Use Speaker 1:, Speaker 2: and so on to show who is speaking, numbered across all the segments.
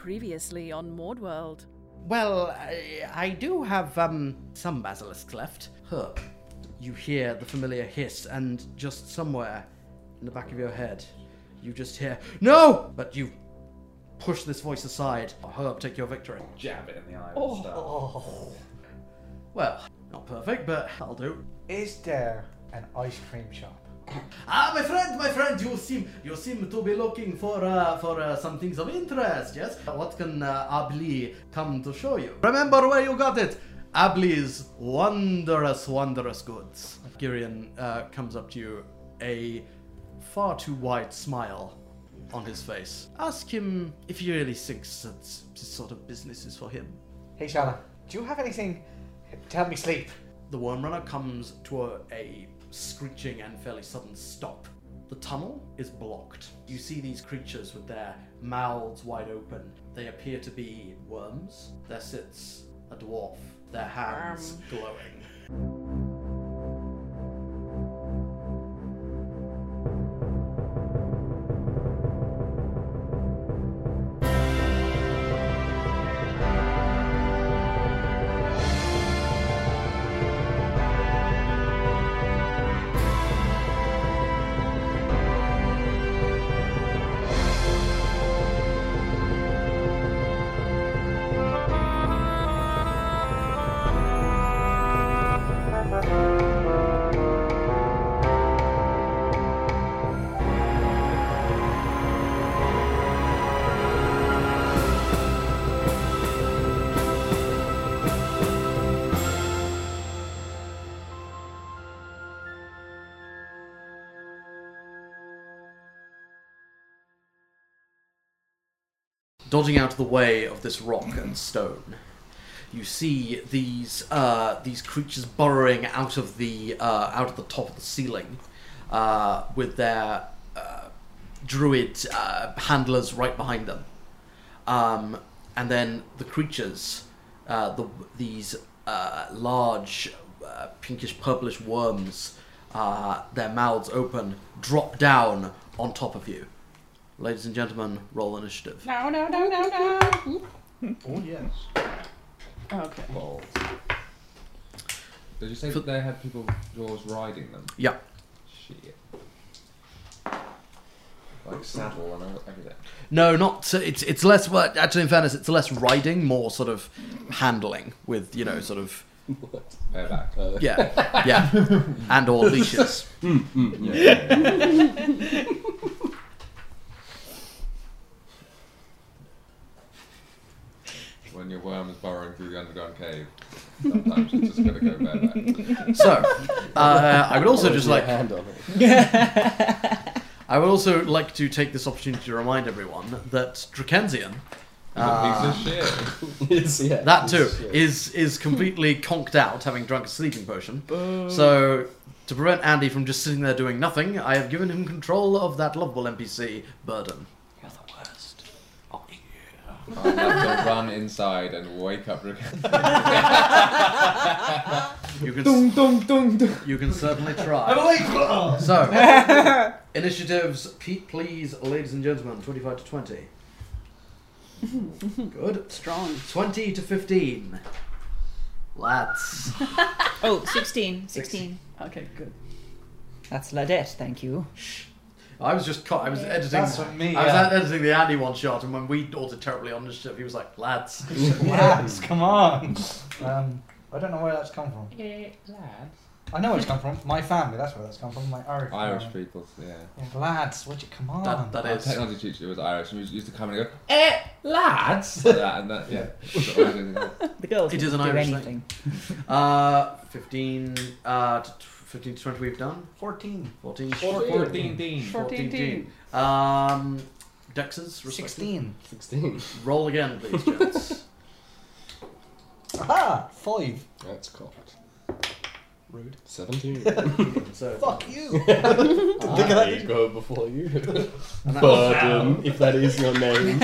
Speaker 1: previously on Mordworld.
Speaker 2: Well, I, I do have um, some basilisks left. Huh. You hear the familiar hiss, and just somewhere in the back of your head, you just hear, No! But you push this voice aside. Herb, take your victory.
Speaker 3: Jab it in the eye with a staff.
Speaker 2: Oh. Well, not perfect, but I'll do.
Speaker 4: Is there an ice cream shop?
Speaker 2: Ah, my friend, my friend, you seem you seem to be looking for uh, for uh, some things of interest. Yes, what can uh, Abli come to show you? Remember where you got it. Abli's wondrous, wondrous goods. Girion uh, comes up to you, a far too wide smile on his face. Ask him if he really thinks that this sort of business is for him.
Speaker 4: Hey, Shala, do you have anything to help me sleep?
Speaker 2: The worm runner comes to a, a screeching and fairly sudden stop. The tunnel is blocked. You see these creatures with their mouths wide open. They appear to be worms. There sits a dwarf, their hands glowing. dodging out of the way of this rock and stone. You see these uh, these creatures burrowing out of the uh, out of the top of the ceiling, uh, with their uh, druid uh, handlers right behind them, um, and then the creatures, uh, the these uh, large uh, pinkish purplish worms, uh, their mouths open, drop down on top of you. Ladies and gentlemen, roll initiative.
Speaker 5: No, no, no, no, no.
Speaker 3: Oh, yes.
Speaker 5: Okay.
Speaker 3: Balls. Did you say that they had people doors riding them?
Speaker 2: Yeah.
Speaker 3: Shit. Like saddle and all, everything.
Speaker 2: No, not it's it's less. Well, actually, in fairness, it's less riding, more sort of handling with you know sort of
Speaker 3: Bareback.
Speaker 2: yeah, yeah, and or leashes.
Speaker 3: Yeah, yeah, yeah. when your worm is burrowing through the underground cave, sometimes it's just gonna go bareback.
Speaker 2: So, uh, I would also just like
Speaker 6: hand on it.
Speaker 2: I would also like to take this opportunity to remind everyone that Drakensian,
Speaker 3: Uh, piece of shit.
Speaker 6: It's- yeah,
Speaker 2: that too,
Speaker 6: it's- yeah.
Speaker 2: is is completely conked out, having drunk a sleeping potion. So. To prevent Andy from just sitting there doing nothing, I have given him control of that lovable NPC, Burden. You're the worst. Oh,
Speaker 3: I'll have to run inside and wake up. Rick-
Speaker 2: You can
Speaker 6: Dung, dung, dung, dung.
Speaker 2: You can certainly try. so, initiatives, pe- please, ladies and gentlemen, 25 to 20. Good.
Speaker 5: Strong.
Speaker 2: 20 to 15. Lads.
Speaker 7: Oh, 16. 16.
Speaker 5: Okay, good.
Speaker 8: That's Ladette, thank you.
Speaker 2: I was just caught, I was editing.
Speaker 4: That's for me,
Speaker 2: I was
Speaker 4: yeah.
Speaker 2: editing the Andy one shot, and when we altered terribly on initiative, he was like, lads.
Speaker 4: Lads, come on. Um, I don't know where that's come from. I know where it's come from. My family, that's where that's come from. My Irish.
Speaker 3: Irish
Speaker 4: family.
Speaker 3: people, yeah.
Speaker 4: Yeah, lads, would you come on?
Speaker 2: That, that
Speaker 3: Our
Speaker 2: is.
Speaker 3: technology teacher was Irish and we used to come and go, eh, lads! Like that, and that, yeah. That's what I was doing.
Speaker 8: The girls
Speaker 2: It
Speaker 8: didn't
Speaker 2: is an
Speaker 8: do
Speaker 2: Irish thing.
Speaker 8: anything.
Speaker 2: Uh, 15, uh, to, 15 to 20 we've done.
Speaker 4: 14.
Speaker 2: 14.
Speaker 3: 14 Dean.
Speaker 5: 14, team.
Speaker 2: Um, Dexes, respectively.
Speaker 4: 16.
Speaker 6: 16.
Speaker 2: Roll again, please, gents.
Speaker 4: Aha! 5.
Speaker 6: That's cocked.
Speaker 4: Rude.
Speaker 6: 17.
Speaker 2: so,
Speaker 4: Fuck you!
Speaker 6: I go before you.
Speaker 2: and that-
Speaker 6: Burden, if that is your name.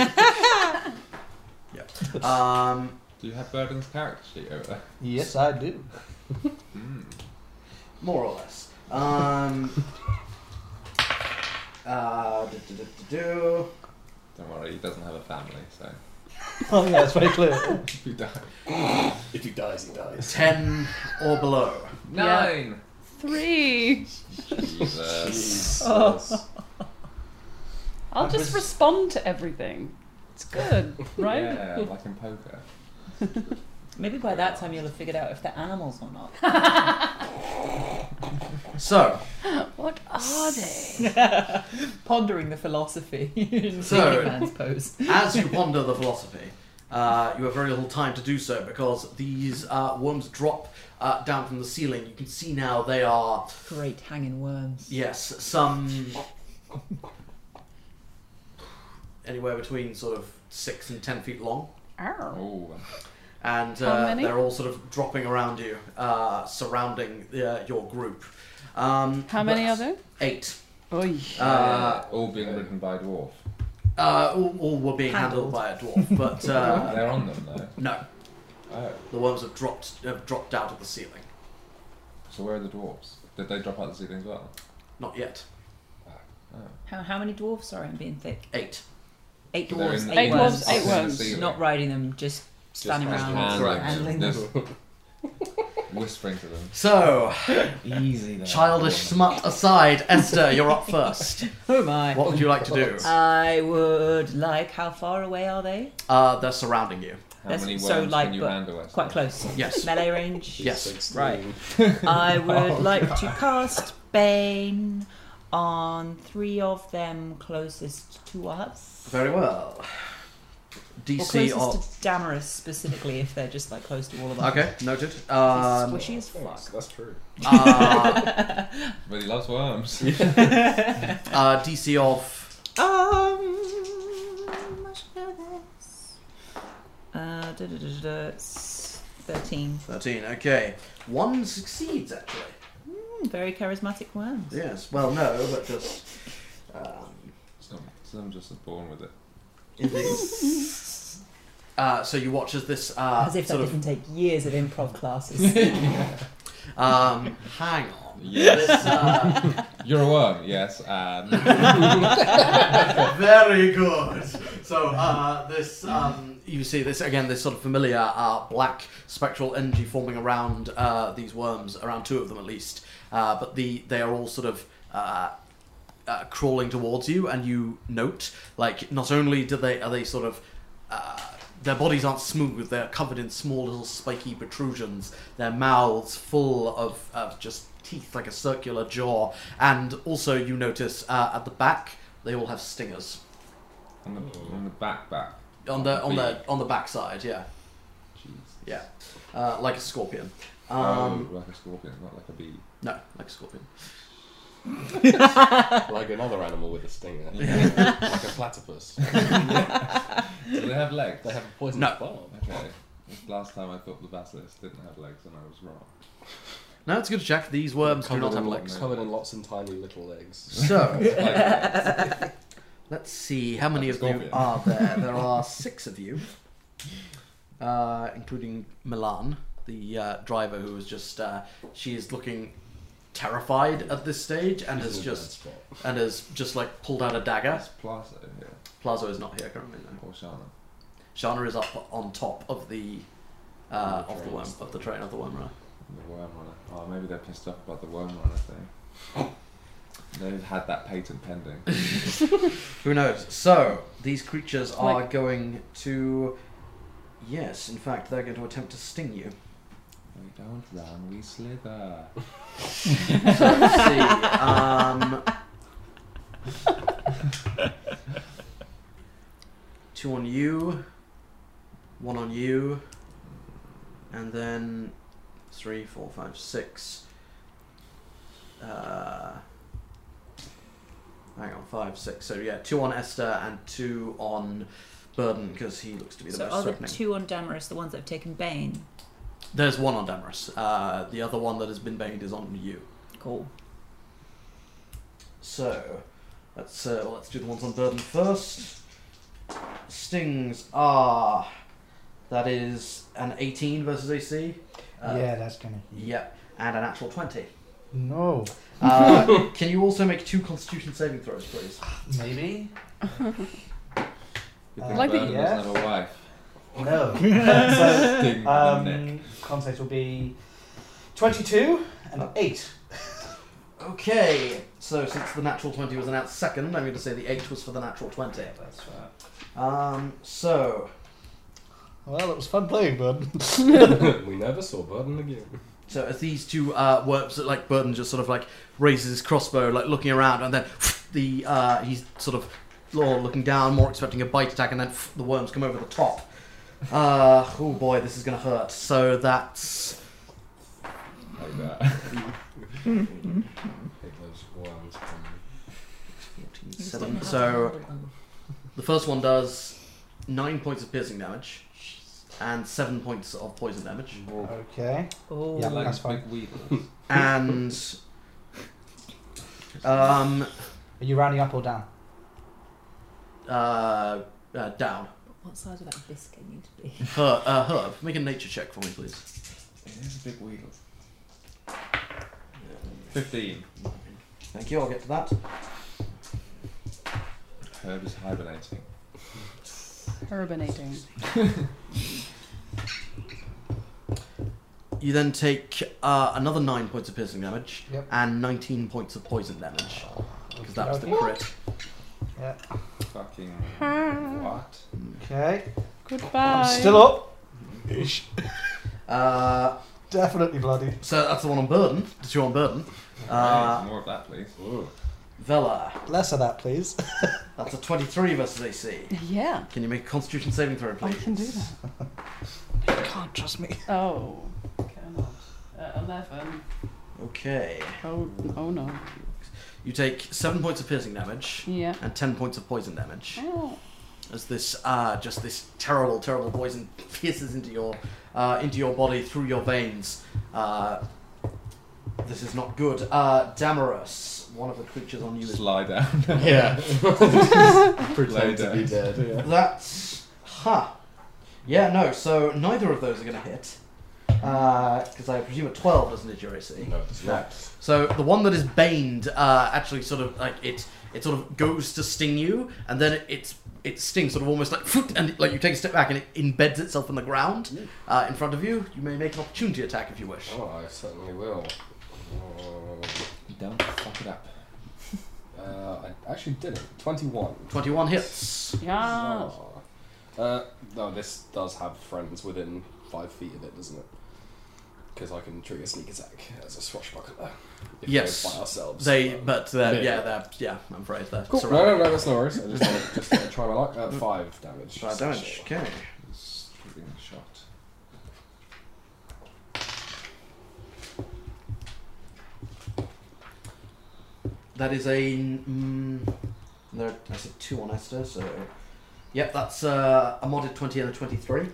Speaker 2: Um,
Speaker 3: Do you have Burden's character sheet over there? Hmm.
Speaker 4: yes, I do.
Speaker 2: more or less. Um, uh, do, do, do, do, do.
Speaker 3: Don't worry, he doesn't have a family, so.
Speaker 4: Oh yeah, it's very clear.
Speaker 3: You die.
Speaker 6: If he dies, he dies.
Speaker 2: Ten or below.
Speaker 3: Nine.
Speaker 1: Three.
Speaker 3: Jesus.
Speaker 6: Oh.
Speaker 1: I'll
Speaker 4: I
Speaker 1: just
Speaker 4: was-
Speaker 1: respond to everything. It's good, right?
Speaker 3: Yeah, like in poker.
Speaker 8: Maybe by that time you'll have figured out if they're animals or not.
Speaker 2: So,
Speaker 1: What are they?
Speaker 8: Pondering the philosophy in
Speaker 2: So-
Speaker 8: so, man's pose.
Speaker 2: as you ponder the philosophy, uh, you have very little time to do so because these uh, worms drop uh, down from the ceiling. You can see now they are,
Speaker 8: Great hanging worms.
Speaker 2: yes, some. anywhere between sort of six and ten feet long.
Speaker 1: Ow.
Speaker 3: Oh,
Speaker 2: and
Speaker 1: How
Speaker 2: uh,
Speaker 1: many?
Speaker 2: they're all sort of dropping around you, uh, surrounding uh, your group. Um,
Speaker 1: How many
Speaker 2: but-
Speaker 1: are there?
Speaker 2: Eight.
Speaker 1: Oy.
Speaker 2: Uh,
Speaker 3: all being ridden by a dwarf.
Speaker 2: uh, all, all were being handled,
Speaker 8: Handled.
Speaker 2: by a dwarf, but uh,
Speaker 3: They're on them though.
Speaker 2: no,
Speaker 3: Oh,
Speaker 2: the worms have dropped have dropped out of the ceiling.
Speaker 3: so where are the dwarves? Did they drop out the ceiling as well?
Speaker 2: Not yet.
Speaker 8: How, how many dwarves? Sorry, I'm being thick.
Speaker 2: Eight.
Speaker 8: Eight
Speaker 3: So they're in
Speaker 8: dwarves,
Speaker 3: the-
Speaker 8: eight,
Speaker 1: Eight
Speaker 8: worms.
Speaker 1: dwarves, eight
Speaker 3: up in the
Speaker 1: worms.
Speaker 3: ceiling.
Speaker 8: Not riding them, just standing
Speaker 3: just
Speaker 8: around.
Speaker 3: handling
Speaker 2: Correct.
Speaker 8: Handling
Speaker 3: them.
Speaker 8: them.
Speaker 3: Just whispering to them.
Speaker 2: So,
Speaker 3: Easy there.
Speaker 2: childish smut aside, Esther, you're up first.
Speaker 8: Oh my.
Speaker 2: What would you like to do?
Speaker 1: Uh,
Speaker 8: I would like. How far away are they?
Speaker 2: Uh, they're surrounding you.
Speaker 3: How
Speaker 8: That's-
Speaker 3: many worms
Speaker 8: so like,
Speaker 3: can you
Speaker 8: but
Speaker 3: handle? Esther?
Speaker 8: Quite close.
Speaker 2: Yes.
Speaker 8: Melee range.
Speaker 2: Yes.
Speaker 8: Right. I would like to cast Bane on three of them closest to us.
Speaker 2: Very well.
Speaker 8: Or
Speaker 2: DC
Speaker 8: closest
Speaker 2: of.
Speaker 8: to Damaris specifically, if they're just like close to all of us.
Speaker 2: Okay, noted.
Speaker 8: He's
Speaker 2: Um,
Speaker 8: squishy as fuck.
Speaker 6: That's true.
Speaker 2: uh,
Speaker 3: But he loves worms.
Speaker 2: uh, DC of
Speaker 8: Um, I should know this. Uh, da, da, da, da, da, s- 13.
Speaker 2: 13. Okay. One succeeds, actually.
Speaker 8: Hmm, very charismatic worms.
Speaker 2: Yes. Well, no, but just. Um,
Speaker 3: Some, some just are born with it.
Speaker 2: indeed. Uh, so you watch as this uh,
Speaker 8: As if that
Speaker 2: sort of
Speaker 8: didn't take years of improv classes.
Speaker 2: um, hang on.
Speaker 3: Yes.
Speaker 2: This, uh,
Speaker 3: You're a worm, yes. And
Speaker 2: very good. So uh, this um, you see this again. This sort of familiar uh, black spectral energy forming around uh, these worms, around two of them at least. Uh, but the they are all sort of. Uh, uh, crawling towards you, and you note like not only do they are they sort of uh, their bodies aren't smooth; they're covered in small little spiky protrusions. Their mouths full of, of just teeth, like a circular jaw. And also, you notice uh, at the back they all have stingers
Speaker 3: on, the, on the back, back.
Speaker 2: on the on the on the backside. Yeah,
Speaker 3: Jeez.
Speaker 2: yeah, uh, like a scorpion. Um,
Speaker 3: oh, like a scorpion, not like a bee.
Speaker 2: No, like a scorpion.
Speaker 6: Like another animal with a stinger. like a platypus.
Speaker 3: Do they have legs?
Speaker 6: They have a poisonous
Speaker 2: No.
Speaker 6: barb.
Speaker 3: Okay. This last time I thought the basilisk didn't have legs and I was wrong.
Speaker 2: No, it's good to check. These worms do
Speaker 6: Covered
Speaker 2: not
Speaker 6: in
Speaker 2: have
Speaker 6: lo-
Speaker 2: legs.
Speaker 6: Covered in lots and tiny little eggs.
Speaker 2: So.
Speaker 3: Like,
Speaker 2: Let's see how many
Speaker 3: That's
Speaker 2: of you
Speaker 3: Scorpion.
Speaker 2: are there. There are six of you, uh, including Milan, the uh, driver who is just uh, she is looking terrified at this stage and has
Speaker 6: He's in a bad
Speaker 2: just
Speaker 6: spot.
Speaker 2: and has just like pulled out a dagger.
Speaker 3: it's Plaza here.
Speaker 2: Plazo is not here currently. No.
Speaker 3: Or Shana.
Speaker 2: Shana is up on top of the uh,
Speaker 6: On the
Speaker 2: of the
Speaker 6: train.
Speaker 2: worm of the train of the worm runner.
Speaker 3: The worm runner. Oh, maybe they're pissed off about the worm runner thing. They've had that patent pending.
Speaker 2: Who knows? So these creatures are
Speaker 1: Like-
Speaker 2: going to. Yes, in fact, they're going to attempt to sting you.
Speaker 3: we don't run, we slither.
Speaker 8: Uh,
Speaker 2: Let's see. Um, two on you, one on you, and then three, four, five, six. Uh, hang on, five, six. So yeah, two on Esther and two on Burden because he looks to be the
Speaker 8: so are
Speaker 2: most
Speaker 8: the
Speaker 2: threatening.
Speaker 8: two on Damaris the ones that have taken Bane?
Speaker 2: There's one on Damaris. Uh, the other one that has been banged is on you.
Speaker 8: Cool.
Speaker 2: So, let's uh, let's do the ones on burden first. Stings are that is an 18 versus AC. Uh,
Speaker 4: yeah, that's gonna.
Speaker 2: Yep, and an actual 20.
Speaker 4: No.
Speaker 2: Uh, can you also make two Constitution saving throws, please?
Speaker 4: Maybe.
Speaker 3: Good thing
Speaker 1: Like the-
Speaker 3: Vernon doesn't have a wife.
Speaker 4: No. so,
Speaker 3: Ding, neck.
Speaker 4: um, con saves will be 22 and 8.
Speaker 2: Okay, so since the natural 20 was announced second, I'm going to say the 8 was for the natural 20.
Speaker 4: That's fair.
Speaker 2: Um, so,
Speaker 4: Well, it was fun playing, bud.
Speaker 6: we never saw Burden again.
Speaker 2: so as these two uh, worps, like Burton just sort of like raises his crossbow, like looking around, and then the uh, he's sort of oh, looking down, more expecting a bite attack, and then the worms come over the top. Uh, oh boy, this is going to hurt. So that's
Speaker 3: Like that.
Speaker 6: Take those worms from me.
Speaker 2: 14, seven. So the first one does 9 points of piercing damage and 7 points of poison damage.
Speaker 4: Okay.
Speaker 8: Oh.
Speaker 4: Yeah,
Speaker 3: like
Speaker 4: that's fine.
Speaker 3: big weed.
Speaker 2: and um
Speaker 4: Are you rounding up or down?
Speaker 2: uh, uh down
Speaker 8: What size would that biscuit need to be?
Speaker 2: herb, uh, herb make a nature check for me please
Speaker 3: It is a big weed. 15.
Speaker 2: thank you i'll get to that
Speaker 3: Herb is hibernating.
Speaker 1: Urinating.
Speaker 2: you then take uh, another 9 points of piercing damage
Speaker 4: Yep.
Speaker 2: and 19 points of poison damage because that was the
Speaker 4: Okay.
Speaker 2: crit
Speaker 4: Yeah.
Speaker 3: Fucking. what?
Speaker 4: Okay.
Speaker 1: Goodbye.
Speaker 4: Still up.
Speaker 2: uh,
Speaker 4: Definitely bloody.
Speaker 2: so that's the one on burden the two on burden uh,
Speaker 3: Hey, more of that, please.
Speaker 6: Ooh.
Speaker 2: Vela
Speaker 4: Less of that, please.
Speaker 2: that's a 23 versus AC
Speaker 1: Yeah,
Speaker 2: can you make a constitution saving throw
Speaker 1: I
Speaker 2: please
Speaker 1: can do that.
Speaker 4: Can't trust me.
Speaker 1: Oh, cannot. Uh, Eleven.
Speaker 2: okay
Speaker 1: Oh, oh no.
Speaker 2: you take 7 points of piercing damage
Speaker 1: Yeah.
Speaker 2: and 10 points of poison damage
Speaker 1: Oh.
Speaker 2: as this uh, just this terrible, terrible poison pierces into your uh, into your body through your veins. Uh, this is not good. Uh, Damaris, one of the creatures on you
Speaker 3: Just
Speaker 2: is
Speaker 3: lie down.
Speaker 2: yeah.
Speaker 3: Lay
Speaker 6: Pretend to be
Speaker 3: down.
Speaker 6: dead.
Speaker 2: That's huh. Yeah, no. So neither of those are going to hit because I presume a twelve doesn't hit your AC.
Speaker 6: No, it's not.
Speaker 2: So the one that is baned uh, actually sort of like it it sort of goes to sting you, and then it, it's it stings sort of almost like phoot, and like you take a step back and it embeds itself in the ground uh, in front of you. You may make an opportunity attack if you wish.
Speaker 6: Oh, I certainly will. Uh,
Speaker 3: Don't fuck it up.
Speaker 6: uh, I actually did it. 21.
Speaker 2: Twenty-one hits. Ah.
Speaker 1: Yeah.
Speaker 6: Uh, no, this does have friends within five feet of it, doesn't it? Because I can trigger sneak attack as a swashbuckler. If
Speaker 2: Yes.
Speaker 6: We're by ourselves.
Speaker 2: They,
Speaker 6: Um,
Speaker 2: but they're,
Speaker 6: yeah.
Speaker 2: yeah, they're, yeah. I'm afraid they're
Speaker 6: Cool. No,
Speaker 2: surrounded.
Speaker 6: no, no, that's no worries. I just want to just wanna try my luck. Uh, five damage.
Speaker 2: Five damage. Okay.
Speaker 3: It's being shot.
Speaker 2: That is a. Mm, there, I said two on Esther, so. Yep, that's uh, a modded 20 and a 23.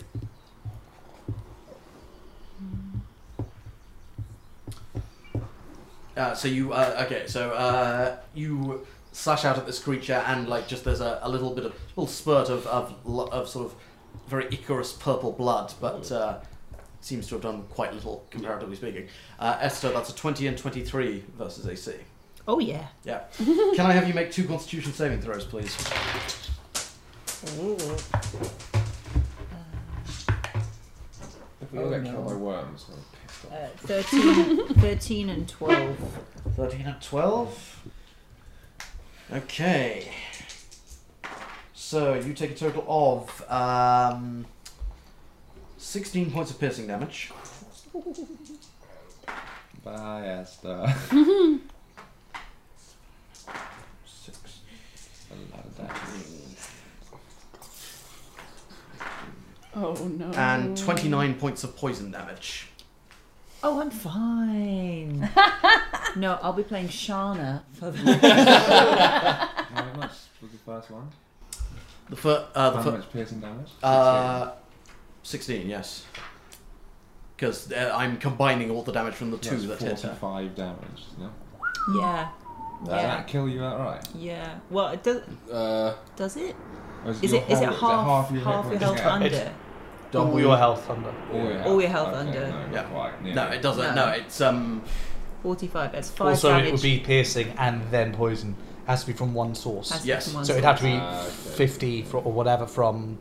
Speaker 2: Uh, so you. Uh, okay, so uh, you slash out at this creature, and like just there's a, a little bit of. little spurt of, of, lo- of sort of very Icarus purple blood, but. Uh, Seems to have done quite little, comparatively speaking. Uh, Esther, that's a 20 and 23 versus AC.
Speaker 8: Oh yeah.
Speaker 2: Yeah. Can I have you make two Constitution saving throws, please?
Speaker 3: If
Speaker 2: Oh,
Speaker 3: we all get killed by worms, we're pissed off.
Speaker 8: Uh, 13, 13 and 12.
Speaker 2: Thirteen and twelve. Okay. So you take a total of um, sixteen points of piercing damage.
Speaker 3: Bye, Esther. a
Speaker 2: Six.
Speaker 3: lot of that.
Speaker 1: Oh no.
Speaker 2: And twenty-nine points of poison damage.
Speaker 8: Oh, I'm fine. no, I'll be playing Shana for the
Speaker 3: How much was the first one?
Speaker 2: The fir- uh, the
Speaker 3: How
Speaker 2: fir-
Speaker 3: much piercing damage?
Speaker 2: uh, sixteen, yes. Because uh, I'm combining all the damage from the two that
Speaker 3: That's
Speaker 2: hit her.
Speaker 3: 45 damage, no?
Speaker 8: yeah,
Speaker 3: Does
Speaker 8: Yeah.
Speaker 3: that kill you outright?
Speaker 8: yeah. Well, it does.
Speaker 6: Uh,
Speaker 8: Does it?
Speaker 3: Or
Speaker 8: Is
Speaker 3: your
Speaker 8: it is it
Speaker 3: whole-
Speaker 8: half
Speaker 3: is it
Speaker 8: half your health
Speaker 3: Yeah.
Speaker 8: under?
Speaker 4: Double your health under.
Speaker 3: All
Speaker 8: all your health under.
Speaker 3: No,
Speaker 2: Yeah.
Speaker 3: yeah. Quite, yeah.
Speaker 2: No, it doesn't.
Speaker 8: No.
Speaker 2: No, it's um.
Speaker 8: Forty five. That's five
Speaker 4: Also,
Speaker 8: damage.
Speaker 4: it would be piercing and then poison. Has to be from one source.
Speaker 8: Has to be
Speaker 2: Yes.
Speaker 8: from one
Speaker 4: So it'd have to
Speaker 8: source.
Speaker 4: be
Speaker 6: Ah, okay.
Speaker 4: 50 fro- or whatever from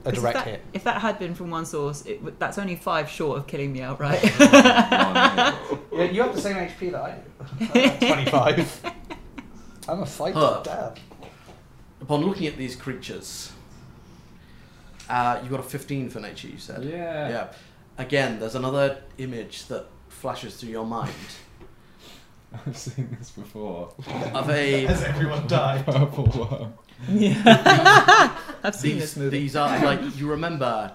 Speaker 4: a
Speaker 8: 'Cause if
Speaker 4: direct
Speaker 8: that-
Speaker 4: hit.
Speaker 8: If that had been from one source, it, would- that's only five short of killing me outright.
Speaker 4: Yeah, you have the same HP that I do. 25. I'm a fighter,
Speaker 2: Huh.
Speaker 4: dab.
Speaker 2: Upon looking at these creatures, uh, you got a 15 for nature, you said?
Speaker 6: Yeah.
Speaker 2: Yeah. Again, there's another image that flashes through your mind
Speaker 3: I've seen this before.
Speaker 2: of a.
Speaker 4: Has everyone died?
Speaker 3: Purple worm.
Speaker 8: I've seen
Speaker 2: These,
Speaker 8: this movie.
Speaker 2: these are like, you remember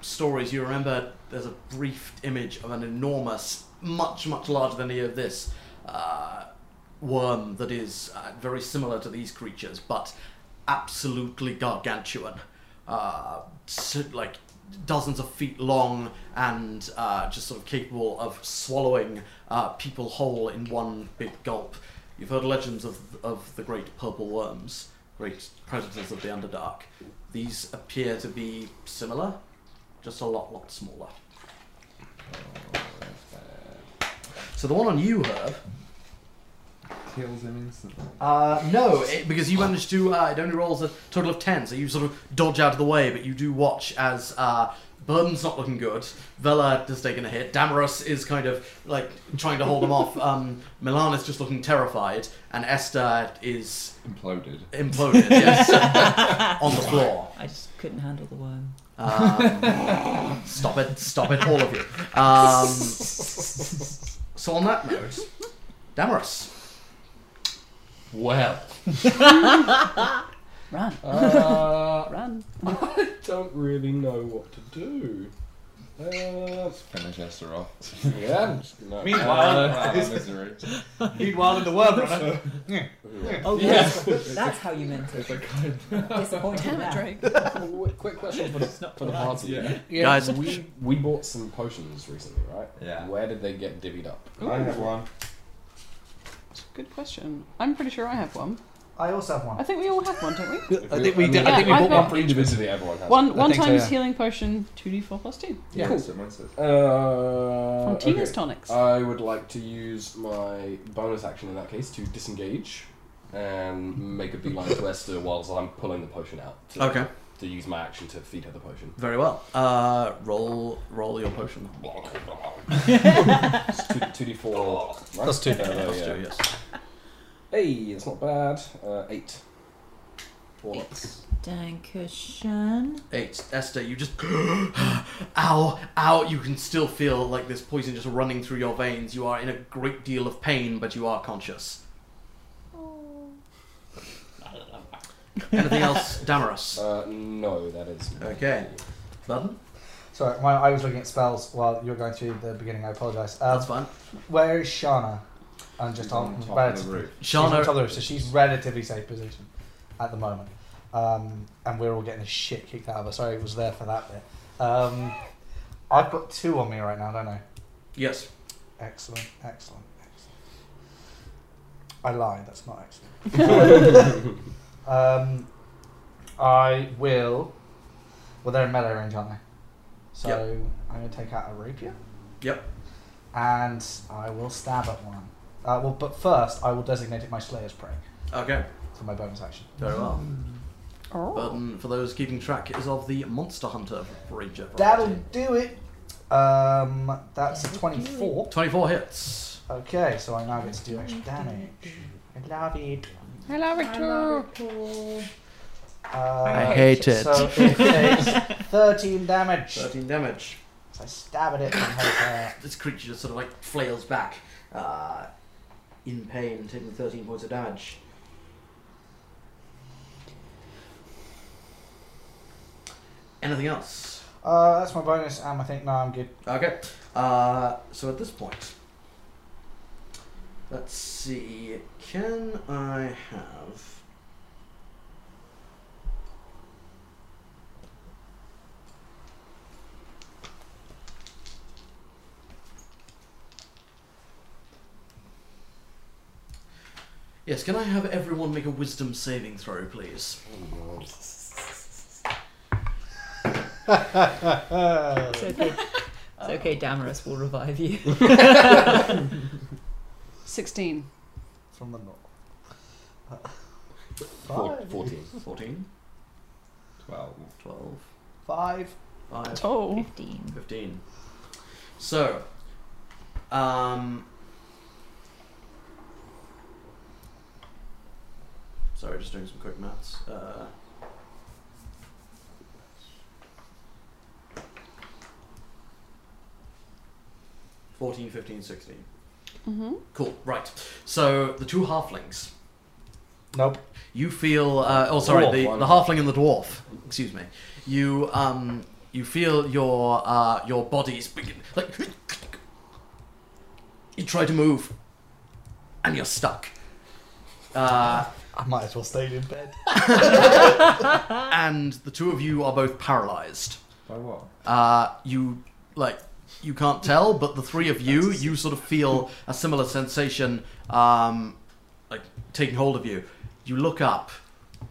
Speaker 2: stories, you remember there's a brief image of an enormous, much, much larger than any of this uh, worm that is uh, very similar to these creatures, but absolutely gargantuan. Uh, so, like dozens of feet long and uh, just sort of capable of swallowing uh, people whole in one big gulp. You've heard legends of, of the great purple worms, great predators of the Underdark. These appear to be similar, just a lot, lot smaller. So the one on you, Herb,
Speaker 3: Kills him instantly.
Speaker 2: uh, no, it, because you managed to. Uh, it only rolls a total of ten, so you sort of dodge out of the way, but you do watch as uh, Burden's not looking good. Vela has taken a hit. Damaris is kind of like trying to hold him off. Um, Milan is just looking terrified, and Esther is
Speaker 3: Imploded.
Speaker 2: imploded yes, on the floor.
Speaker 8: I just couldn't handle the worm.
Speaker 2: Um, stop it! Stop it! All of you. Um, so on that note, Damaris.
Speaker 6: Well,
Speaker 1: Run,
Speaker 6: uh,
Speaker 1: run.
Speaker 6: I don't really know what to do. Uh,
Speaker 3: Finish Esther off.
Speaker 6: yeah. No.
Speaker 4: Meanwhile-
Speaker 3: Ah, misery.
Speaker 4: Meanwhile, in the worm runner.
Speaker 8: Oh,
Speaker 6: Yeah.
Speaker 8: yes. That's how you meant it. Disappointed.
Speaker 1: Damn it,
Speaker 8: there.
Speaker 1: Drake.
Speaker 6: Quick, quick question for the, for the party.
Speaker 3: Yeah.
Speaker 2: Guys,
Speaker 6: we we bought some potions recently, right?
Speaker 3: Yeah.
Speaker 6: Where did they get divvied up?
Speaker 3: I have one.
Speaker 1: Good question. I'm pretty sure I have one.
Speaker 4: I also have
Speaker 1: I
Speaker 4: one.
Speaker 1: think we all have one, don't we?
Speaker 4: I think we
Speaker 6: mean,
Speaker 4: did. I
Speaker 1: Yeah,
Speaker 4: think we
Speaker 1: I've
Speaker 4: bought
Speaker 1: got-
Speaker 4: one for each.
Speaker 6: individually. Everyone has
Speaker 1: One one
Speaker 4: think so,
Speaker 1: times
Speaker 4: yeah.
Speaker 1: healing potion, two D four plus two.
Speaker 3: Yeah,
Speaker 6: Cool.
Speaker 3: so mine says-
Speaker 6: Uh,
Speaker 1: From
Speaker 6: okay.
Speaker 1: Tina's tonics.
Speaker 6: I would like to use my bonus action in that case to disengage and make a beeline to Esther whilst I'm pulling the potion out.
Speaker 3: Oh,
Speaker 6: To,
Speaker 2: Okay.
Speaker 6: To use my action to feed her the potion.
Speaker 2: Very well. Uh, roll, roll your potion.
Speaker 6: It's two- two d four. Right?
Speaker 4: Plus two.
Speaker 6: Uh,
Speaker 2: Plus
Speaker 6: yeah.
Speaker 2: two, yes.
Speaker 6: Hey, it's not bad. Uh, eight. Four.
Speaker 8: Dankeschön.
Speaker 2: Eight. Esther, you just. ow, ow. You can still feel like this poison just running through your veins. You are in a great deal of pain, but you are conscious.
Speaker 4: Oh.
Speaker 2: Anything else, Damaris?
Speaker 6: Uh, no, that is.
Speaker 2: Okay.
Speaker 4: um,
Speaker 2: Button?
Speaker 4: Sorry, while I was looking at spells while you were going through the beginning. I apologise. Um,
Speaker 2: That's fine.
Speaker 4: where is Shana? I'm just
Speaker 3: She's
Speaker 4: on,
Speaker 3: on top of the
Speaker 4: relatively.
Speaker 3: roof.
Speaker 4: she's on top of
Speaker 2: Shana.
Speaker 4: the roof, so she's relatively safe position at the moment. Um, and we're all getting the shit kicked out of us. Sorry, it was there for that bit. Um, I've got two on me right now, don't I?
Speaker 2: Yes.
Speaker 4: Excellent, excellent, excellent. I lied, that's not excellent. um, I will. Well, they're in melee range, aren't they? So I'm going to take out a rapier.
Speaker 2: Yep.
Speaker 4: And I will stab at one. Uh, well, but first, I will designate it my Slayer's Prey
Speaker 2: Okay.
Speaker 4: for my bonus action.
Speaker 2: Very well.
Speaker 1: Oh.
Speaker 2: Burden, for those keeping track, is of the Monster Hunter Ranger.
Speaker 4: That'll
Speaker 2: variety.
Speaker 4: do it. Um, that's a 24.
Speaker 2: 24 hits.
Speaker 4: Okay, so I now get to do extra damage. I love it.
Speaker 1: I love it too.
Speaker 4: Uh,
Speaker 8: I
Speaker 2: hate it.
Speaker 4: So it takes 13 damage.
Speaker 2: 13 damage.
Speaker 4: So I stab at it and hope, uh,
Speaker 2: This creature just sort of like flails back uh, in pain, taking 13 points of damage. Anything else?
Speaker 4: Uh, that's my bonus, and I think no, I'm good.
Speaker 2: Okay. Uh, so at this point, let's see. Can I have. Yes, can I have everyone make a wisdom saving throw, please?
Speaker 8: It's okay. It's okay, Damaris will revive you.
Speaker 1: Sixteen.
Speaker 4: From the north.
Speaker 6: Four, Fourteen.
Speaker 2: 14.
Speaker 3: Well,
Speaker 2: 12,
Speaker 4: Five.
Speaker 2: 5,
Speaker 1: Oh.
Speaker 8: 15.
Speaker 2: 15. So, um. Sorry, just doing some quick maths. Uh, Fourteen, fifteen, sixteen.
Speaker 1: Mm-hmm.
Speaker 2: Cool. Right. So the two halflings.
Speaker 4: Nope.
Speaker 2: You feel. Uh, oh, sorry.
Speaker 6: Dwarf
Speaker 2: The,
Speaker 6: one.
Speaker 2: the halfling and the dwarf. Excuse me. You um. You feel your uh your bodies begin like. You try to move, and you're stuck. Uh,
Speaker 4: I might as well stay in bed.
Speaker 2: and the two of you are both paralyzed.
Speaker 3: by what?
Speaker 2: Uh, you like you can't tell, but the three of you, you sort of feel a similar sensation, um, like taking hold of you. You look up,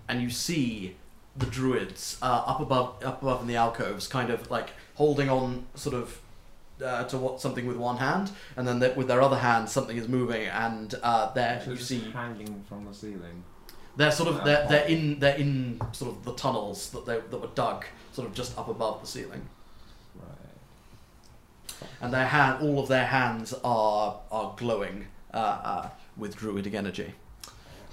Speaker 2: and you see the druids uh, up above, up above in the alcoves, kind of like holding on, sort of. Uh, to what something with one hand, and then that with their other hand, something is moving, and uh, there
Speaker 3: Should
Speaker 2: you
Speaker 3: just
Speaker 2: see
Speaker 3: hanging from the ceiling.
Speaker 2: they're sort of they're, they're in they're in sort of the tunnels that they that were dug sort of just up above the ceiling,
Speaker 3: Right.
Speaker 2: and their hand all of their hands are are glowing uh, uh, with druidic energy.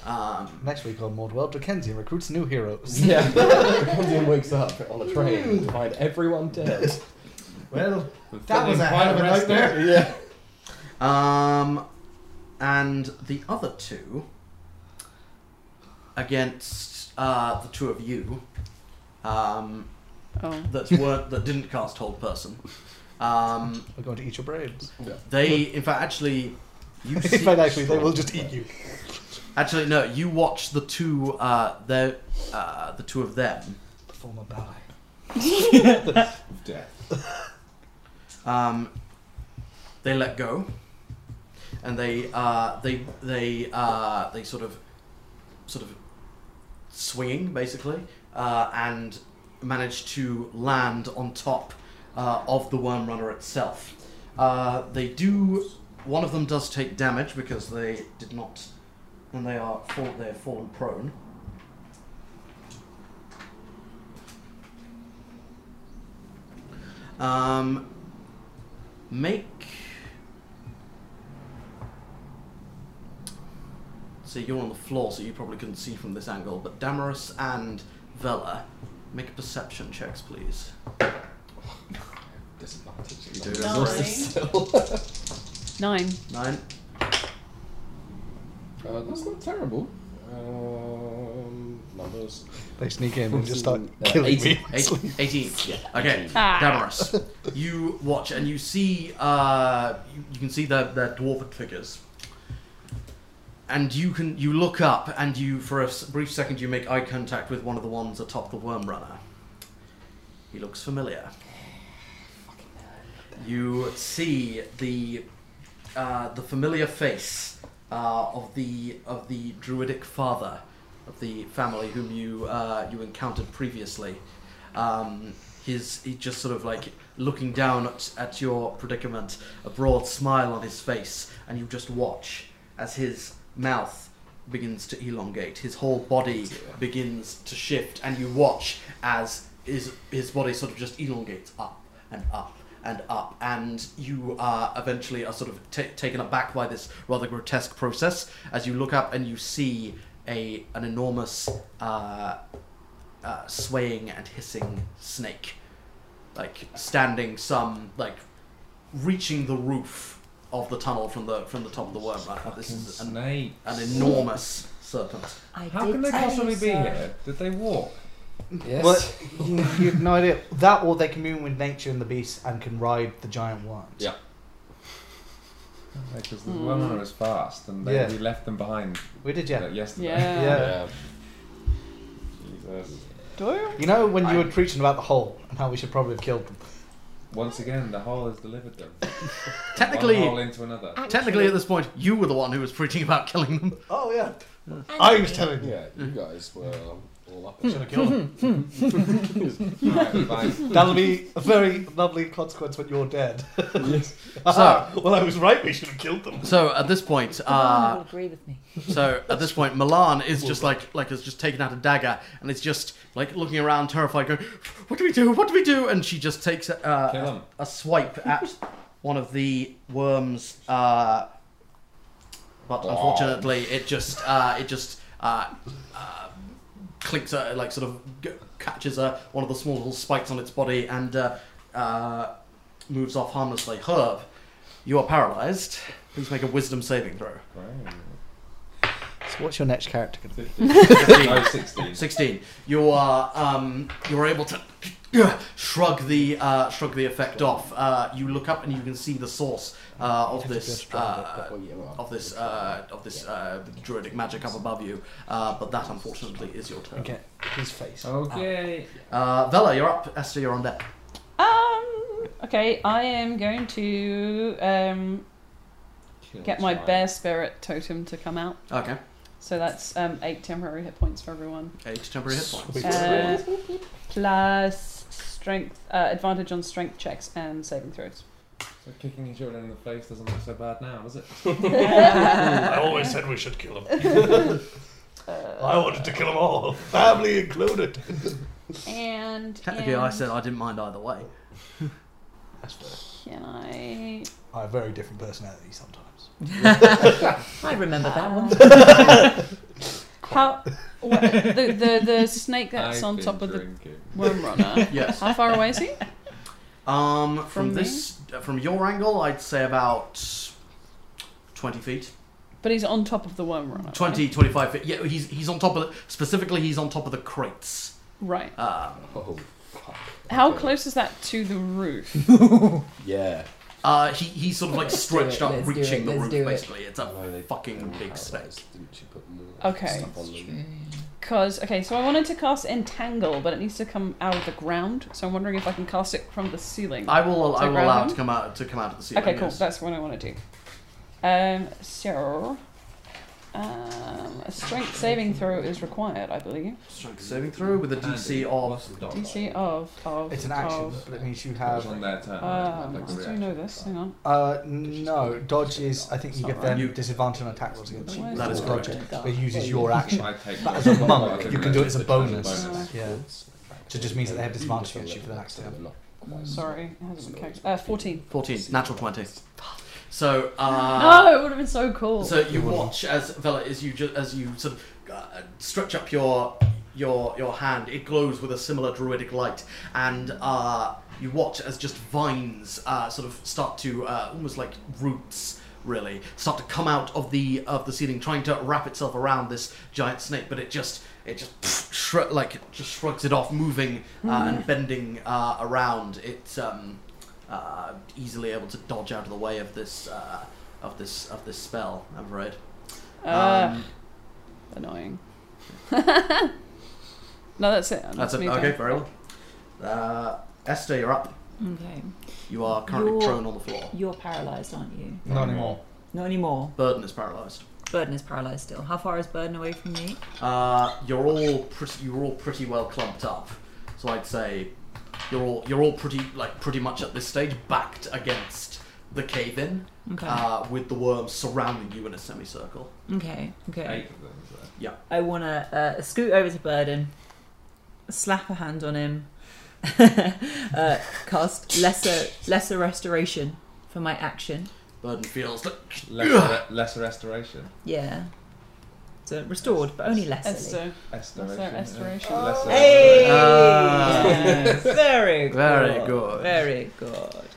Speaker 2: Um,
Speaker 4: Next week on Maud World, Dickensian recruits new heroes.
Speaker 6: Yeah. Condian wakes up on a train to find everyone dead.
Speaker 4: Well, That was a hell of a nightmare.
Speaker 6: yeah.
Speaker 2: um, and the other two against uh, the two of you um,
Speaker 1: Oh.
Speaker 2: that weren't that didn't cast hold person. Um,
Speaker 4: we're going to eat your brains.
Speaker 2: they in fact actually. You
Speaker 4: In
Speaker 2: see-
Speaker 4: fact, actually, they will just eat you.
Speaker 2: Actually, no. You watch the two, uh, the uh, the two of them.
Speaker 4: Perform a ballet.
Speaker 3: Of death.
Speaker 2: Um, they let go, and they uh, they they uh, they sort of sort of swinging basically, uh, and manage to land on top uh, of the worm runner itself. Uh, they do. One of them does take damage because they did not, and they are fall, they have fallen prone. Um, make. So you're on the floor, so you probably couldn't see from this angle. But Damaris and Vela, make perception checks, please.
Speaker 6: Disadvantage.
Speaker 2: do.
Speaker 6: Resources still.
Speaker 1: Nine.
Speaker 2: Nine.
Speaker 6: Uh, that's not terrible. Um, numbers.
Speaker 4: They sneak in and just start
Speaker 6: Uh,
Speaker 4: killing
Speaker 6: 18.
Speaker 4: me.
Speaker 2: Eight, 18. Okay,
Speaker 1: Ah.
Speaker 2: Damaris. You watch and you see, uh, you, you can see their, their dwarven figures. And you can, you look up and you, for a s- brief second, you make eye contact with one of the ones atop the worm runner. He looks familiar. You see the, uh, the familiar face uh, of the of the druidic father of the family whom you uh, you encountered previously. Um, his he just sort of like looking down at, at your predicament, a broad smile on his face, and you just watch as his mouth begins to elongate, his whole body begins to shift, and you watch as his his body sort of just elongates up and up and up, and you uh, eventually are sort of ta taken aback by this rather grotesque process as you look up and you see a an enormous uh, uh, swaying and hissing snake, like standing some like reaching the roof of the tunnel from the from the top of the worm. Right? This is an,
Speaker 3: snake.
Speaker 2: an enormous serpent.
Speaker 8: I
Speaker 3: How
Speaker 8: did
Speaker 3: can they
Speaker 8: tell you
Speaker 3: possibly be
Speaker 8: so.
Speaker 3: here? Did they walk?
Speaker 6: Yes.
Speaker 4: Well, you, you have no idea. That or they commune with nature and the beast and can ride the giant worms.
Speaker 6: Yeah.
Speaker 3: Because the one runner is fast, and they,
Speaker 4: Yeah.
Speaker 3: we left them behind
Speaker 4: We did,
Speaker 3: uh,
Speaker 4: yeah.
Speaker 3: yesterday.
Speaker 1: Yeah.
Speaker 4: Yeah.
Speaker 6: Yeah.
Speaker 3: Jesus.
Speaker 1: Do I?
Speaker 4: You know when you
Speaker 6: I-
Speaker 4: were preaching about the hole and how we should probably have killed them.
Speaker 3: Once again, the hole has delivered them. One hole
Speaker 2: Technically,
Speaker 3: into another.
Speaker 2: technically at this point, you were the one who was preaching about killing them.
Speaker 4: Oh yeah.
Speaker 7: Actually-
Speaker 4: I was telling you.
Speaker 6: Yeah, you guys were all up.
Speaker 4: Should have killed him.
Speaker 3: Alright, fine.
Speaker 4: That'll be a very lovely consequence when you're dead.
Speaker 6: yes.
Speaker 4: Ah, well, I was right. We should have killed them.
Speaker 2: So at this point,
Speaker 8: Oh.
Speaker 2: uh,
Speaker 7: will agree with me.
Speaker 2: So at this point, Milan is just like like has just taken out a dagger and is just like looking around, terrified, going, "What do we do? What do we do?" And she just takes a,
Speaker 3: Kill
Speaker 2: uh,
Speaker 3: him.
Speaker 2: a, swipe at one of the worms, uh,
Speaker 3: Oh.
Speaker 2: but unfortunately, it just uh, it just uh, uh, clinks her, like sort of g- catches her one of the small little spikes on its body and uh, uh, moves off harmlessly. Herb, you are paralyzed. Please make a wisdom saving throw.
Speaker 3: Right.
Speaker 4: So, what's your next character? Gonna
Speaker 3: 15. no, 16.
Speaker 2: 16. You are um, you are able to uh, shrug the uh, shrug the effect off. Uh, you look up and you can see the source uh, of this uh, of this uh, of this uh, druidic magic up above you. Uh, but that unfortunately is your turn.
Speaker 4: Get his face.
Speaker 3: Okay.
Speaker 2: Uh, Vela, you're up. Esther, you're on deck.
Speaker 5: Um. Okay, I am going to um, get my bear spirit totem to come out.
Speaker 2: Okay.
Speaker 5: So that's um, eight temporary hit points for everyone.
Speaker 2: Eight temporary hit points.
Speaker 4: Sweet.
Speaker 5: Uh, plus strength uh, advantage on strength checks and saving throws.
Speaker 3: So kicking your children in the face doesn't look so bad now, does it?
Speaker 4: I always said we should kill them. I wanted to kill them all, family included.
Speaker 5: And
Speaker 2: Technically, I
Speaker 5: and
Speaker 2: said I didn't mind either way.
Speaker 4: That's fair.
Speaker 5: Can I?
Speaker 4: I have very different personality sometimes.
Speaker 8: I remember that one.
Speaker 5: um, How wha- the, the the snake that's
Speaker 3: I've
Speaker 5: on
Speaker 3: been
Speaker 5: top of the
Speaker 3: drinking.
Speaker 5: worm runner?
Speaker 2: Yes.
Speaker 5: How far away is he?
Speaker 2: Um, from,
Speaker 5: From me?
Speaker 2: this, uh, from your angle, I'd say about 20 feet.
Speaker 5: But he's on top of the worm runner. right?
Speaker 2: 20, 25 feet. Yeah, he's, he's on top of the, specifically, he's on top of the crates.
Speaker 5: Right.
Speaker 2: Um,
Speaker 6: Oh, fuck.
Speaker 5: How
Speaker 6: Okay.
Speaker 5: close is that to the roof?
Speaker 6: Yeah.
Speaker 2: Uh, he, he's sort of like
Speaker 7: Let's do
Speaker 2: stretched
Speaker 7: it,
Speaker 2: up,
Speaker 7: let's do
Speaker 2: reaching
Speaker 7: it,
Speaker 2: the
Speaker 7: let's
Speaker 2: roof,
Speaker 7: do it.
Speaker 2: basically. It's a
Speaker 6: I know they- they
Speaker 2: fucking
Speaker 6: were
Speaker 2: big snake.
Speaker 6: paralyzed. Didn't she put more
Speaker 5: Okay.
Speaker 6: stuff on them?
Speaker 5: Cause okay, so I wanted to cast entangle, but it needs to come out of the ground. So I'm wondering if I can cast it from the ceiling.
Speaker 2: I will, I
Speaker 5: So
Speaker 2: will
Speaker 5: grab
Speaker 2: allow it
Speaker 5: him?
Speaker 2: to come out to come out of the ceiling.
Speaker 5: okay, cool.
Speaker 2: yes.
Speaker 5: That's what I want to do. Um, so, um, a strength saving throw is required, I believe.
Speaker 2: Strength saving throw with a DC of.
Speaker 3: Oh,
Speaker 5: DC of of
Speaker 4: It's an action,
Speaker 5: Of,
Speaker 4: but it means you
Speaker 3: It was
Speaker 4: have.
Speaker 3: on their turn.
Speaker 5: um,
Speaker 3: like a
Speaker 5: I do
Speaker 3: reaction.
Speaker 5: know this. Hang on.
Speaker 4: Uh, no, dodge is. I think you
Speaker 5: It's
Speaker 4: give
Speaker 5: not
Speaker 4: them
Speaker 2: right.
Speaker 4: disadvantage on attacks against you.
Speaker 5: That
Speaker 4: It's
Speaker 2: is
Speaker 4: dodge
Speaker 2: correct.
Speaker 4: it. It uses your action.
Speaker 3: I take
Speaker 4: But
Speaker 3: my-
Speaker 4: as a
Speaker 3: my-
Speaker 4: monk,
Speaker 3: my-
Speaker 4: you can do it as a
Speaker 3: my-
Speaker 4: bonus.
Speaker 5: bonus.
Speaker 4: Yeah. So it just means that they have disadvantage against you for the next turn.
Speaker 5: Sorry, it hasn't been counted. Uh, 14.
Speaker 2: 14, natural 20. So, uh.
Speaker 5: no, it would have been so cool.
Speaker 2: So you watch as Vela, as you just, as you sort of uh, stretch up your your your hand, it glows with a similar druidic light, and uh, you watch as just vines uh, sort of start to uh, almost like roots really start to come out of the of the ceiling, trying to wrap itself around this giant snake, but it just it just shrug, like just shrugs it off, moving uh, and bending uh, around. It's um, uh, easily able to dodge out of the way of this uh, of this of this spell. I'm afraid.
Speaker 5: uh,
Speaker 2: Um,
Speaker 5: annoying. no, that's it.
Speaker 2: that's it.
Speaker 5: me
Speaker 2: Okay,
Speaker 5: done.
Speaker 2: very well. Uh, Esther, you're up.
Speaker 8: Okay.
Speaker 2: You are currently
Speaker 8: You're-
Speaker 2: prone on the floor.
Speaker 8: You're paralysed, aren't you?
Speaker 4: Not anymore.
Speaker 8: Not anymore.
Speaker 2: Burden is paralysed.
Speaker 8: Burden is paralysed still. How far is Burden away from me?
Speaker 2: Uh, you're all pretty. You're all pretty well clumped up. So I'd say you're all you're all pretty like pretty much at this stage backed against the cave-in
Speaker 8: Okay.
Speaker 2: uh, with the worms surrounding you in a semicircle.
Speaker 8: okay. Okay.
Speaker 3: Eight of them. so.
Speaker 8: I want to uh, scoot over to Burden, slap a hand on him, uh, cast lesser lesser restoration for my action.
Speaker 2: Burden feels like
Speaker 3: Lesser, lesser restoration.
Speaker 8: Yeah. So restored, but only lesser.
Speaker 5: Esther.
Speaker 3: Restoration.
Speaker 5: Lesser
Speaker 3: yeah.
Speaker 5: restoration.
Speaker 3: Lesser
Speaker 8: Hey!
Speaker 2: Ah.
Speaker 8: Yes. Very good.
Speaker 2: Very good.
Speaker 8: Very good.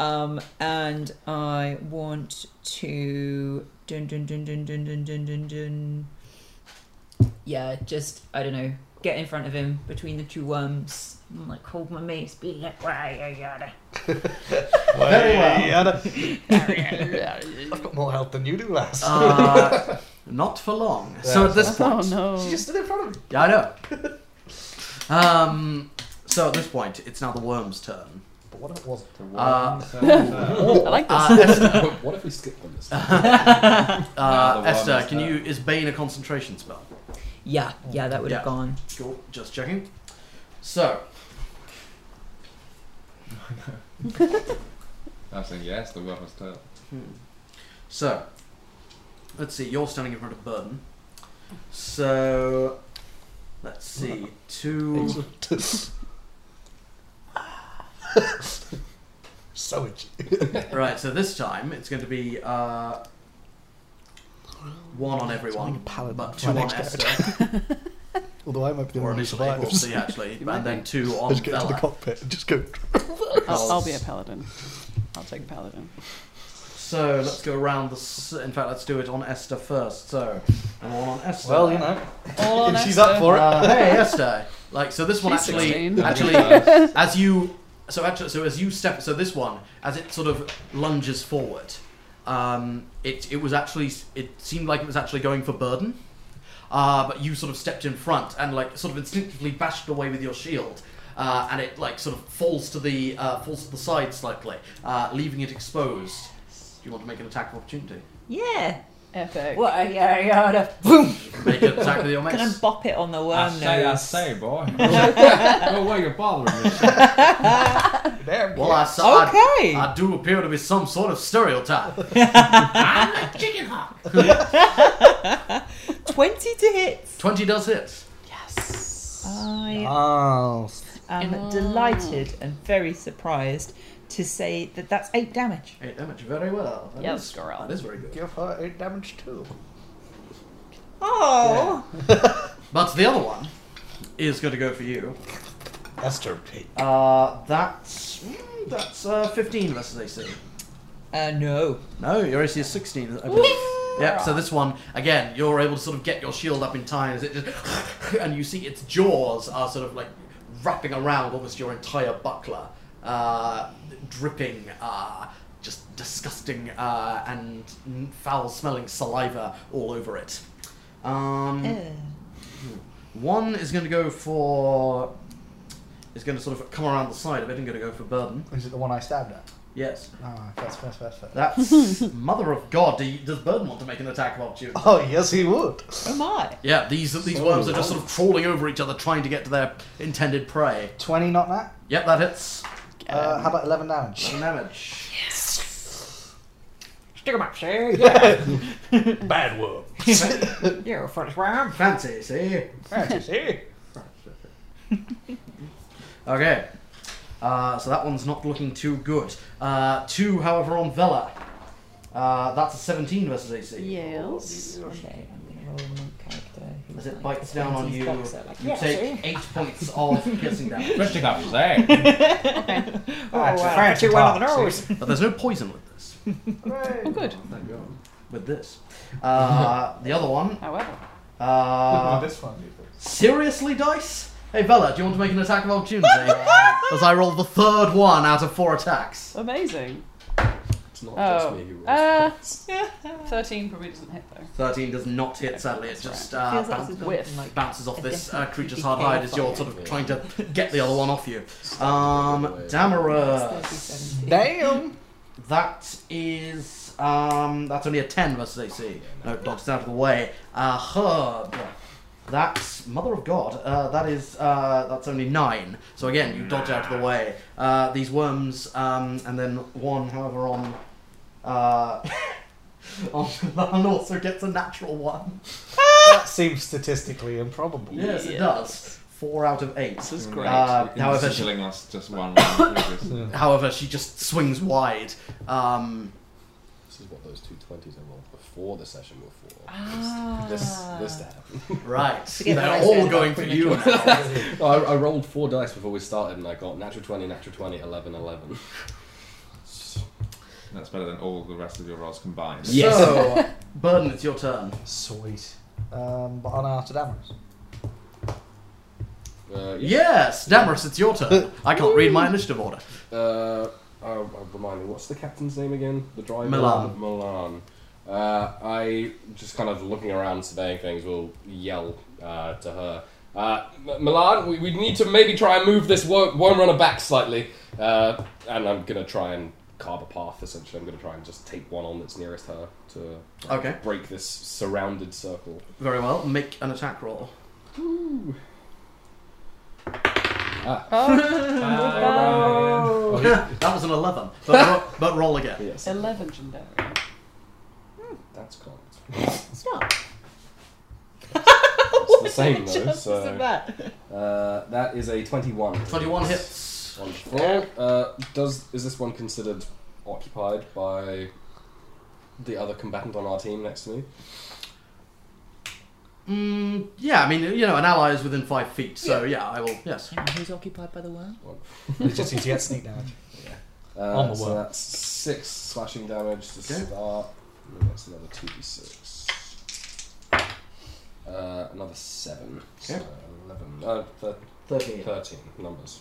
Speaker 8: Um, and I want to dun dun dun dun dun dun dun dun dun. Yeah, just I don't know. Get in front of him between the two worms. And, like hold my mace, be like, "Wah, yada yada.
Speaker 4: Very well. I've
Speaker 5: oh
Speaker 4: got more health than you do, lass.
Speaker 8: Oh.
Speaker 2: uh, not for long. so at this point,
Speaker 5: Oh, no.
Speaker 4: she just stood in front of me.
Speaker 2: Yeah, I know. um, so at this point, it's now the worm's turn.
Speaker 4: But what if it wasn't?
Speaker 3: To one
Speaker 2: Uh,
Speaker 5: I
Speaker 3: turn.
Speaker 5: like this.
Speaker 2: Uh, Esther,
Speaker 6: what if we skip on this?
Speaker 2: uh,
Speaker 3: worm
Speaker 2: Esther,
Speaker 3: is
Speaker 2: can
Speaker 3: there.
Speaker 2: you is Bane a concentration spell?
Speaker 8: Yeah, yeah, that would
Speaker 2: Yeah.
Speaker 8: have gone.
Speaker 2: Cool. Just checking. So,
Speaker 3: I'm saying yes, the worm was turned.
Speaker 2: so, let's see. You're standing in front of Burden. So, let's see. Two.
Speaker 4: So it's
Speaker 2: Right, so this time it's going to be uh, one on everyone,
Speaker 4: like a paladin
Speaker 2: but
Speaker 4: for
Speaker 2: two
Speaker 4: my
Speaker 2: on
Speaker 4: next
Speaker 2: Esther,
Speaker 4: Although I might be the
Speaker 2: or
Speaker 4: only
Speaker 2: initially,
Speaker 4: one who
Speaker 2: we'll
Speaker 4: survives.
Speaker 2: see actually,
Speaker 1: might
Speaker 2: and then two on
Speaker 4: Let's get to the
Speaker 2: Bella.
Speaker 4: cockpit and just go.
Speaker 1: I'll, I'll be a paladin. I'll take paladin.
Speaker 2: So let's go around the. S- in fact, let's do it on Esther first. So, and one on Esther.
Speaker 4: Well, you know,
Speaker 5: All on
Speaker 4: if she's
Speaker 5: Esther.
Speaker 4: up for it.
Speaker 2: Uh, hey, Esther. Like, so this one
Speaker 1: She's
Speaker 2: actually,
Speaker 1: 16.
Speaker 2: actually, uh, as you, so actually, so as you step, so this one, as it sort of lunges forward, um, it it was actually, it seemed like it was actually going for burden, uh, but you sort of stepped in front and like sort of instinctively bashed away with your shield. Uh, and it like sort of falls to the uh, falls to the side slightly, uh, leaving it exposed. Do you want to make an attack of opportunity?
Speaker 8: Yeah.
Speaker 5: Epic.
Speaker 8: What? Yeah, yeah. yeah. Boom.
Speaker 2: Make an attack with your mace.
Speaker 8: Can I bop it on the worm
Speaker 3: I
Speaker 8: nose?
Speaker 3: say, I say, boy. no way you're bothering me.
Speaker 2: Well, I, s- I-
Speaker 8: Okay.
Speaker 2: I do appear to be some sort of stereotype. I'm a chicken hawk.
Speaker 8: Twenty to hit.
Speaker 2: 20 does hit.
Speaker 5: Uh,
Speaker 8: I
Speaker 4: Oh,
Speaker 8: am delighted and very surprised to say that that's eight damage.
Speaker 2: 8 damage, very well. That
Speaker 5: Yes,
Speaker 2: is-
Speaker 5: girl.
Speaker 2: That is very good.
Speaker 4: give her eight damage too.
Speaker 8: Oh.
Speaker 2: But the other one is going to go for you.
Speaker 4: Esther,
Speaker 2: Uh, that's mm, that's uh, 15 versus AC.
Speaker 8: Uh, no.
Speaker 2: No, your AC is 16, I believe. Yep, so this one, again, you're able to sort of get your shield up in time as it just. And you see its jaws are sort of like wrapping around almost your entire buckler, uh, dripping uh, just disgusting uh, and foul smelling saliva all over it. Um,
Speaker 8: Eh. Uh,
Speaker 2: One is going to go for. is going to sort of come around the side of it and going to go for burden.
Speaker 4: is it the one I stabbed at?
Speaker 2: Yes.
Speaker 4: Ah, first, first, first, first.
Speaker 2: That's mother of God. Do you, does Burden want to make an attack of opportunity?
Speaker 4: Oh yes, he would.
Speaker 8: Oh my.
Speaker 2: Yeah, these these worms are just sort of crawling over each other, trying to get to their intended prey.
Speaker 4: Twenty, not that.
Speaker 2: Yep, that hits.
Speaker 8: Um,
Speaker 4: Uh, how about eleven damage?
Speaker 8: Oh,
Speaker 2: Eleven damage.
Speaker 8: Stick 'em up, sir.
Speaker 4: Bad worm.
Speaker 8: You're a first round.
Speaker 2: Fancy, see?
Speaker 4: see?
Speaker 2: Okay. Uh, so that one's not looking too good. Uh, two, however, on Vela. Uh, that's a 17 versus AC.
Speaker 1: Yes.
Speaker 8: Okay, I'm gonna roll a monk character. who's
Speaker 2: As it
Speaker 8: like
Speaker 2: bites
Speaker 8: a
Speaker 2: down on
Speaker 8: 20s
Speaker 2: you,
Speaker 8: boxer, like,
Speaker 2: you
Speaker 8: yeah,
Speaker 2: take
Speaker 8: see?
Speaker 2: eight points of piercing damage.
Speaker 3: Especially I say.
Speaker 8: Oh,
Speaker 4: Ah, it's a
Speaker 8: wow.
Speaker 4: French
Speaker 8: Hit you well on the
Speaker 4: attack,
Speaker 8: nose.
Speaker 2: But there's no poison with this.
Speaker 4: Uh,
Speaker 1: Oh, good.
Speaker 3: Thank God.
Speaker 2: With this. Uh, the other one.
Speaker 1: However,
Speaker 2: Uh,
Speaker 4: this one.
Speaker 2: Seriously, dice? Hey, Bella, do you want to make an attack of opportunity? As I roll the third one out of four attacks.
Speaker 1: amazing.
Speaker 6: It's not
Speaker 5: Oh.
Speaker 6: just me who rolls
Speaker 5: Uh,
Speaker 6: points.
Speaker 8: Ah.
Speaker 5: 13 probably doesn't hit though.
Speaker 2: 13 does not hit, sadly. It just uh,
Speaker 8: Feels like this
Speaker 2: boun-
Speaker 8: is
Speaker 5: Whiff.
Speaker 8: going like
Speaker 2: bounces off
Speaker 8: a
Speaker 2: this uh,
Speaker 8: definite
Speaker 2: creature's
Speaker 8: DK
Speaker 2: hard hide as you're
Speaker 8: fire.
Speaker 2: sort of trying to get the other one off you. Um, Damara.
Speaker 8: 37.
Speaker 4: Damn.
Speaker 2: That is. Um, that's only a 10 versus AC. No, dodges out of the way. Uh, Herb. That's Mother of God. Uh, that is. Uh, that's only nine. So again, you dodge out of the way. Uh, these worms, um, and then one, however, on. Uh, on Lan also gets a natural one.
Speaker 4: that seems statistically improbable.
Speaker 2: Yes, it does. Four out of eight.
Speaker 1: This is
Speaker 3: Mm.
Speaker 1: great.
Speaker 2: Uh,
Speaker 3: You've been
Speaker 2: however, she,
Speaker 3: sizzling us just one round previously.
Speaker 4: Yeah.
Speaker 2: however, she just swings wide. Um,
Speaker 6: This is what those two twenties I rolled before the session were for.
Speaker 8: Ah.
Speaker 6: This, this to happen.
Speaker 2: right.
Speaker 8: Forget what I
Speaker 2: They're
Speaker 8: said
Speaker 2: all
Speaker 8: about
Speaker 2: going for you
Speaker 8: premature
Speaker 2: now.
Speaker 6: Oh, I, I rolled four dice before we started and I got natural 20, natural 20, 11, 11.
Speaker 3: That's better than all the rest of your rolls combined.
Speaker 6: Yes.
Speaker 2: So, Burden, it's your turn.
Speaker 4: Sweet. Um, but unarted damage.
Speaker 6: Uh, yeah.
Speaker 2: Yes, Damaris, it's your turn. I can't read my initiative order.
Speaker 6: Uh, oh, oh, remind me, what's the captain's name again? The driver?
Speaker 2: Milan.
Speaker 6: Milan. Uh, I, just kind of looking around, surveying things, will yell uh, to her. Uh, M- Milan, we, we need to maybe try and move this wo- worm runner back slightly. Uh, and I'm going to try and carve a path, essentially. I'm going to try and just take one on that's nearest her to
Speaker 2: Okay.
Speaker 6: break this surrounded circle.
Speaker 2: Very well. Make an attack roll.
Speaker 5: Oh,
Speaker 2: that was an 11, but, ro- but roll again.
Speaker 6: Yes.
Speaker 1: 11 legendary.
Speaker 6: That's cool.
Speaker 7: Stop.
Speaker 6: It's the same though.
Speaker 7: Just as
Speaker 6: So
Speaker 7: that.
Speaker 6: uh, that is a twenty-one.
Speaker 2: 21 hits.
Speaker 6: Wonderful. Uh, does is this one considered occupied by the other combatant on our team next to me?
Speaker 2: Mm, yeah, I mean, you know, an ally is within five feet, so yeah, I will. Yes.
Speaker 8: And Uh, who's occupied by the worm?
Speaker 4: It just seems to get sneak damage.
Speaker 6: Uh,
Speaker 4: On the
Speaker 6: so
Speaker 4: worm.
Speaker 6: that's six slashing damage to
Speaker 2: Okay.
Speaker 6: start. And then that's another two d six. Uh, another seven. So eleven. Uh, thir-
Speaker 2: 13.
Speaker 6: thirteen numbers.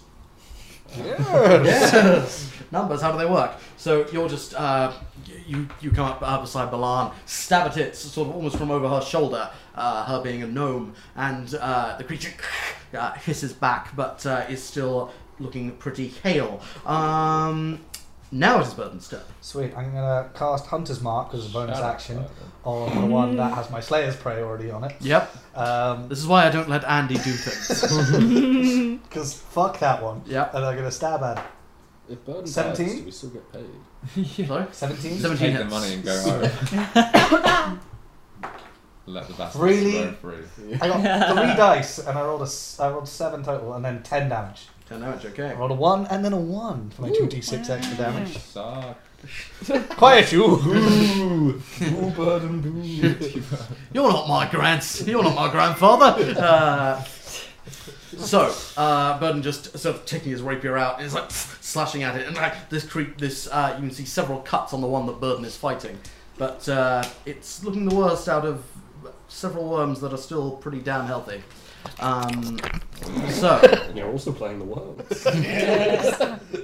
Speaker 2: Yes. Numbers. How do they work? So you're just uh, you you come up uh, beside Balan, stab at it, sort of almost from over her shoulder. Uh, her being a gnome, and uh, the creature uh, hisses back, but uh, is still looking pretty hale. Um, now it is Burden's turn.
Speaker 4: Sweet. I'm gonna cast Hunter's Mark as a bonus
Speaker 6: Shut up,
Speaker 4: action
Speaker 6: Simon.
Speaker 4: on the one that has my Slayer's Prey already on it.
Speaker 2: Yep.
Speaker 4: Um,
Speaker 2: This is why I don't let Andy do things.
Speaker 4: because fuck that one.
Speaker 2: yep.
Speaker 4: And I'm gonna stab at it.
Speaker 6: If Burden dies,
Speaker 4: 17?
Speaker 6: do we still get paid?
Speaker 2: Sorry.
Speaker 4: 17.
Speaker 3: Just
Speaker 2: 17
Speaker 3: take the
Speaker 2: hits.
Speaker 3: money and go home. Let the bastards
Speaker 4: Really?
Speaker 3: roam free.
Speaker 4: I got three dice and I rolled a s- I rolled seven total and then ten damage.
Speaker 2: 10 damage. Okay.
Speaker 4: I rolled a one and then a one for my two d six extra damage.
Speaker 3: Suck.
Speaker 4: Quiet you.
Speaker 2: You're not my grands. You're not my grandfather. Uh, so, uh, Burden just sort of taking his rapier out and is like slashing at it, and like this creep, this uh, you can see several cuts on the one that Burden is fighting, but uh, it's looking the worst out of several worms that are still pretty damn healthy. Um, so,
Speaker 6: And you're also playing the world.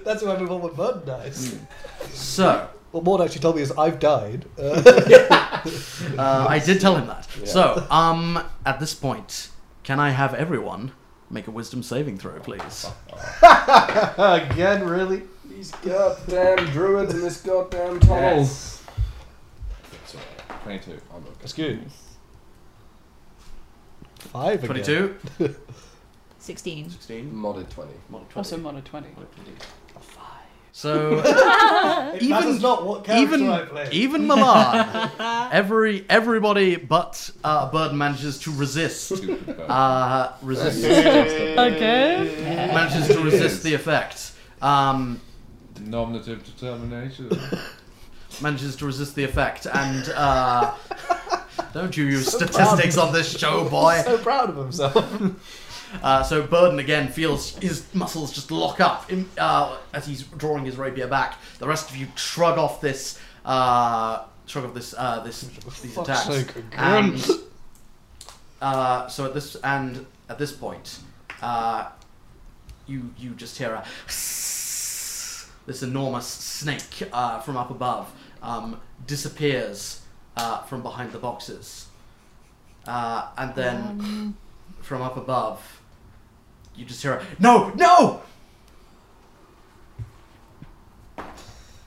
Speaker 4: That's who I move on with burden dice.
Speaker 2: so
Speaker 4: What Maud actually told me is I've died. Uh,
Speaker 2: uh, I did tell him that.
Speaker 6: Yeah.
Speaker 2: So, um, at this point, can I have everyone make a wisdom saving throw, please?
Speaker 4: again, really?
Speaker 6: These goddamn druids in this goddamn tunnel.
Speaker 3: So, 22.
Speaker 6: I'm okay.
Speaker 4: That's good. Five again.
Speaker 2: Twenty-two.
Speaker 7: 16.
Speaker 2: Sixteen.
Speaker 6: Modded 20.
Speaker 5: also mono 20.
Speaker 2: So
Speaker 4: It
Speaker 2: Even-
Speaker 4: matters not what character I
Speaker 2: even
Speaker 4: play.
Speaker 2: even Milan, every everybody but uh, Bird manages to resist.
Speaker 3: Stupid bird.
Speaker 2: Uh, resist
Speaker 5: Okay.
Speaker 2: manages to resist the effect. Um,
Speaker 3: Nominative determination.
Speaker 2: manages to resist the effect, and uh, don't you use statistics on this show, boy?
Speaker 4: so proud of himself.
Speaker 2: Uh, so Burden again feels his muscles just lock up in, uh, as he's drawing his rapier back. The rest of you shrug off this, uh, shrug off this, uh, this these
Speaker 4: Fuck's
Speaker 2: attacks.
Speaker 4: sake, again.
Speaker 2: and uh, so at this and at this point, uh, you you just hear a this enormous snake uh, from up above um, disappears uh, from behind the boxes, uh, and then from up above, you just hear a no, no.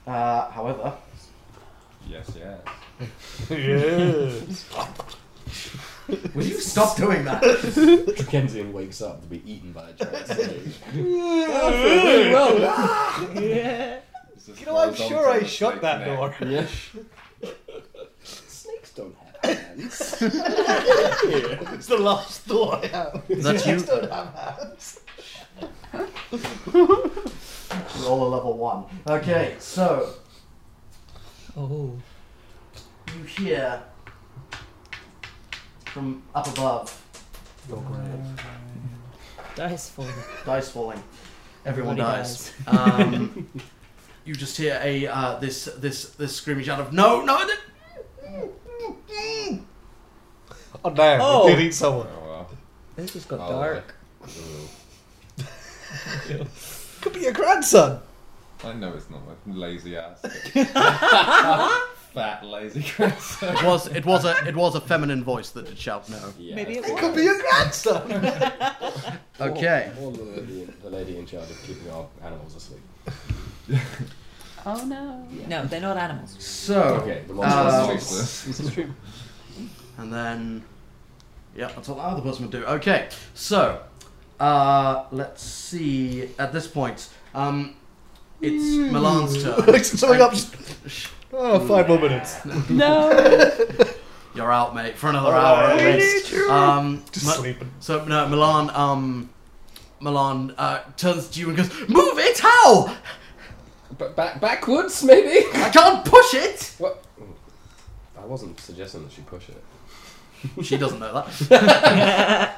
Speaker 2: Uh, however,
Speaker 3: yes, yes.
Speaker 4: yes.
Speaker 2: will you stop doing that?
Speaker 6: Drakensian wakes up to be eaten by a giant snake.
Speaker 3: It's just
Speaker 4: You know, I'm
Speaker 3: rolls on
Speaker 4: sure I
Speaker 3: to the
Speaker 4: shut
Speaker 3: snake
Speaker 4: that
Speaker 3: neck.
Speaker 4: door.
Speaker 6: yeah. Snakes don't have hands.
Speaker 4: It's the last thought I have.
Speaker 2: That's you.
Speaker 4: Oh,
Speaker 2: Roll a level one. Okay, so
Speaker 8: Oh.
Speaker 2: you hear from up above
Speaker 8: Dice for
Speaker 2: dice falling. Everyone
Speaker 8: Everybody
Speaker 2: dies. Um, you just hear a uh, this this this screaming shout of no no. th-
Speaker 4: Oh damn!
Speaker 8: Oh.
Speaker 4: It did eat someone.
Speaker 3: Oh, well.
Speaker 8: This just got
Speaker 6: Oh,
Speaker 8: dark.
Speaker 4: Could be your grandson.
Speaker 3: I know it's not my lazy ass. Fat lazy ass.
Speaker 2: It was it was a it was a feminine voice that did shout no.
Speaker 6: Yeah.
Speaker 8: Maybe it
Speaker 4: Could be your grandson.
Speaker 2: Okay.
Speaker 6: Or, or the, lady, the lady in charge of keeping our animals asleep.
Speaker 5: Oh no.
Speaker 8: No, they're not animals.
Speaker 2: So
Speaker 6: Okay, the
Speaker 3: Um,
Speaker 2: Uh,
Speaker 6: monster
Speaker 3: Useless.
Speaker 5: This is true.
Speaker 2: and then Yeah, that's what the other person would do. Okay, so uh, let's see. At this point, um, it's
Speaker 4: Hmm.
Speaker 2: Milan's turn.
Speaker 4: Looks something up. just- Oh, five more minutes.
Speaker 5: No.
Speaker 2: You're out, mate, for another hour at
Speaker 4: We
Speaker 2: least. Um,
Speaker 4: Just
Speaker 2: Mi-
Speaker 4: sleeping.
Speaker 2: so no, Milan. Um, Milan uh, turns to you and goes, "Move it! How?
Speaker 6: But back backwards, maybe.
Speaker 2: I can't push it."
Speaker 6: what? I wasn't suggesting that she push it.
Speaker 2: She doesn't know that.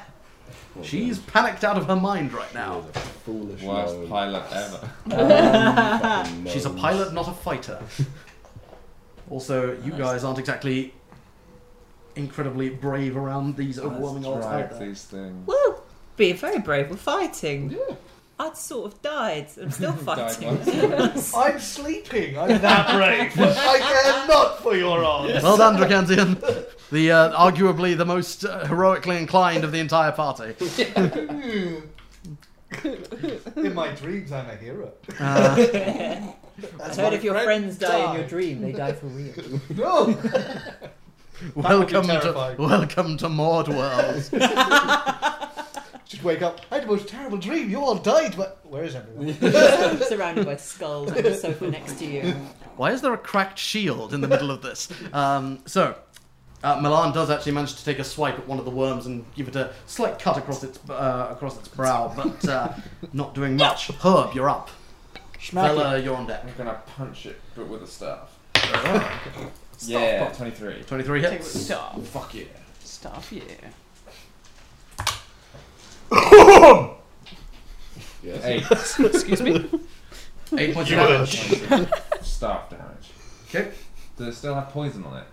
Speaker 6: Well,
Speaker 2: She's panicked out of her mind right
Speaker 6: yeah,
Speaker 2: now.
Speaker 6: she's a foolish
Speaker 3: Worst
Speaker 6: gnome. Um,
Speaker 3: pilot ever.
Speaker 6: Fucking
Speaker 2: She's a
Speaker 6: gnomes.
Speaker 2: pilot, not a fighter. Also, you guys aren't exactly incredibly brave around these overwhelming odds
Speaker 3: Drag
Speaker 2: out there.
Speaker 3: these things.
Speaker 8: Well, being very brave, we're fighting.
Speaker 6: Yeah.
Speaker 8: I'd sort of died. I'm still
Speaker 3: Died
Speaker 8: fighting.
Speaker 3: once.
Speaker 4: I'm sleeping. I'm that brave. I care not for your odds.
Speaker 2: Well done, Dracantian. The uh, arguably the most uh, heroically inclined of the entire party.
Speaker 4: In my dreams, I'm a hero.
Speaker 2: Uh,
Speaker 8: I heard if your friends die, in your
Speaker 4: died.
Speaker 8: dream, they die for real.
Speaker 4: No.
Speaker 2: welcome to
Speaker 4: terrifying.
Speaker 2: welcome to Maud World.
Speaker 4: Just wake up. I had the most terrible dream. You all died, but where is everyone?
Speaker 8: Surrounded by skulls on the sofa next to you.
Speaker 2: Why is there a cracked shield in the middle of this? Um, so. Uh, Milan does actually manage to take a swipe at one of the worms and give it a slight cut across its uh, across its brow, but uh, not doing much. Herb, you're up. Bella, you're on deck.
Speaker 3: I'm gonna punch it, but with a staff.
Speaker 6: Yeah.
Speaker 3: yeah, 23.
Speaker 2: 23
Speaker 5: Take
Speaker 2: hits.
Speaker 5: Stuff.
Speaker 3: Fuck yeah.
Speaker 5: Stuff. Yeah.
Speaker 6: Yes.
Speaker 3: Eight
Speaker 5: Excuse me.
Speaker 2: 8 points of damage.
Speaker 3: staff damage.
Speaker 2: Okay.
Speaker 3: Does it still have poison on it?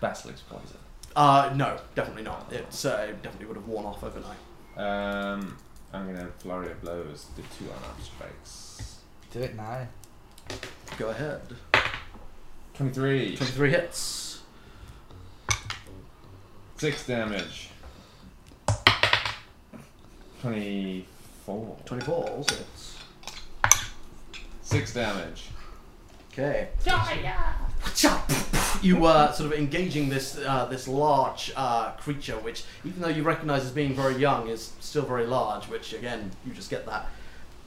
Speaker 3: Basilisk poison.
Speaker 2: Uh, no, definitely not. It's uh, it definitely would have worn off overnight.
Speaker 3: Um, I'm gonna flurry of blows. The two unarmed strikes.
Speaker 4: Do it now.
Speaker 2: Go ahead.
Speaker 3: 23.
Speaker 2: 23 hits.
Speaker 3: Six damage. 24.
Speaker 2: 24 also hits.
Speaker 3: Six damage.
Speaker 2: Okay. You were sort of engaging this uh, this large uh, creature, which even though you recognise as being very young, is still very large. Which again, you just get that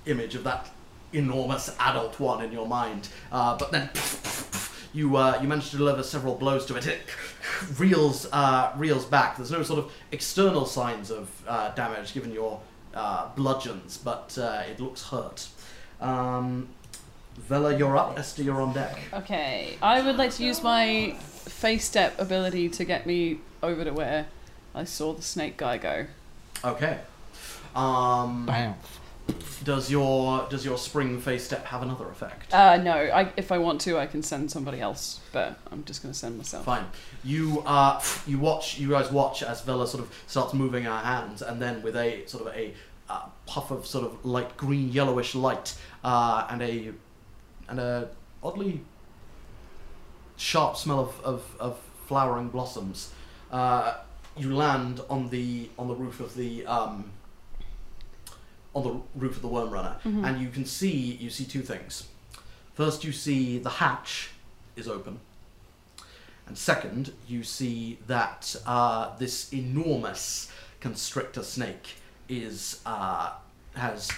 Speaker 2: image of that enormous adult one in your mind. Uh, but then you uh, you manage to deliver several blows to it. It reels uh, reels back. There's no sort of external signs of uh, damage given your uh, bludgeons, but uh, it looks hurt. Um, Vela, you're up. Esther, you're on deck.
Speaker 5: Okay. I would like to use my face step ability to get me over to where I saw the snake guy go.
Speaker 2: Okay. Um,
Speaker 4: Bam.
Speaker 2: does your does your spring face step have another effect?
Speaker 5: Uh, no. I, if I want to, I can send somebody else, but I'm just gonna send myself.
Speaker 2: Fine. You uh, you watch. You guys watch as Vela sort of starts moving her hands, and then with a sort of a uh, puff of sort of light green, yellowish light, uh, and a and a oddly sharp smell of of, of flowering blossoms. Uh, you land on the on the roof of the um, on the roof of the worm runner, and you can see you see two things. First, you see the hatch is open. And second, you see that uh, this enormous constrictor snake is uh, has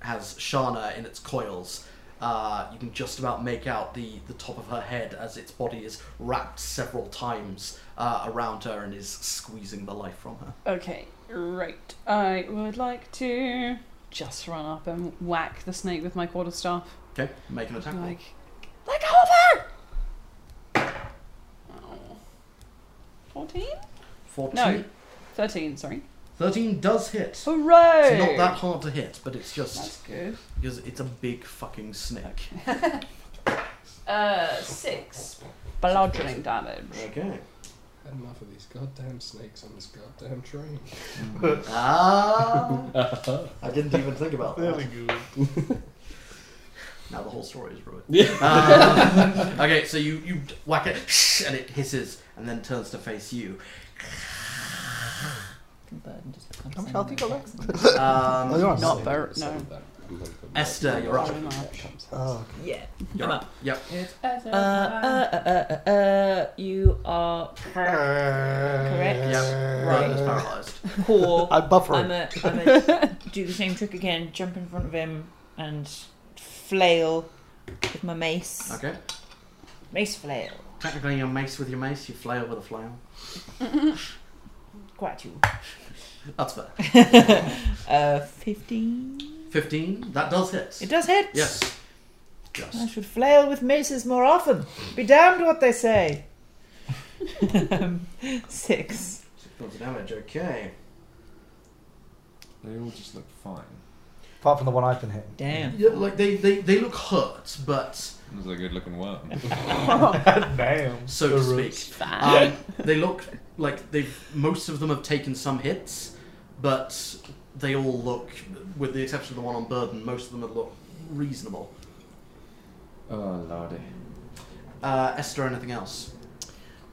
Speaker 2: has Shana in its coils. Uh, you can just about make out the, the top of her head as its body is wrapped several times uh, around her and is squeezing the life from her.
Speaker 5: Okay, right. I would like to just run up and whack the snake with my quarterstaff.
Speaker 2: Okay, make an attack. roll.
Speaker 5: Like, let go of her! Oh. 14?
Speaker 2: 14.
Speaker 5: No, 13, sorry.
Speaker 2: 13 does hit.
Speaker 5: Hooray!
Speaker 2: It's not that hard to hit, but it's
Speaker 5: That's
Speaker 2: just
Speaker 5: good.
Speaker 2: because it's a big fucking snake.
Speaker 5: Uh, 6. Bludgeoning damage.
Speaker 2: Okay.
Speaker 6: Had enough of these goddamn snakes on this goddamn train.
Speaker 2: Ah, I didn't even think about that.
Speaker 4: good.
Speaker 2: Now the whole story is ruined.
Speaker 6: Yeah.
Speaker 2: Um, okay, so you, you whack it, and it hisses, and then turns to face you.
Speaker 8: Burden just becomes
Speaker 4: How much health you got left?
Speaker 2: Um,
Speaker 4: Oh, you're on
Speaker 2: not
Speaker 4: save.
Speaker 5: very-
Speaker 6: Save
Speaker 5: no.
Speaker 6: that.
Speaker 2: Esther, you're up.
Speaker 4: Oh,
Speaker 8: Yeah.
Speaker 2: You're
Speaker 8: I'm
Speaker 2: up. Yep.
Speaker 8: Uh, uh, uh, uh, uh, you are
Speaker 4: correct.
Speaker 2: Yep.
Speaker 8: Right.
Speaker 2: Roland's paralyzed.
Speaker 8: core.
Speaker 4: I'm buffering.
Speaker 8: I'm a, I'm a do the same trick again. Jump in front of him and flail with my mace.
Speaker 2: Okay.
Speaker 8: Mace flail.
Speaker 2: Technically, your mace with your mace, you flail with a flail.
Speaker 8: Gratu.
Speaker 2: That's fair.
Speaker 8: Uh, fifteen.
Speaker 2: 15. That does hit.
Speaker 8: It does hit.
Speaker 2: Yes. Yes.
Speaker 8: I should flail with maces more often. Be damned what they say. Um, Six.
Speaker 2: Six points of damage. Okay.
Speaker 3: They all just look fine.
Speaker 4: Apart from the one I've been hitting.
Speaker 8: Damn.
Speaker 2: Yeah, like they, they, they look hurt, but
Speaker 3: This is a good looking worm.
Speaker 4: Damn.
Speaker 2: so to speak, um, they look like they've most of them have taken some hits, but they all look, with the exception of the one on burden, most of them have look reasonable.
Speaker 3: oh lordy.
Speaker 2: Uh, Esther, anything else?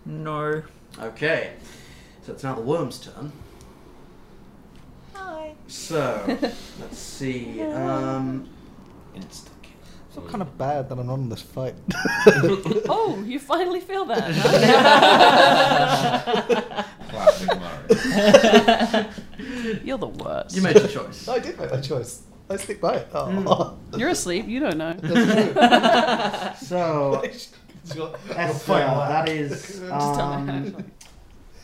Speaker 8: No.
Speaker 2: Okay. So it's now the worm's turn.
Speaker 8: Hi.
Speaker 2: So let's see. Um, insta
Speaker 4: I feel kind of bad that I'm not in this fight.
Speaker 5: Oh, you finally feel that.
Speaker 3: Classic Murray.
Speaker 5: huh? You're the worst.
Speaker 2: You made your choice.
Speaker 4: I did make that choice. I stick by it. Oh.
Speaker 5: You're asleep. You don't know.
Speaker 2: So
Speaker 4: It's your- your
Speaker 2: Esther,
Speaker 4: fight
Speaker 2: that
Speaker 4: laugh.
Speaker 2: is
Speaker 5: Just tell me.
Speaker 2: um,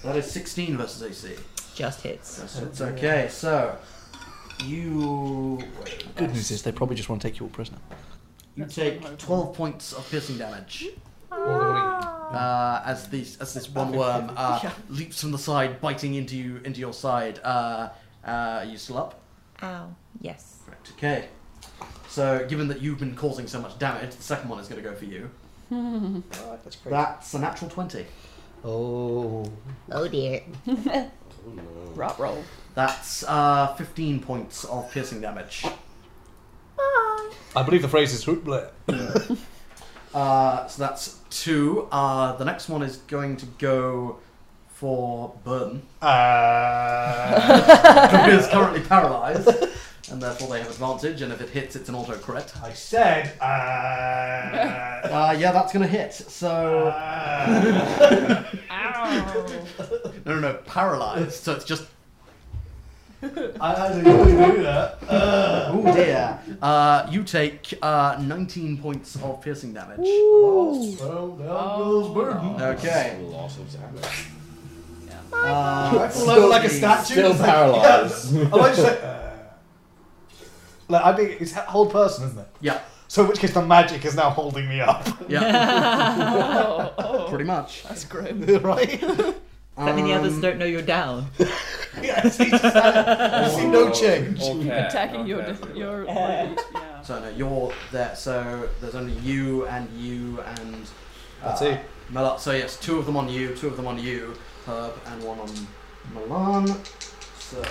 Speaker 2: that is sixteen versus AC.
Speaker 8: Just hits.
Speaker 2: That's it's okay. So you
Speaker 4: Good news is they probably just want to take you all prisoner.
Speaker 2: you
Speaker 5: That's what I'm
Speaker 2: take
Speaker 5: hoping.
Speaker 2: twelve points of piercing damage
Speaker 4: Or
Speaker 2: uh, as these as this one worm uh, leaps from the side, biting into you into your side. Uh, uh, are you still up?
Speaker 8: Ow. Yes.
Speaker 2: Correct. Okay. So given that you've been causing so much damage, the second one is going to go for you.
Speaker 4: that's crazy.
Speaker 2: That's a natural twenty.
Speaker 4: Oh.
Speaker 7: Oh dear.
Speaker 5: Rot roll.
Speaker 2: That's uh, 15 points of piercing damage.
Speaker 4: I believe the phrase is hoot blare.
Speaker 2: Uh, so that's two. Uh, the next one is going to go for Burn,
Speaker 4: Uh,
Speaker 2: who is currently paralyzed, and therefore they have advantage, and if it hits, it's an auto crit.
Speaker 4: I said. Uh,
Speaker 2: Uh, yeah, that's going to hit. So.
Speaker 5: Ow.
Speaker 2: No, no, no, paralyzed. So it's just.
Speaker 4: I didn't really do that.
Speaker 2: Oh dear. Uh, you take uh, 19 points of piercing damage.
Speaker 4: Well, down goes burden.
Speaker 2: Oh. Okay.
Speaker 6: Loss of damage.
Speaker 2: Uh,
Speaker 4: Float like a
Speaker 2: these-
Speaker 4: statue.
Speaker 6: Still
Speaker 4: It's like,
Speaker 6: paralyzed.
Speaker 4: I like to say. Uh, like, I think it's a whole person, isn't it?
Speaker 2: Yeah,
Speaker 4: So, in which case, the magic is now holding me up.
Speaker 2: yeah,
Speaker 5: Oh, oh.
Speaker 2: pretty much.
Speaker 5: That's grim.
Speaker 4: right?
Speaker 8: That means the others
Speaker 2: Um,
Speaker 8: don't know you're down.
Speaker 4: yeah, I see, I see no change.
Speaker 3: Okay.
Speaker 5: Attacking
Speaker 3: okay.
Speaker 5: your your. Yeah.
Speaker 2: So no, you're there. So there's only you and you and. Uh,
Speaker 4: That's it.
Speaker 2: Mel- so yes, two of them on you, two of them on you, Herb, and one on Milan. So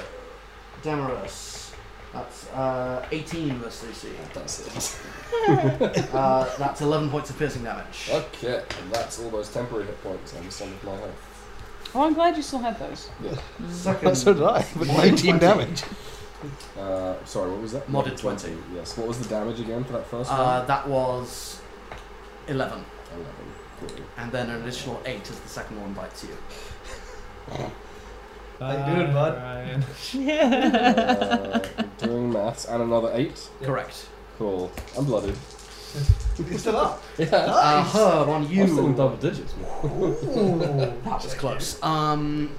Speaker 2: Damaris. That's uh, 18 versus AC.
Speaker 6: That's it.
Speaker 2: Uh, that's 11 points of piercing damage.
Speaker 6: Okay, and that's all those temporary hit points on the sum of my health.
Speaker 5: Oh, I'm glad you still had those.
Speaker 2: Second,
Speaker 4: so did I, with 19 damage.
Speaker 6: Uh, sorry, what was that?
Speaker 2: Modded 20.
Speaker 6: Yes. What was the damage again for that first
Speaker 2: uh, that was 11,
Speaker 6: one? Eleven. Cool.
Speaker 2: and then an additional 8 as the second one bites you.
Speaker 4: How you doing, bud?
Speaker 6: Uh, doing maths and another eight.
Speaker 2: Correct.
Speaker 6: Cool. I'm bloody.
Speaker 4: You're still up.
Speaker 6: Yeah.
Speaker 2: Uh, Herb on you.
Speaker 6: I'm still in double digits. Man.
Speaker 2: That was close. Um,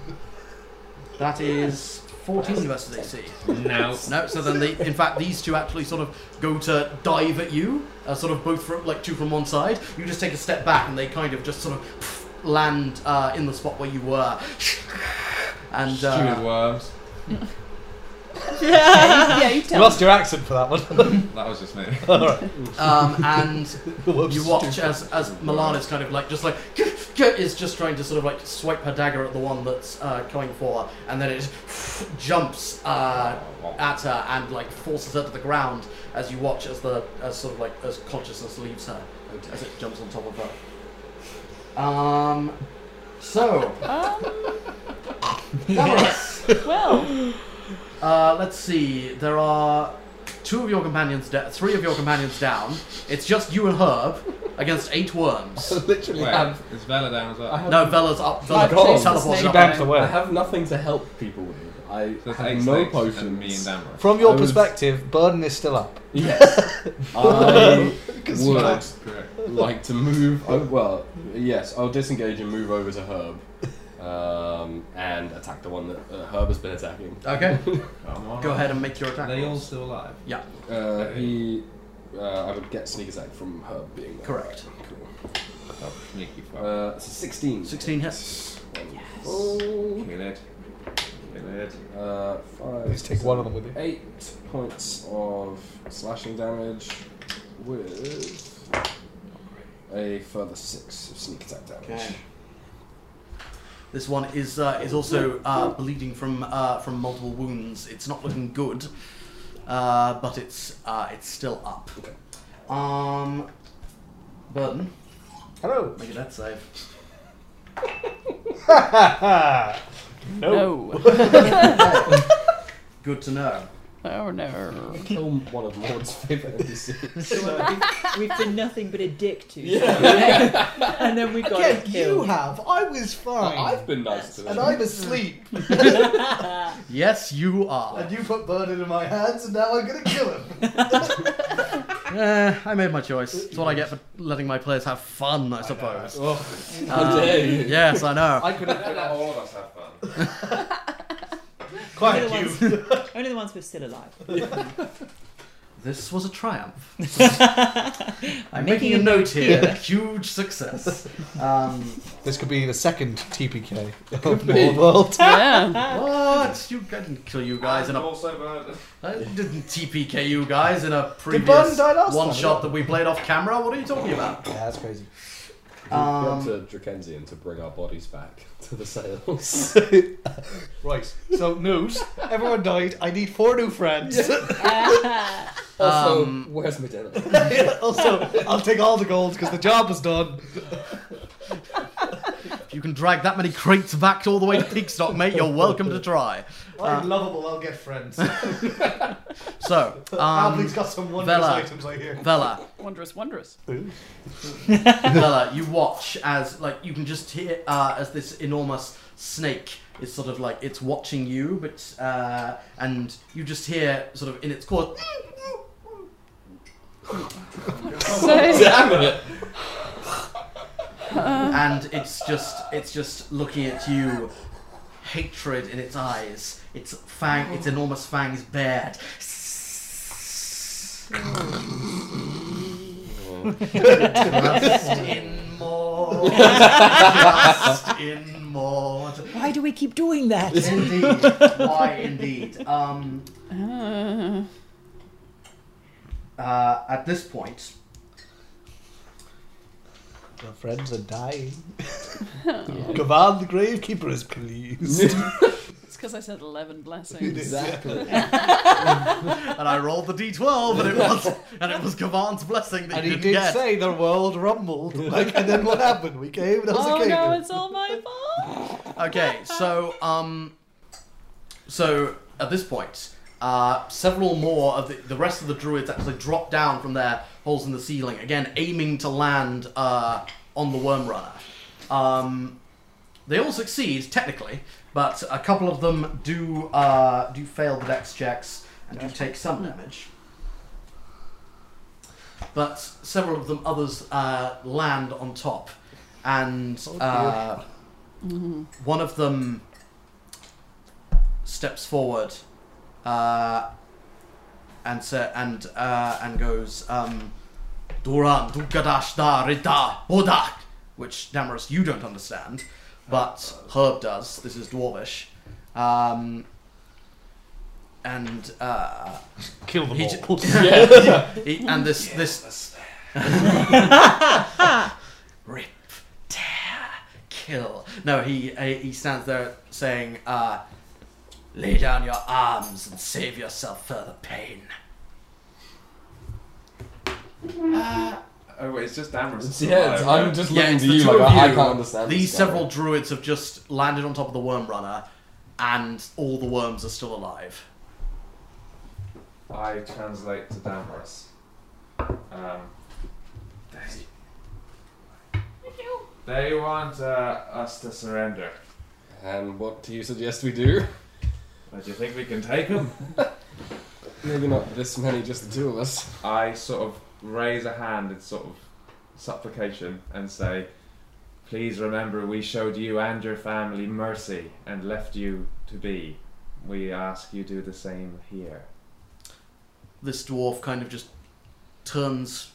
Speaker 2: that is 14 versus AC.
Speaker 9: Now,
Speaker 2: No, so then they, in fact, these two actually sort of go to dive at you, uh, sort of both from, like two from one side. You just take a step back and they kind of just sort of pff, land uh, in the spot where you were. And uh,
Speaker 3: Stupid worms.
Speaker 5: yeah, you
Speaker 4: You
Speaker 5: tell.
Speaker 4: lost your accent for that one.
Speaker 3: That was just me.
Speaker 2: um, and
Speaker 4: The word
Speaker 2: you watch as as Milan is kind of like just like is just trying to sort of like swipe her dagger at the one that's uh, coming for, her, and then it jumps uh, at her and like forces her to the ground as you watch as the as sort of like as consciousness leaves her as it jumps on top of her. Um, so
Speaker 5: Um,
Speaker 2: Damaris,
Speaker 5: well,
Speaker 2: uh, let's see. There are two of your companions, da- three of your companions down. It's just you and Herb against eight worms.
Speaker 6: Literally,
Speaker 3: Wait,
Speaker 6: have,
Speaker 3: is Vela down as well?
Speaker 6: I have-
Speaker 2: No, Bella's up. Bella
Speaker 6: I've changed
Speaker 2: teleports
Speaker 5: the snake
Speaker 2: up.
Speaker 4: Damn to
Speaker 6: I
Speaker 4: work.
Speaker 6: have nothing to help people with. I
Speaker 3: So that's eight
Speaker 6: have no
Speaker 3: snakes
Speaker 6: potions.
Speaker 3: And me and Damra.
Speaker 4: From your
Speaker 6: I was-
Speaker 4: perspective, burden is still up.
Speaker 6: Yes, I would
Speaker 3: That's correct.
Speaker 6: like to move. Oh, well, yes, I'll disengage and move over to Herb, um, and attack the one that uh, Herb has been attacking.
Speaker 2: Okay,
Speaker 3: Come on.
Speaker 2: go ahead and make your
Speaker 3: Are
Speaker 2: attack.
Speaker 3: they all
Speaker 2: rolls.
Speaker 3: still alive?
Speaker 6: Uh, he, uh, I would get sneak attack from Herb being there.
Speaker 2: Correct.
Speaker 6: Cool.
Speaker 3: Oh, sneaky fuck.
Speaker 6: Uh, it's a sixteen.
Speaker 2: Sixteen hits.
Speaker 6: Wonderful.
Speaker 3: Kill it. Kill it.
Speaker 6: Uh, five.
Speaker 4: Just take one of them with you.
Speaker 6: Eight points of slashing damage with a further six of sneak attack damage.
Speaker 2: Okay. This one is uh, is also uh, bleeding from uh, from multiple wounds. It's not looking good, uh, but it's uh, it's still up.
Speaker 6: Okay.
Speaker 2: Um, Burden,
Speaker 4: Hello.
Speaker 2: make a death save.
Speaker 4: no.
Speaker 2: Good to know.
Speaker 1: Oh no.
Speaker 6: Kill one of Lord's favorite NPCs.
Speaker 8: we've, we've been nothing but a dick to you. and then we got
Speaker 4: Yeah,
Speaker 8: it
Speaker 4: you
Speaker 8: killed.
Speaker 4: have. I was fine.
Speaker 6: I've been nice to them.
Speaker 4: and I'm asleep.
Speaker 2: Yes, you are.
Speaker 4: and you put burden in my hands, and now I'm gonna kill him.
Speaker 2: Eh, I made my choice. It's what I get for letting my players have fun, I suppose.
Speaker 6: Oh,
Speaker 2: Um,
Speaker 6: how dare you?
Speaker 2: Yes, I know.
Speaker 4: I could have.
Speaker 3: all of us have fun.
Speaker 4: Quiet,
Speaker 8: Only
Speaker 4: you.
Speaker 8: the, ones, only the ones who are still alive.
Speaker 2: This was a triumph. I'm
Speaker 8: I'm
Speaker 2: making,
Speaker 8: making
Speaker 2: a
Speaker 8: a
Speaker 2: note here. Huge success. Um,
Speaker 4: This could be the second TPK of
Speaker 6: be.
Speaker 4: More World.
Speaker 1: Yeah.
Speaker 2: what? You, I didn't kill you guys in a
Speaker 3: also murdered.
Speaker 2: I didn't TPK you guys in a
Speaker 4: Burn
Speaker 2: previous
Speaker 4: die last
Speaker 2: one
Speaker 4: time?
Speaker 2: shot that we played off camera. What are you talking about?
Speaker 4: Yeah, that's crazy.
Speaker 2: Um,
Speaker 6: to Drakensian to bring our bodies back to the sails.
Speaker 4: Right. So news. Everyone died. I need four new friends.
Speaker 6: also,
Speaker 2: Um,
Speaker 6: where's my dinner?
Speaker 4: also, I'll take all the gold because the job was done.
Speaker 2: if you can drag that many crates back all the way to Peakstock, mate, you're welcome to try.
Speaker 4: I'm lovable. I'll get friends.
Speaker 2: So,
Speaker 4: Albie's
Speaker 2: um,
Speaker 4: got some wondrous
Speaker 2: Vela.
Speaker 4: items. I hear.
Speaker 2: Vela,
Speaker 1: Wondrous, wondrous.
Speaker 2: Vela, you watch as like you can just hear uh, as this enormous snake is sort of like it's watching you, but uh, and you just hear sort of in its course.
Speaker 1: So,
Speaker 6: Damn it!
Speaker 2: and it's just it's just looking at you hatred in its eyes its fang
Speaker 4: Oh.
Speaker 2: its enormous fangs bared Just in more just in more
Speaker 8: Why do we keep doing that?
Speaker 2: indeed why indeed um
Speaker 1: uh,
Speaker 2: uh, at this point
Speaker 4: Your friends are dying. Gavan the gravekeeper is pleased.
Speaker 1: it's because I said 11 blessings.
Speaker 6: Exactly.
Speaker 2: and I rolled the d12 and it was and it was Gavan's blessing that
Speaker 4: and
Speaker 2: you
Speaker 4: he
Speaker 2: didn't
Speaker 4: did
Speaker 2: get
Speaker 4: say the world rumbled. Like, and then what happened? We came and I was
Speaker 5: Oh
Speaker 4: a
Speaker 5: no,
Speaker 4: gamer.
Speaker 5: it's all my fault.
Speaker 2: Okay, so um, so at this point, uh, several more of the, the rest of the druids actually drop down from their holes in the ceiling again, aiming to land uh, on the worm runner. Um, they all succeed technically, but a couple of them do uh, do fail the dex checks and do take some damage. But several of them, others uh, land on top, and uh, Mm-hmm. one of them steps forward uh, and sa- and uh, and goes um, Duran Dugadash Da Rida Bodak, which Damaris you don't understand, but Herb does. This is Dwarvish. Um, and uh,
Speaker 4: Kill them
Speaker 2: he,
Speaker 4: all.
Speaker 2: j- he- and this this rip tear kill no he uh, he stands there saying uh lay down your arms and save yourself further pain
Speaker 3: Oh, wait, it's just Damra.
Speaker 6: It's- yeah, it's- I'm just looking
Speaker 2: it's
Speaker 6: to
Speaker 2: the
Speaker 6: you
Speaker 2: two
Speaker 6: like
Speaker 2: of
Speaker 6: I
Speaker 2: you.
Speaker 6: can't understand.
Speaker 2: these
Speaker 6: this guy.
Speaker 2: several druids have just landed on top of the worm runner and all the worms are still alive
Speaker 3: I translate to Damaris. Um, they, they want uh, us to surrender.
Speaker 6: And what do you suggest we do?
Speaker 3: But you think we can take them?
Speaker 6: Maybe not this many, just the two of us.
Speaker 3: I sort of raise a hand in sort of supplication and say, Please remember we showed you and your family mercy and left you to be. We ask you do the same here.
Speaker 2: This dwarf kind of just turns,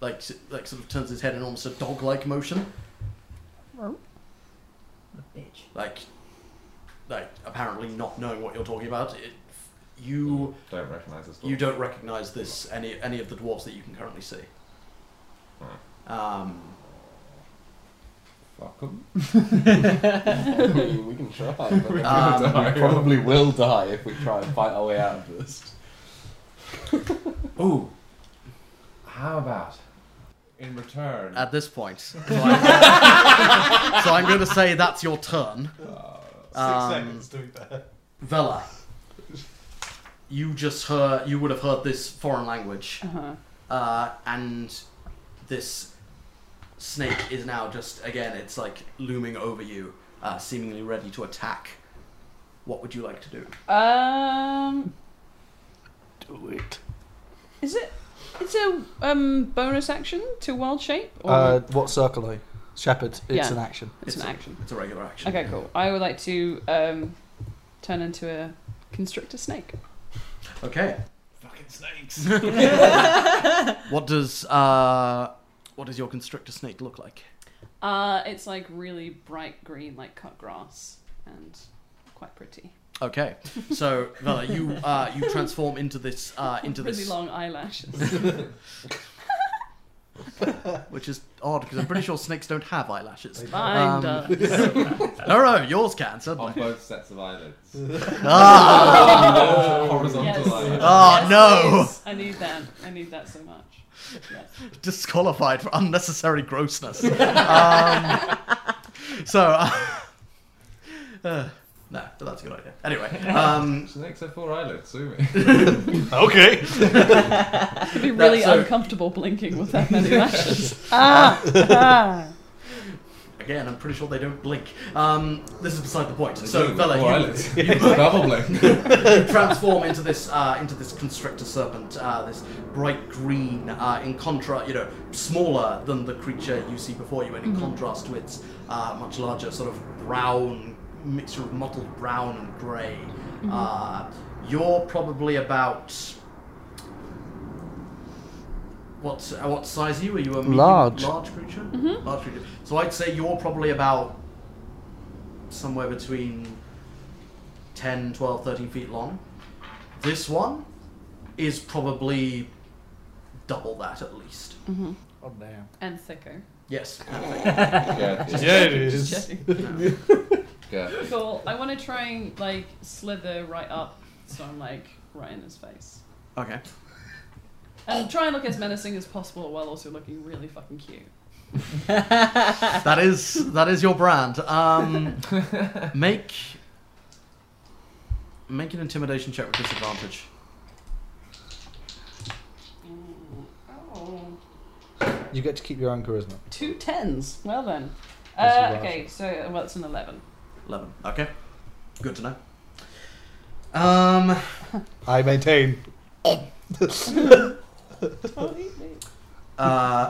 Speaker 2: like, s- like sort of turns his head in almost a dog-like motion.
Speaker 7: Bitch.
Speaker 2: like like apparently not knowing what you're talking about it, you
Speaker 3: Don't recognise this.
Speaker 2: you don't recognize this any any of the dwarfs that you can currently see um
Speaker 3: Fuck 'em.
Speaker 6: I mean, we can try, but we're gonna
Speaker 2: Um,
Speaker 6: die. we probably will die if we try and fight our way out of this.
Speaker 3: Ooh. How about in return?
Speaker 2: at this point so i'm, so I'm going to say that's your turn
Speaker 4: Ah, Six
Speaker 2: Um,
Speaker 4: seconds to be fair.
Speaker 2: vela you just heard you would have heard this foreign language
Speaker 1: Uh-huh.
Speaker 2: uh, and this snake is now just again it's like looming over you uh, seemingly ready to attack what would you like to do
Speaker 5: Um,
Speaker 1: Do it.
Speaker 5: is it? It's a um bonus action to wild shape. Or
Speaker 4: Uh, what circle are you? Shepherd, it's
Speaker 5: Yeah.
Speaker 4: an action.
Speaker 5: it's, an action.
Speaker 2: it's a regular action
Speaker 5: Okay, cool. I would like to um turn into a constrictor snake.
Speaker 2: okay
Speaker 3: Fucking snakes.
Speaker 2: What does uh, what does your constrictor snake look like?
Speaker 5: Uh, it's like really bright green, like cut grass, and quite pretty.
Speaker 2: Okay, so Vela, you uh, you transform into this uh, into
Speaker 5: really
Speaker 2: this,
Speaker 5: long eyelashes.
Speaker 2: which is odd because I'm pretty sure snakes don't have eyelashes.
Speaker 5: Mine
Speaker 2: Um,
Speaker 5: does.
Speaker 2: No, no, yours can
Speaker 3: On
Speaker 2: certainly.
Speaker 3: both sets of eyelids.
Speaker 2: Ah,
Speaker 3: Horizontal
Speaker 5: Yes.
Speaker 3: eyelids.
Speaker 2: Ah,
Speaker 5: Yes,
Speaker 2: no.
Speaker 5: please. I need that. I need that so much. Yes.
Speaker 2: disqualified for unnecessary grossness. um, so, uh, uh, no, that's a good idea. Anyway, um,
Speaker 3: Snakes have four eyelids. Sue me.
Speaker 2: okay.
Speaker 5: It'd be really
Speaker 2: so-
Speaker 5: uncomfortable blinking with that many lashes.
Speaker 2: Again, I'm pretty sure they don't blink. Um, this is beside the point.
Speaker 3: They do,
Speaker 2: So,
Speaker 3: with
Speaker 2: Vela,
Speaker 3: four
Speaker 2: you,
Speaker 3: eyelids. Double blink.
Speaker 2: transform into this uh, into this constrictor serpent, uh, this bright green, uh, in contrast, you know, smaller than the creature you see before you, and in contrast to its uh, much larger sort of brown mixture of mottled brown and gray Uh, you're probably about what uh, what size are you? Are you a medium,
Speaker 4: Large.
Speaker 2: large creature? Large creature. So I'd say you're probably about somewhere between 10, 12, 13 feet long. This one is probably double that at least.
Speaker 5: Mm-hmm.
Speaker 4: Oh, damn.
Speaker 5: and thicker.
Speaker 2: Yes.
Speaker 3: yeah, just
Speaker 4: Yeah, it is.
Speaker 5: Just checking.
Speaker 3: yeah.
Speaker 5: Cool. I want to try and like slither right up, so I'm like right in his face,
Speaker 2: Okay.
Speaker 5: and try and look as menacing as possible while also looking really fucking cute.
Speaker 2: That is that is your brand. Um, make make an intimidation check with disadvantage.
Speaker 5: Oh.
Speaker 4: You get to keep your own charisma.
Speaker 5: Two tens. Well then.
Speaker 4: That's
Speaker 5: Uh,
Speaker 4: a
Speaker 5: okay, so uh, well, it's an eleven.
Speaker 2: 11. Okay. Good to know. Um,
Speaker 4: I maintain.
Speaker 2: uh,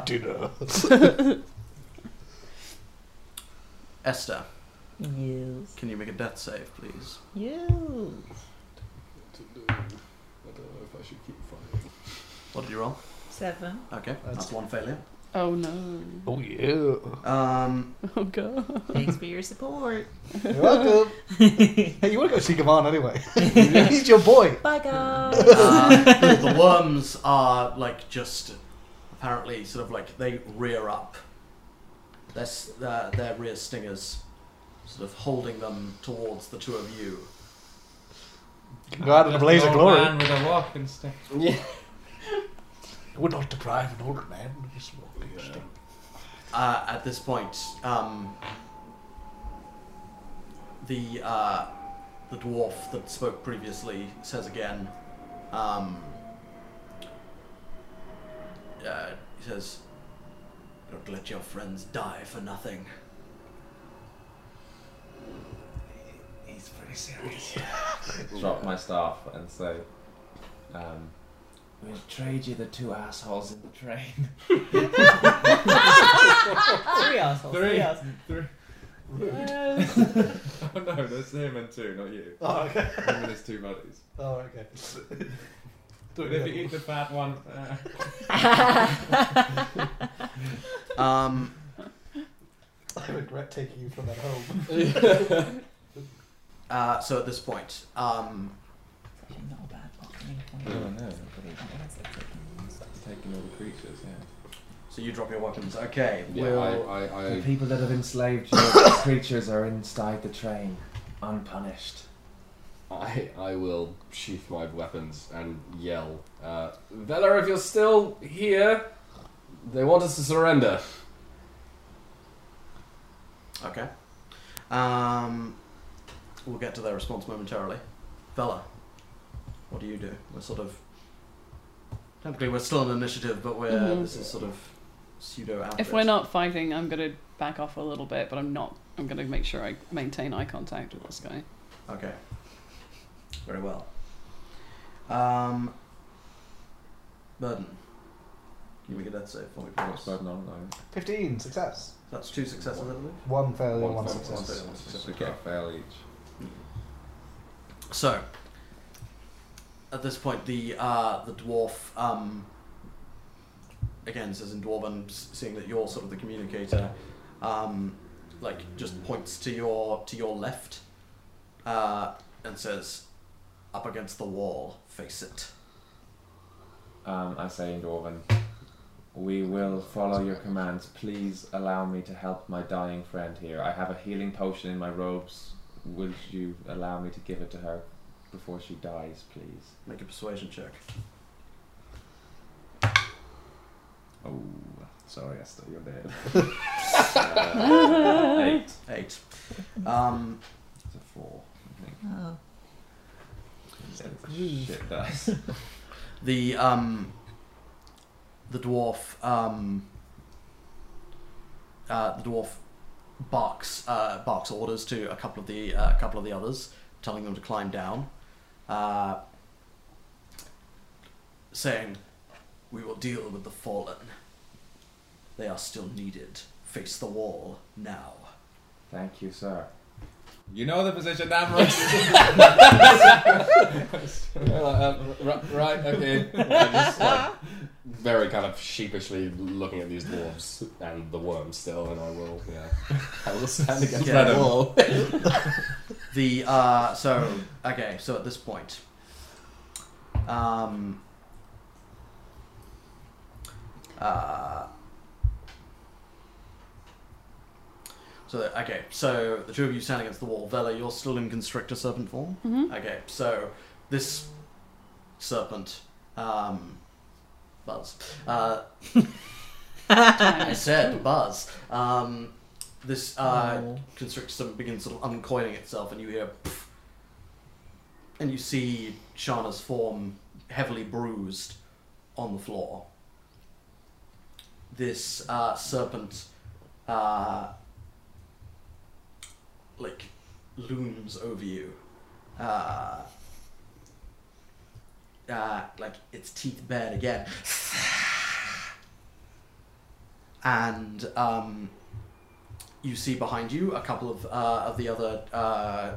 Speaker 4: Dinner.
Speaker 2: Esther,
Speaker 7: Yes.
Speaker 2: can you make a death save, please?
Speaker 7: Yes.
Speaker 6: I don't know if I should keep fighting.
Speaker 2: What did you roll?
Speaker 7: Seven.
Speaker 2: Okay, that's one failure.
Speaker 5: Oh no.
Speaker 4: Oh, yeah.
Speaker 2: Um,
Speaker 5: Oh god.
Speaker 7: Thanks for your support.
Speaker 4: You're welcome. hey, you want to go see Gavan anyway? He's your boy.
Speaker 7: Bye, guys.
Speaker 2: uh, the worms are like just apparently sort of like they rear up. Their s- uh, their rear stingers, sort of holding them towards the two of you.
Speaker 4: Go out in a blaze of glory.
Speaker 3: Man with a walking stick.
Speaker 6: Yeah.
Speaker 4: We're not deprived an old man. Just
Speaker 2: Uh, at this point, um, the uh, the dwarf that spoke previously says again, Um, uh, he says, "Don't let your friends die for nothing."
Speaker 3: He's pretty serious. Drop my staff and say, um, "We'll trade you the two assholes in the train."
Speaker 8: Three assholes. Three,
Speaker 3: Three.
Speaker 8: assholes.
Speaker 3: oh no, that's him and two, not you.
Speaker 4: Oh, okay.
Speaker 3: Him and his two buddies.
Speaker 4: Oh, okay.
Speaker 3: But if you eat the bad one, uh,
Speaker 2: Um,
Speaker 4: I regret taking you from that home.
Speaker 2: uh, so at this point, um,
Speaker 8: Actually, Not a bad block.
Speaker 3: I don't know. Taking all the creatures, yeah.
Speaker 2: so you drop your weapons. Okay.
Speaker 6: Yeah,
Speaker 2: we'll-
Speaker 6: Oh, I, I,
Speaker 3: The
Speaker 6: I,
Speaker 3: people that have enslaved your creatures are inside the train, unpunished.
Speaker 6: I, I will sheath my weapons and yell, uh, Vela, if you're still here, they want us to surrender.
Speaker 2: Okay. Um, we'll get to their response momentarily. Bella, what do you do? We're sort of technically we're still an initiative, but we're
Speaker 5: Mhm.
Speaker 2: this is sort of pseudo. Outfit.
Speaker 5: If we're not fighting, I'm gonna back off a little bit, but I'm not. I'm gonna make sure I maintain eye contact with this guy.
Speaker 2: okay, very well. Um, burden. Give me a death save for me,
Speaker 3: What's
Speaker 2: please.
Speaker 3: bad now, though?
Speaker 4: 15, success.
Speaker 2: That's two successes, I believe.
Speaker 4: One failure, one,
Speaker 6: One failure,
Speaker 4: success.
Speaker 2: one failure.
Speaker 3: Just we get a fail each.
Speaker 2: So, at this point, the uh, the dwarf um, again says in dwarven, s- seeing that you're sort of the communicator, um, like just points to your to your left, uh, and says, "Up against the wall, face it."
Speaker 3: Um, I say in Dwarven, we will follow your commands. Please allow me to help my dying friend here. I have a healing potion in my robes. Would you allow me to give it to her before she dies, please?
Speaker 2: Make a persuasion check.
Speaker 3: Oh, sorry, Esther, you're dead.
Speaker 6: Uh,
Speaker 3: Eight.
Speaker 2: Eight. Um,
Speaker 3: It's a four, I think.
Speaker 8: Oh.
Speaker 3: Shit dice.
Speaker 2: the um, the dwarf um, uh, the dwarf barks uh, barks orders to a couple of the uh, a couple of the others, telling them to climb down, uh, saying, "We will deal with the fallen. They are still needed. Face the wall now."
Speaker 3: Thank you, sir. You know the position that much.
Speaker 6: well, uh, r- right, okay. I'm just, like, very kind of sheepishly looking at these dwarves and the worm still, and I will, yeah. I will stand against
Speaker 2: Yeah.
Speaker 6: that wall.
Speaker 2: The uh, so okay, so at this point, um, uh, so okay, so the two of you stand against the wall. Vela, you're still in constrictor serpent form.
Speaker 5: Mhm.
Speaker 2: Okay, so this serpent, um, Buzz. Uh, I said Buzz. Um, this
Speaker 4: Oh.
Speaker 2: uh, constricts them begins sort of uncoiling itself, and you hear, pff, and you see Shana's form heavily bruised on the floor. This uh, serpent, uh, like, looms over you. Uh, uh, like its teeth bared again, and um, you see behind you a couple of uh, of the other uh,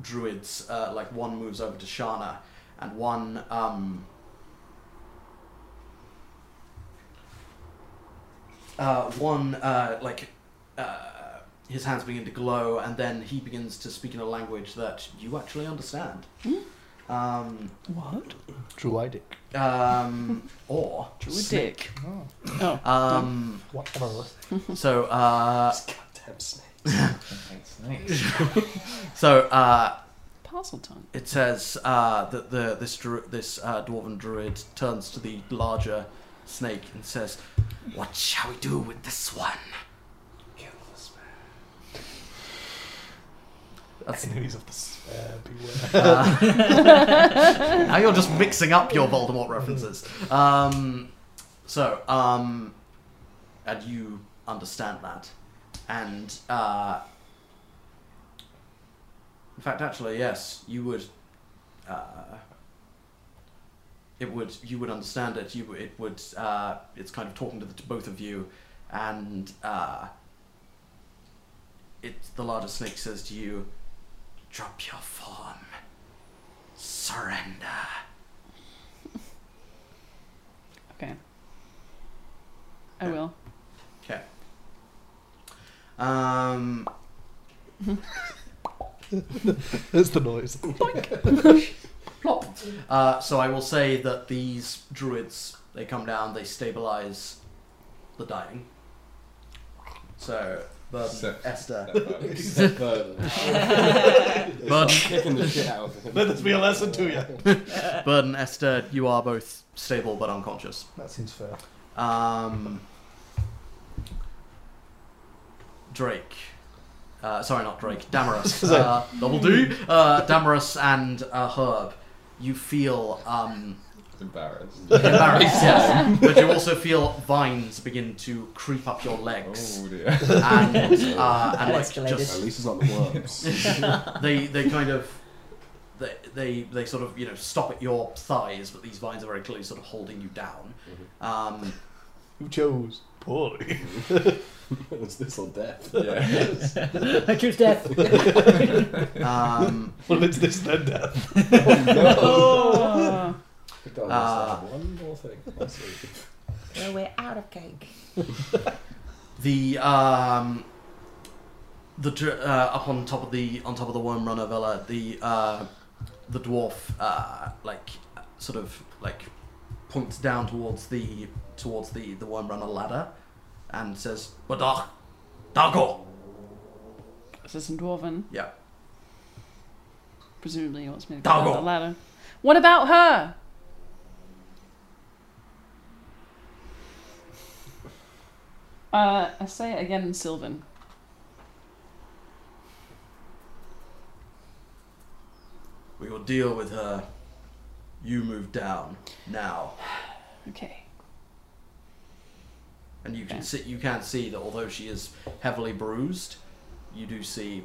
Speaker 2: druids. Uh, like one moves over to Shana, and one um, uh, one uh, like uh, his hands begin to glow, and then he begins to speak in a language that you actually understand. Um,
Speaker 5: What?
Speaker 4: Druidic.
Speaker 2: um, or
Speaker 5: Drew a dick.
Speaker 4: Oh.
Speaker 5: Oh,
Speaker 2: um,
Speaker 4: Whatever.
Speaker 2: so uh,
Speaker 6: Goddamn snake.
Speaker 2: so uh,
Speaker 5: parcel tongue.
Speaker 2: It says uh, that the this dru- this uh, dwarven druid turns to the larger snake and says, "What shall we do with this one?" That's,
Speaker 4: Enemies of the sphere, beware.
Speaker 2: uh, now you're just mixing up your Voldemort references. Um, so, um, and you understand that, and uh, in fact, actually, yes, you would. Uh, it would you would understand it. You it would. Uh, it's kind of talking to the to both of you, and uh, it the larger snake says to you, "Drop your form, surrender."
Speaker 5: Okay. I
Speaker 2: Yeah.
Speaker 5: will.
Speaker 2: Okay. Um.
Speaker 4: That's the noise.
Speaker 2: plop. Uh, so I will say that these druids, they come down, they stabilize the dying. So, Burden,
Speaker 3: Six.
Speaker 2: Esther.
Speaker 6: Except for.
Speaker 2: But-
Speaker 6: Kicking the shit out of him.
Speaker 4: Let this be a lesson to you.
Speaker 2: Burden, Esther, you are both stable but unconscious.
Speaker 4: That seems fair.
Speaker 2: Um, Drake. Uh, sorry, not Drake. Damaris. uh, double D. Uh, Damaris and uh, Herb. You feel um,
Speaker 3: Embarrassed.
Speaker 2: embarrassed, yes. But you also feel vines begin to creep up your legs.
Speaker 3: Oh dear.
Speaker 2: and uh, and
Speaker 8: Well,
Speaker 2: it's
Speaker 8: escalated.
Speaker 6: At
Speaker 2: just
Speaker 6: least it's not the worms.
Speaker 2: they they kind of they, they they sort of you know stop at your thighs, but these vines are very clearly sort of holding you down. Um,
Speaker 4: You chose poorly.
Speaker 6: it's this or death.
Speaker 3: Yeah.
Speaker 8: I choose death.
Speaker 2: um,
Speaker 4: Well, it's this then death.
Speaker 5: Oh.
Speaker 6: Could I just
Speaker 3: Ah.
Speaker 2: Uh,
Speaker 6: have one more thing. That's it.
Speaker 7: Well, we're out of cake.
Speaker 2: the um, the dr- uh, up on top of the on top of the worm runner villa, the uh, the dwarf uh, like sort of like points down towards the towards the the worm runner ladder and says, uh, "Badag, dago."
Speaker 5: This is in Dwarven.
Speaker 2: Yeah.
Speaker 5: Presumably he wants me to go down
Speaker 2: Doggo.
Speaker 5: the ladder. What about her? Uh, I say it again in Sylvan.
Speaker 2: We will deal with her. You move down now,
Speaker 5: Okay.
Speaker 2: and you can
Speaker 5: Okay.
Speaker 2: see you can see that although she is heavily bruised, you do see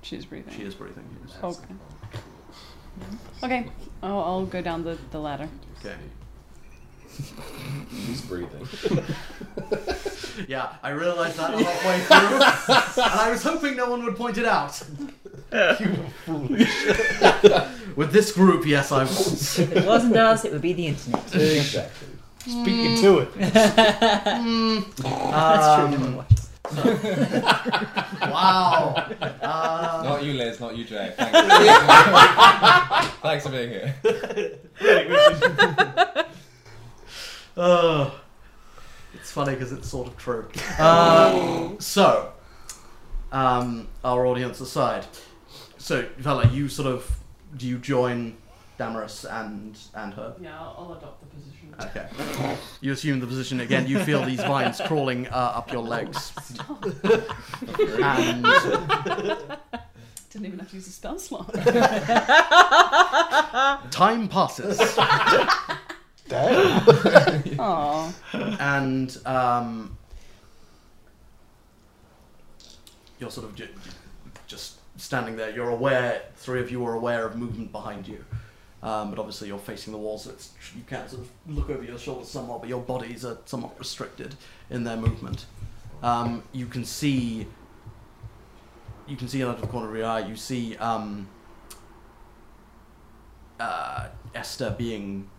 Speaker 5: She's breathing.
Speaker 2: she is breathing. yes.
Speaker 5: Okay. Okay. I'll, I'll go down the, the ladder.
Speaker 2: Okay.
Speaker 6: He's breathing.
Speaker 2: Yeah, I realized that halfway through, and I was hoping no one would point it out. with this group, yes, I was.
Speaker 8: if it wasn't us, it would be the internet.
Speaker 6: Exactly.
Speaker 4: Speaking to it.
Speaker 8: That's true.
Speaker 2: Um, wow. Uh,
Speaker 3: Not you, Liz. Not you, Jay. Thanks for being here. Thanks for being here.
Speaker 2: Oh, it's funny because it's sort of true. Um, so, um, our audience aside, so Vella, you sort of do you join Damaris and and her?
Speaker 5: Yeah, I'll, I'll adopt the position.
Speaker 2: Okay, you assume the position again. You feel these vines crawling uh, up your legs, and
Speaker 5: Didn't even have to use a spell slot.
Speaker 2: time passes,
Speaker 4: Damn.
Speaker 5: Aww.
Speaker 2: and um, you're sort of ju- just standing there. You're aware, three of you are aware of movement behind you. Um, but obviously, you're facing the wall, so it's, you can sort of look over your shoulder somewhat, but your bodies are somewhat restricted in their movement. Um, you can see, you can see out of the corner of your eye, you see um, uh, Esther being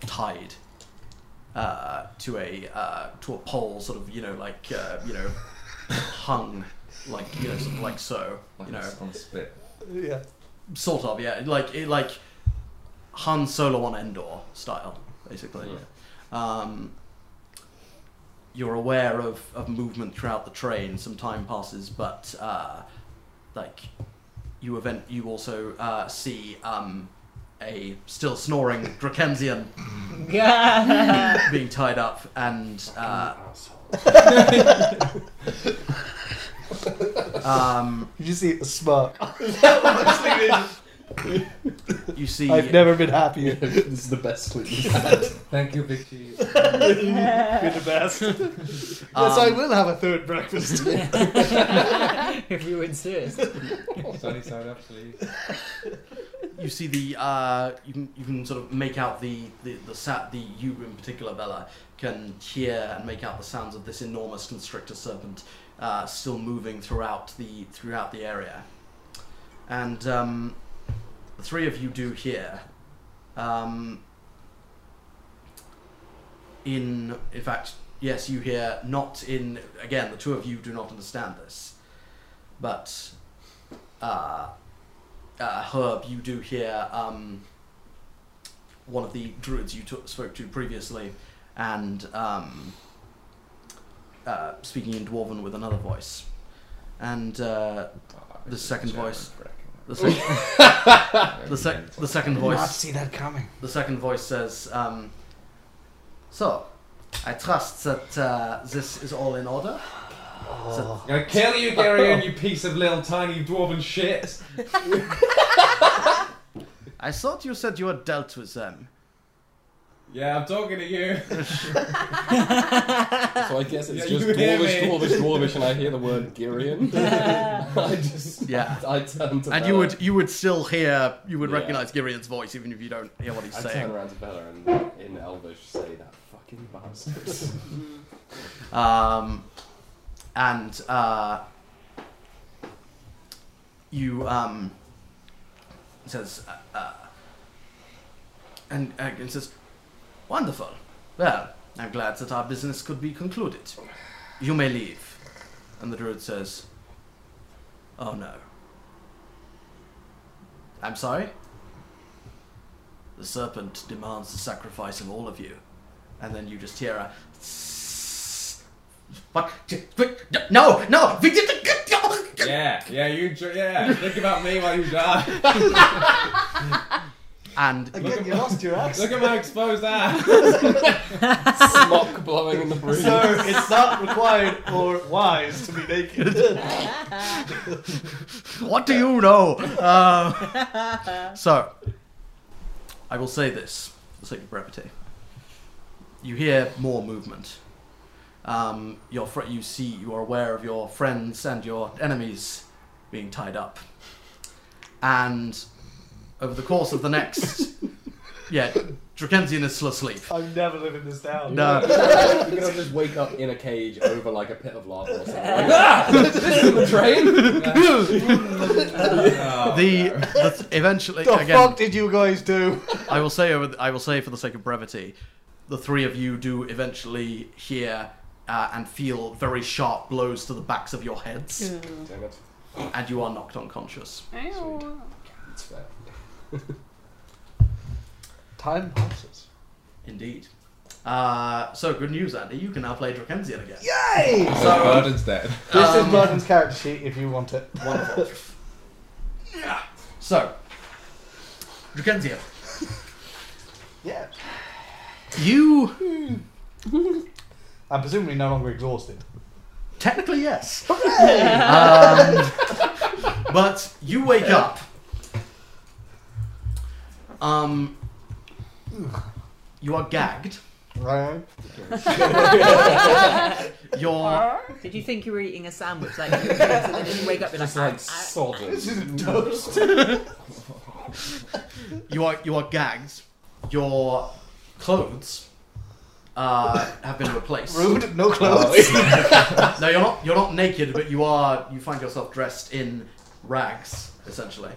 Speaker 2: tied uh, to a uh, to a pole, sort of, you know, like uh, you know, hung, like you know, sort of like so,
Speaker 3: Like
Speaker 2: you know,
Speaker 3: on spit.
Speaker 4: Yeah.
Speaker 2: sort of yeah like it, like Han Solo on Endor style basically um, you're aware of, of movement throughout the train some time passes but uh, like you event you also uh, see um, a still snoring Drakensian
Speaker 8: Yeah.
Speaker 2: being tied up and uh,
Speaker 6: Asshole.
Speaker 2: Um,
Speaker 4: Did you see the smirk?
Speaker 2: you see,
Speaker 4: I've never been happier.
Speaker 6: this is the best sleep we've had.
Speaker 3: Thank you, Big Cheese.
Speaker 4: You're the best. yes, I
Speaker 2: um,
Speaker 4: will have a third breakfast.
Speaker 8: if you insist.
Speaker 3: Sunny side up, please.
Speaker 2: you see the uh, you can you can sort of make out the the the sat the you in particular Bella can hear and make out the sounds of this enormous constrictor serpent uh, still moving throughout the throughout the area, and um, the three of you do hear. Um, in in fact, yes, you hear not in again. The two of you do not understand this, but. Uh, uh, Herb, you do hear um, one of the druids you took, spoke to previously, and um, uh, speaking in dwarven with another voice, and uh, The second voice. the, sec- the, sec- the second
Speaker 4: Not
Speaker 2: voice,
Speaker 4: see that coming.
Speaker 2: the second voice says, um, "So, I trust that uh, this is all in order."
Speaker 4: Oh.
Speaker 3: gonna kill you, Gary, and you piece of little tiny dwarven shit.
Speaker 2: I thought you said you had dealt with them.
Speaker 3: Yeah, I'm talking to you.
Speaker 6: So I guess it's
Speaker 3: Yeah,
Speaker 6: just
Speaker 3: you hear
Speaker 6: dwarvish,
Speaker 3: me.
Speaker 6: dwarvish, dwarvish, and I hear the word Girion. I just
Speaker 2: Yeah.
Speaker 6: I turn to
Speaker 2: And
Speaker 6: Bella.
Speaker 2: you would you would still hear you would
Speaker 6: Yeah.
Speaker 2: recognize Girion's voice even if you don't hear what he's
Speaker 6: I
Speaker 2: saying.
Speaker 6: turn around to Bella and in Elvish say that fucking bastard.
Speaker 2: Um, and uh, you um, it says uh, uh, and uh, it says wonderful. Well, I'm glad that our business could be concluded. You may leave. And the druid says, "Oh no. I'm sorry. The serpent demands the sacrifice of all of you." And then you just hear a. Fuck! Quick! No! No! We did the
Speaker 3: yeah, yeah, you. Dr- yeah, think about me while you die.
Speaker 2: And
Speaker 4: Again, you lost your axe.
Speaker 3: Look at my exposed ass.
Speaker 6: Smock blowing in the breeze.
Speaker 4: So it's not required or wise to be naked.
Speaker 2: what do you know? Um, so, I will say this for the sake of brevity. You hear more movement. Um, your fr- you see, you are aware of your friends and your enemies being tied up. And over the course of the next, yeah, Drakensian is still asleep.
Speaker 4: I'm never living this down.
Speaker 2: No.
Speaker 6: You're gonna, you're gonna just wake up in a cage over like a pit of lava or something. Like, ah! This is the train!
Speaker 2: the, the eventually
Speaker 4: The
Speaker 2: again.
Speaker 4: fuck did you guys do?
Speaker 2: I will say over. I will say for the sake of brevity, the three of you do eventually hear uh, and feel very sharp blows to the backs of your heads,
Speaker 5: Mm.
Speaker 6: Damn it.
Speaker 2: and you are knocked unconscious.
Speaker 5: Ow.
Speaker 6: It's fair.
Speaker 4: Time passes.
Speaker 2: Indeed. Uh, so good news, Andy. You can now play Drakensian again.
Speaker 4: Yay!
Speaker 3: So Burden's Oh, dead.
Speaker 4: This
Speaker 2: Um,
Speaker 4: is Martin's character sheet if you want it.
Speaker 2: Wonderful. yeah. So, Drakensian,
Speaker 4: Yeah.
Speaker 2: you
Speaker 4: I'm presumably no longer exhausted.
Speaker 2: Technically, yes. um, but you wake up. Um, you are gagged.
Speaker 4: Right?
Speaker 2: Your
Speaker 8: Did you think you were eating a sandwich? Like, you were doing, so then you wake up and
Speaker 6: Just
Speaker 8: like,
Speaker 6: like sodden.
Speaker 4: This isn't toast.
Speaker 2: you are you are gagged. Your clothes uh, have been replaced.
Speaker 4: Rude, no clothes.
Speaker 2: No, you're not. You're not naked, but you are. You find yourself dressed in rags, essentially.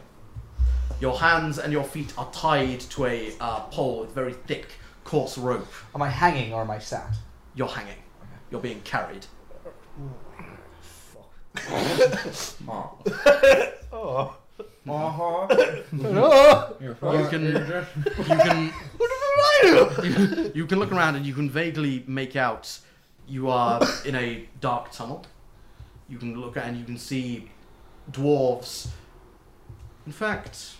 Speaker 2: Your hands and your feet are tied to a uh, pole with very thick, coarse rope.
Speaker 4: am I hanging or am I sat?
Speaker 2: You're hanging. You're being carried.
Speaker 4: Oh.
Speaker 3: Uh-huh. You're fine.
Speaker 2: You can you can you, you can look around and you can vaguely make out you are in a dark tunnel. You can look at and you can see dwarves. In fact,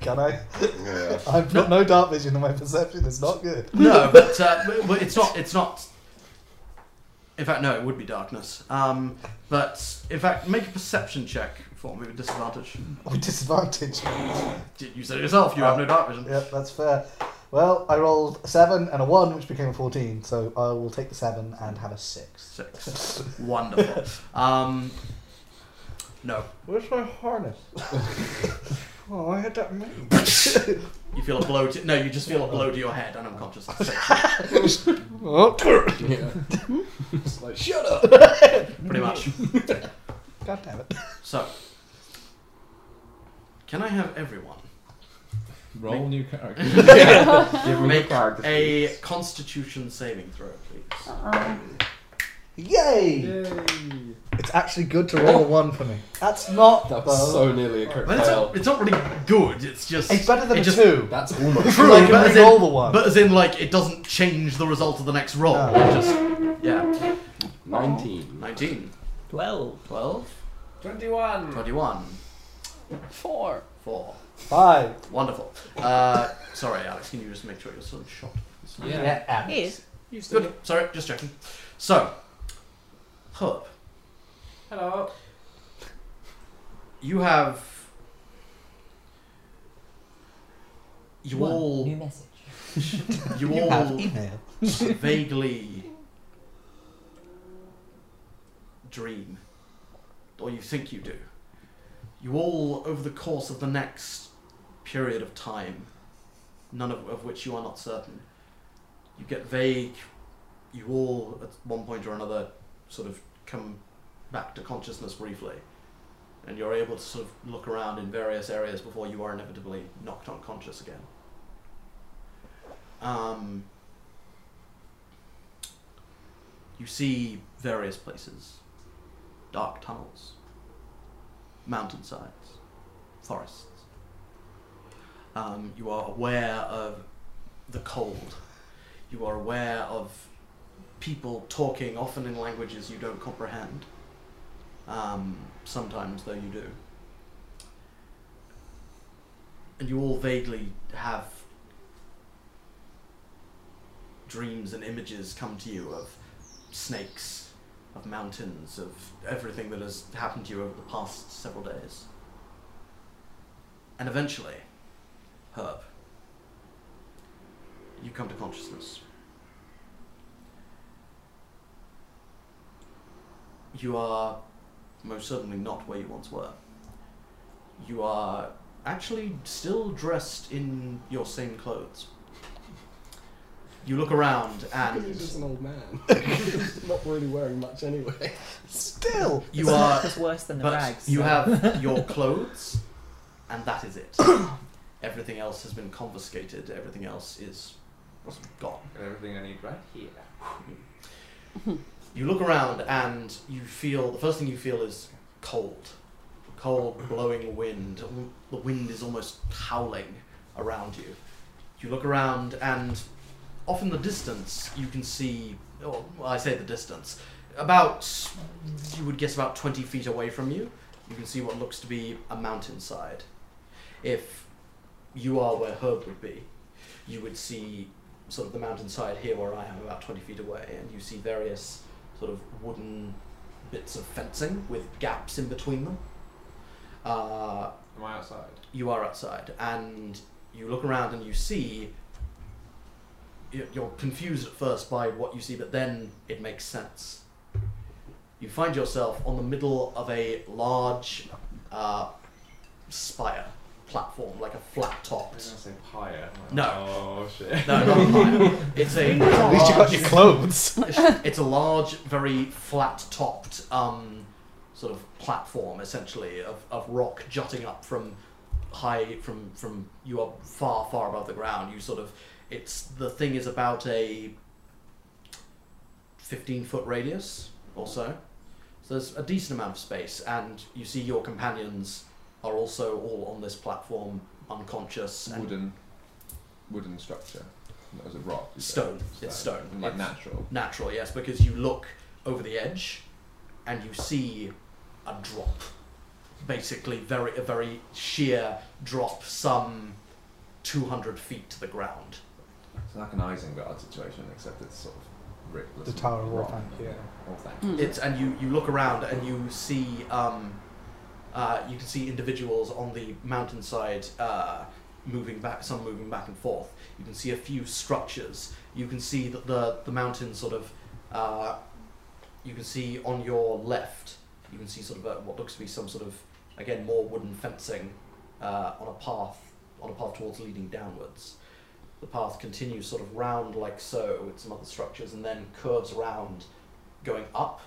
Speaker 4: Can I?
Speaker 6: Yeah.
Speaker 4: I've got no dark vision and my perception is not good.
Speaker 2: no, but uh, but it's not it's not In fact, no, it would be darkness. Um, but in fact, make a perception check for me with disadvantage.
Speaker 4: With disadvantage.
Speaker 2: You- You said it yourself. You have no dark vision.
Speaker 4: Yep, that's fair. Well, I rolled a seven and a one, which became a fourteen. So I will take the seven and have a six.
Speaker 2: Six. Wonderful. Um, no,
Speaker 4: Where's my harness? oh, I had that made.
Speaker 2: you feel a blow. To, no, you just feel a blow to your head, and unconscious. Six,
Speaker 4: Oh,
Speaker 6: Yeah. It's like, shut up!
Speaker 2: pretty much.
Speaker 4: God damn it!
Speaker 2: So, can I have everyone
Speaker 6: Roll
Speaker 3: new character.
Speaker 2: Give
Speaker 3: me
Speaker 2: make
Speaker 3: the card,
Speaker 2: a
Speaker 3: please.
Speaker 2: Constitution saving throw, please?
Speaker 4: Uh-huh. Yay! It's actually good to roll a one for me. That's not
Speaker 6: That
Speaker 4: though.
Speaker 6: was so nearly a crit
Speaker 2: But it's
Speaker 6: fail.
Speaker 2: not, it's not really good. It's just
Speaker 4: It's better than
Speaker 2: it
Speaker 4: a
Speaker 2: just-
Speaker 4: two.
Speaker 6: That's almost.
Speaker 2: True,
Speaker 4: I can
Speaker 2: but as
Speaker 4: re-roll
Speaker 2: in,
Speaker 4: the one.
Speaker 2: But as in, like, it doesn't change the result of the next roll.
Speaker 4: No.
Speaker 2: It just, yeah.
Speaker 6: 19.
Speaker 2: 19,
Speaker 8: Twelve.
Speaker 2: 12,
Speaker 3: 21!
Speaker 2: 21,
Speaker 5: Four.
Speaker 2: 4.
Speaker 4: Five.
Speaker 2: Wonderful. Uh, sorry, Alex, can you just make sure you're still in shot?
Speaker 6: Yeah.
Speaker 4: Alex.
Speaker 8: Yes.
Speaker 2: Good. Sorry, just checking. So, Herb,
Speaker 3: Hello.
Speaker 2: you have. You
Speaker 8: One
Speaker 2: all.
Speaker 8: New message.
Speaker 2: You
Speaker 4: You
Speaker 2: all.
Speaker 4: have email.
Speaker 2: vaguely dream, or you think you do. You all, over the course of the next period of time, none of, of which you are not certain, you get vague. You all, at one point or another, sort of come back to consciousness briefly, and you're able to sort of look around in various areas before you are inevitably knocked unconscious again. Um, You see various places dark tunnels, mountainsides, forests. Um, you are aware of the cold. You are aware of people talking, often in languages you don't comprehend. Um, sometimes, though, you do. And you all vaguely have dreams and images come to you of snakes, of mountains, of everything that has happened to you over the past several days. And eventually, Herb, you come to consciousness. You are most certainly not where you once were. You are actually still dressed in your same clothes. You look around and.
Speaker 6: He's just an old man. He's not really wearing much anyway.
Speaker 4: Still.
Speaker 2: You are.
Speaker 8: It's worse than the
Speaker 2: But
Speaker 8: rags.
Speaker 2: you
Speaker 8: so-
Speaker 2: have your clothes, and that is it. everything else has been confiscated. Everything else is gone.
Speaker 3: Everything I need right here.
Speaker 2: You look around, and you feel the first thing you feel is cold, cold, blowing wind. Al- The wind is almost howling around you. You look around, and off in the distance, you can see. Well, I say the distance. About you would guess about twenty feet away from you, you can see what looks to be a mountainside. If you are where Herb would be, you would see sort of the mountainside here where I am about 20 feet away, and you see various sort of wooden bits of fencing with gaps in between them. Uh,
Speaker 3: Am I outside?
Speaker 2: you are outside, and you look around and you see. you- You're confused at first by what you see, but then it makes sense. You find yourself on the middle of a large uh, spire platform, like a flat
Speaker 3: I was
Speaker 2: topped.
Speaker 3: going to say pyre.
Speaker 2: No.
Speaker 3: Oh, shit.
Speaker 2: No, not a pyre. It's a.
Speaker 4: At least you got your clothes.
Speaker 2: it's a large, very flat-topped um, sort of platform, essentially, of, of rock jutting up from high from from you are far far above the ground. You sort of it's the thing is about a fifteen foot radius or so. So there's a decent amount of space, and you see your companions are also all on this platform, unconscious and
Speaker 3: Wooden. Wooden structure. That was a rock. you said.
Speaker 2: stone. It's stone.
Speaker 3: Like
Speaker 2: It's-
Speaker 3: natural.
Speaker 2: Natural, yes, because you look over the edge and you see a drop. Basically, very a very sheer drop, some 200 feet to the ground.
Speaker 3: It's like an Isengard situation, except it's sort of Rick was
Speaker 4: The Tower of
Speaker 3: wrong.
Speaker 4: Orphan. Yeah.
Speaker 3: Orphan.
Speaker 5: Mm.
Speaker 4: Hmm.
Speaker 2: It's and you you look around and you see um, uh, you can see individuals on the mountainside uh, moving back, some moving back and forth. You can see a few structures. You can see that the the mountain sort of uh, you can see on your left. You can see sort of a, what looks to be some sort of again more wooden fencing uh, on a path on a path towards leading downwards. The path continues sort of round like so with some other structures and then curves around going up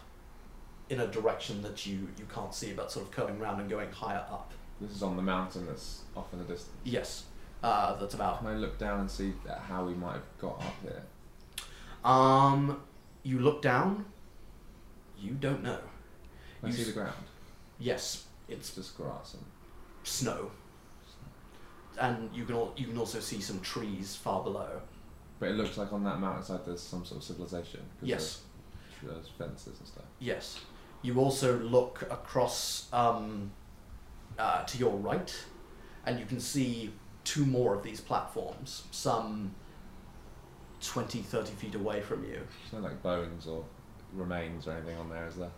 Speaker 2: in a direction that you, you can't see, but sort of curving round and going higher up.
Speaker 3: This is on the mountain that's off in the distance.
Speaker 2: Yes, uh, that's about.
Speaker 3: Can I look down and see that- how we might have got up here?
Speaker 2: Um, you look down. You don't know.
Speaker 3: Can I
Speaker 2: You
Speaker 3: see
Speaker 2: s-
Speaker 3: the ground?
Speaker 2: Yes, it's
Speaker 3: It's just grass and
Speaker 2: snow, and you can al- you can also see some trees far below.
Speaker 3: But it looks like on that mountainside there's some sort of civilization. 'cause
Speaker 2: Yes,
Speaker 3: There's, there's fences and stuff.
Speaker 2: yes. You also look across um, uh, to your right, and you can see two more of these platforms, some 20, 30 feet away from you.
Speaker 3: There's no like bones or remains or anything on there, is there?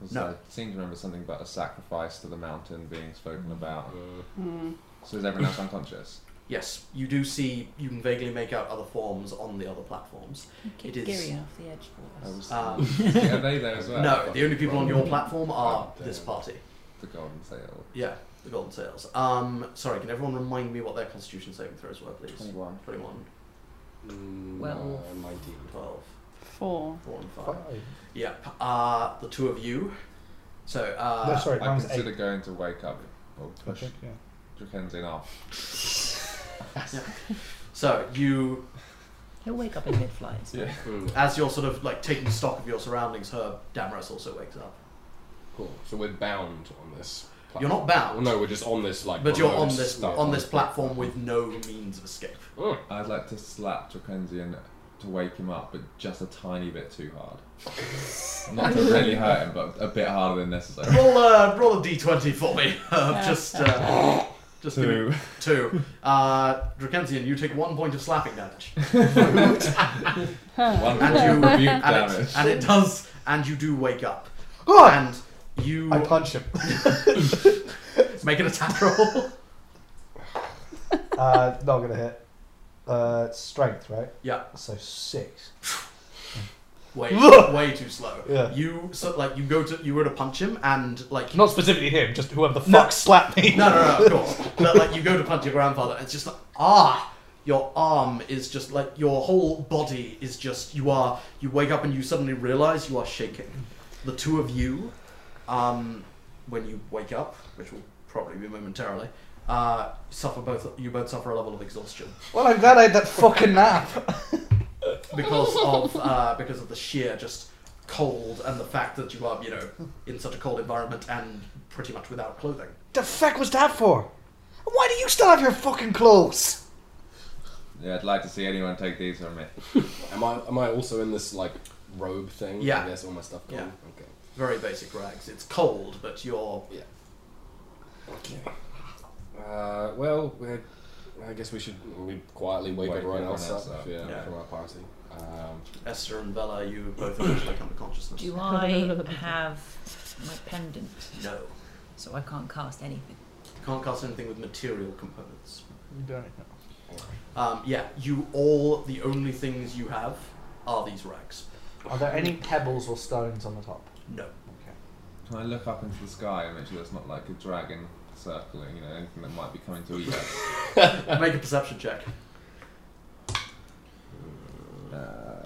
Speaker 3: 'Cause
Speaker 2: No.
Speaker 3: I seem to remember something about a sacrifice to the mountain being spoken about.
Speaker 6: Uh,
Speaker 5: Hmm.
Speaker 1: Mm.
Speaker 3: So is everyone else unconscious?
Speaker 2: Yes, you do see, you can vaguely make out other forms on the other platforms.
Speaker 5: Keep
Speaker 2: It is-
Speaker 5: Gary off the edge for
Speaker 3: I
Speaker 5: us.
Speaker 3: was-
Speaker 2: Um,
Speaker 3: yeah, are they there as well?
Speaker 2: no, the only people on your platform are
Speaker 6: Oh, damn.
Speaker 2: this party.
Speaker 3: The golden sail.
Speaker 2: Yeah, the Golden Sails. Um, sorry, can everyone remind me what their constitution saving throws were, please?
Speaker 3: 21.
Speaker 2: 21,
Speaker 6: mm,
Speaker 8: Well.
Speaker 6: uh, 19.
Speaker 2: 12,
Speaker 5: Four.
Speaker 2: 4 and 5.
Speaker 4: Five.
Speaker 2: Yep, uh, the two of you. So, uh,
Speaker 4: no, sorry,
Speaker 3: I
Speaker 4: mine was
Speaker 3: consider
Speaker 4: eight.
Speaker 3: going to wake up or
Speaker 4: I
Speaker 3: push
Speaker 4: think, yeah.
Speaker 3: Drakenzian off.
Speaker 2: so you,
Speaker 8: He'll wake up in mid flight.
Speaker 3: Yeah.
Speaker 6: Mm,
Speaker 2: as you're sort of like taking stock of your surroundings, her Damaris also wakes up.
Speaker 6: cool. So we're bound on this. Platform.
Speaker 2: You're not bound.
Speaker 6: Well, no, we're just on this like.
Speaker 2: But you're
Speaker 6: remote
Speaker 2: on this
Speaker 6: stuff.
Speaker 2: on this platform with no means of escape.
Speaker 6: Mm.
Speaker 3: I'd like to slap Drakenzian to wake him up, but just a tiny bit too hard. Not to really hurt him, but a bit harder than necessary.
Speaker 2: Roll a roll a d20 for me. Uh, just uh, just give me
Speaker 3: Two.
Speaker 2: two. Uh, Drakensian, you take one point of slapping damage,
Speaker 3: One
Speaker 2: And you-
Speaker 3: rebuke
Speaker 2: and
Speaker 3: damage.
Speaker 2: it, and it does, and you do wake up,
Speaker 4: God!
Speaker 2: and you
Speaker 4: I punch him.
Speaker 2: make an attack roll.
Speaker 4: uh, not gonna hit. Uh, strength, right?
Speaker 2: Yeah.
Speaker 4: So six.
Speaker 2: Way way too slow.
Speaker 4: Yeah.
Speaker 2: You so like you go to you were to punch him and like
Speaker 4: Not specifically him, just whoever the fuck
Speaker 2: No.
Speaker 4: slapped me.
Speaker 2: No, no, no, of course. But like, you go to punch your grandfather, and it's just like, ah, your arm is just like your whole body is just. You are. You wake up and you suddenly realize you are shaking. The two of you, um, when you wake up, which will probably be momentarily, uh, suffer both. You both suffer a level of exhaustion
Speaker 4: Well, I'm glad I had that fucking nap.
Speaker 2: because of uh, because of the sheer just cold and the fact that you are you know in such a cold environment and pretty much without clothing.
Speaker 4: the fuck was that for? And Why do you still have your fucking clothes?
Speaker 3: Yeah, I'd like to see anyone take these from me.
Speaker 6: Am I am I also in this like robe thing?
Speaker 2: Yeah.
Speaker 6: I guess all my stuff gone.
Speaker 2: Yeah.
Speaker 6: Okay.
Speaker 2: Very basic rags. It's cold, but you're
Speaker 6: Okay. Uh, well, we're, I guess we should we quietly wake,
Speaker 3: Wake
Speaker 6: everyone
Speaker 3: everyone
Speaker 6: else
Speaker 3: else
Speaker 6: up,
Speaker 3: up.
Speaker 6: Yeah,
Speaker 2: Yeah.
Speaker 6: from our party. Um,
Speaker 2: Esther and Bella, you both eventually come to consciousness.
Speaker 8: Do I have my pendant?
Speaker 2: No.
Speaker 8: So I can't cast anything.
Speaker 2: You can't cast anything with material components.
Speaker 4: You don't.
Speaker 2: Um, yeah, you all, the only things you have are these rags.
Speaker 4: Are there any pebbles or stones on the top?
Speaker 2: No.
Speaker 3: Can I look up into the sky and make sure it's not like a dragon circling, you know, anything that might be coming to eat us?
Speaker 2: Make a perception check.
Speaker 3: Uh,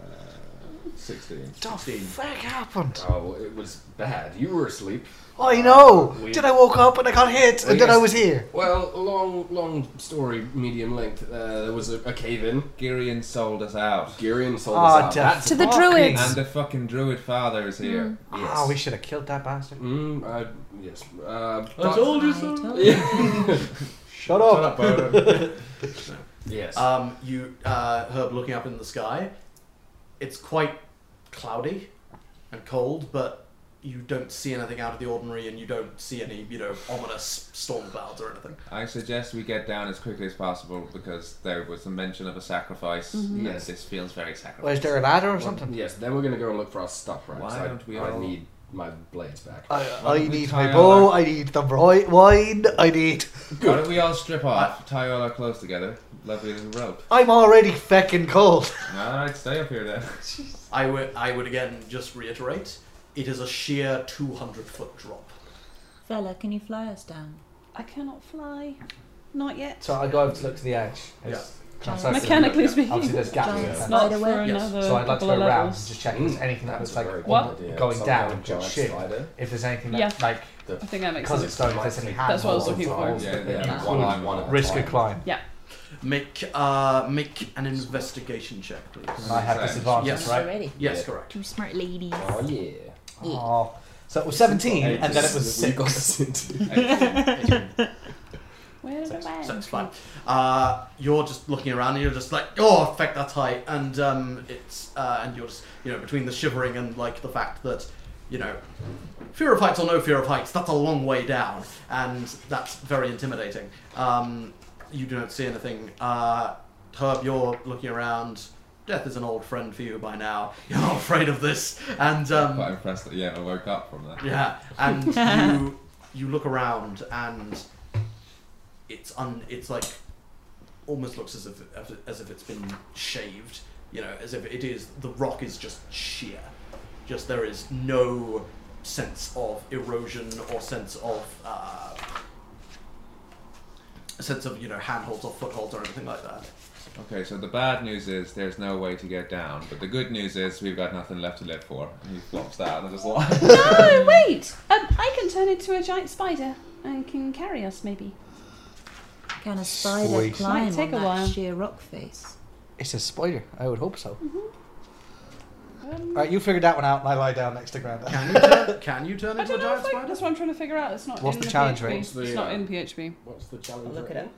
Speaker 3: 16.
Speaker 2: Fifteen.
Speaker 4: Fuck happened.
Speaker 6: oh, well, it was bad. You were asleep.
Speaker 4: I know.
Speaker 6: We-
Speaker 4: Did I woke up and I got hit,
Speaker 6: We
Speaker 4: and then I
Speaker 6: guessed-
Speaker 4: was here?
Speaker 6: Well, long long story, medium length. Uh, there was a, a cave in.
Speaker 3: Girion sold us out.
Speaker 6: Girion sold us
Speaker 4: Ah,
Speaker 6: out.
Speaker 4: da-
Speaker 6: That's
Speaker 5: To the
Speaker 4: fucking-
Speaker 5: druids.
Speaker 3: And the fucking druid father is here.
Speaker 6: yes.
Speaker 4: Ah, we should have killed that bastard.
Speaker 6: Mm, I, yes. Uh,
Speaker 2: I
Speaker 6: but-
Speaker 2: told you
Speaker 8: I
Speaker 2: so.
Speaker 8: don't-
Speaker 4: Shut up.
Speaker 6: yes.
Speaker 2: Um, you, uh, Herb, looking up in the sky. It's quite cloudy and cold, but you don't see anything out of the ordinary, and you don't see any you know ominous storm clouds or anything.
Speaker 3: I suggest we get down as quickly as possible because there was a mention of a sacrifice. and
Speaker 6: Yes.
Speaker 3: this feels very sacrificial.
Speaker 4: Well, is there a ladder or something?
Speaker 6: Yes, then we're gonna go and look for our stuff, right?
Speaker 3: Why
Speaker 6: 'Cause I,
Speaker 3: don't we
Speaker 6: I
Speaker 3: all-
Speaker 6: need my blades back.
Speaker 4: I,
Speaker 3: Why
Speaker 4: I
Speaker 3: don't we
Speaker 4: need
Speaker 3: try
Speaker 4: my
Speaker 3: our
Speaker 4: bow,
Speaker 3: luck?
Speaker 4: I need the right wine, I need.
Speaker 3: Why don't we all strip off, tie all our clothes together, lovely little rope.
Speaker 4: I'm already feckin' cold.
Speaker 3: Alright, stay up here then.
Speaker 2: I would I would again just reiterate, it is a sheer two hundred foot drop.
Speaker 8: Fella, can you fly us down?
Speaker 5: I cannot fly. Not yet.
Speaker 4: So I go over to look to the edge. It's- so it's-
Speaker 5: Mechanically speaking.
Speaker 4: Obviously, there's gaps in
Speaker 8: Giant
Speaker 4: the fence.
Speaker 5: Not
Speaker 8: By the
Speaker 5: for
Speaker 8: way-
Speaker 2: Yes.
Speaker 5: another
Speaker 4: So I'd like to
Speaker 5: couple
Speaker 4: go
Speaker 5: of
Speaker 4: around and
Speaker 5: levels.
Speaker 4: just check if there's anything that was like
Speaker 6: very good
Speaker 5: What?
Speaker 6: idea.
Speaker 4: going
Speaker 6: Some
Speaker 4: down,
Speaker 6: kind of giant
Speaker 4: shit.
Speaker 6: slider.
Speaker 4: if there's anything
Speaker 5: Yeah.
Speaker 4: that like
Speaker 5: I think that makes
Speaker 4: because it's
Speaker 5: sense.
Speaker 4: stone, if there's any
Speaker 5: That's what I was
Speaker 4: handholds
Speaker 5: looking
Speaker 4: or-
Speaker 5: for.
Speaker 3: Yeah, yeah,
Speaker 6: Yeah.
Speaker 3: one on one.
Speaker 6: One
Speaker 4: Risk of climb.
Speaker 2: Make uh make an investigation check, please.
Speaker 4: And I have
Speaker 3: Yes.
Speaker 4: disadvantage,
Speaker 2: Yes.
Speaker 4: right?
Speaker 7: Already.
Speaker 2: Yes,
Speaker 6: Yeah.
Speaker 2: correct.
Speaker 7: Two smart ladies.
Speaker 6: Oh yeah.
Speaker 4: Oh. So it was 17, and then it was
Speaker 6: We got
Speaker 4: 6.
Speaker 6: us into.
Speaker 5: Where did I
Speaker 2: So it's fine. Uh, you're just looking around and you're just like, oh, fuck, that's high. And um, it's uh, and you're just you know between the shivering and like the fact that you know fear of heights or no fear of heights, that's a long way down, and that's very intimidating. Um, you do not see anything. Uh, Herb, you're looking around. Death is an old friend for you by now. You're not afraid of this, and um,
Speaker 3: Quite impressed that yeah, I woke up from that.
Speaker 2: yeah, and you you look around and it's un it's like almost looks as if as if it's been shaved, you know, as if it is the rock is just sheer. Just there is no sense of erosion or sense of uh, sense of you know handholds or footholds or anything like that.
Speaker 3: Okay, so the bad news is there's no way to get down, but the good news is we've got nothing left to live for. And he flops down and just like
Speaker 5: No, wait. Um, I can turn into a giant spider and can carry us maybe.
Speaker 8: Can a spider
Speaker 4: Sweet.
Speaker 8: climb
Speaker 5: Might take
Speaker 8: on
Speaker 5: a
Speaker 8: that
Speaker 5: while.
Speaker 8: sheer rock face?
Speaker 4: It's a spider. I would hope so.
Speaker 5: Um,
Speaker 4: Alright, you figured that one out, and I lie down next to Grandad.
Speaker 2: Can you turn, can you turn
Speaker 5: I
Speaker 2: into
Speaker 5: don't know
Speaker 2: a giant
Speaker 5: if I,
Speaker 2: spider?
Speaker 5: that's what I'm trying to figure out. It's not.
Speaker 4: What's
Speaker 5: in
Speaker 4: the challenge
Speaker 5: PHP.
Speaker 4: rate?
Speaker 5: It's
Speaker 6: What's the,
Speaker 5: not
Speaker 6: uh,
Speaker 5: in PHP.
Speaker 6: What's the challenge?
Speaker 8: I'll look it
Speaker 6: rating?
Speaker 8: up.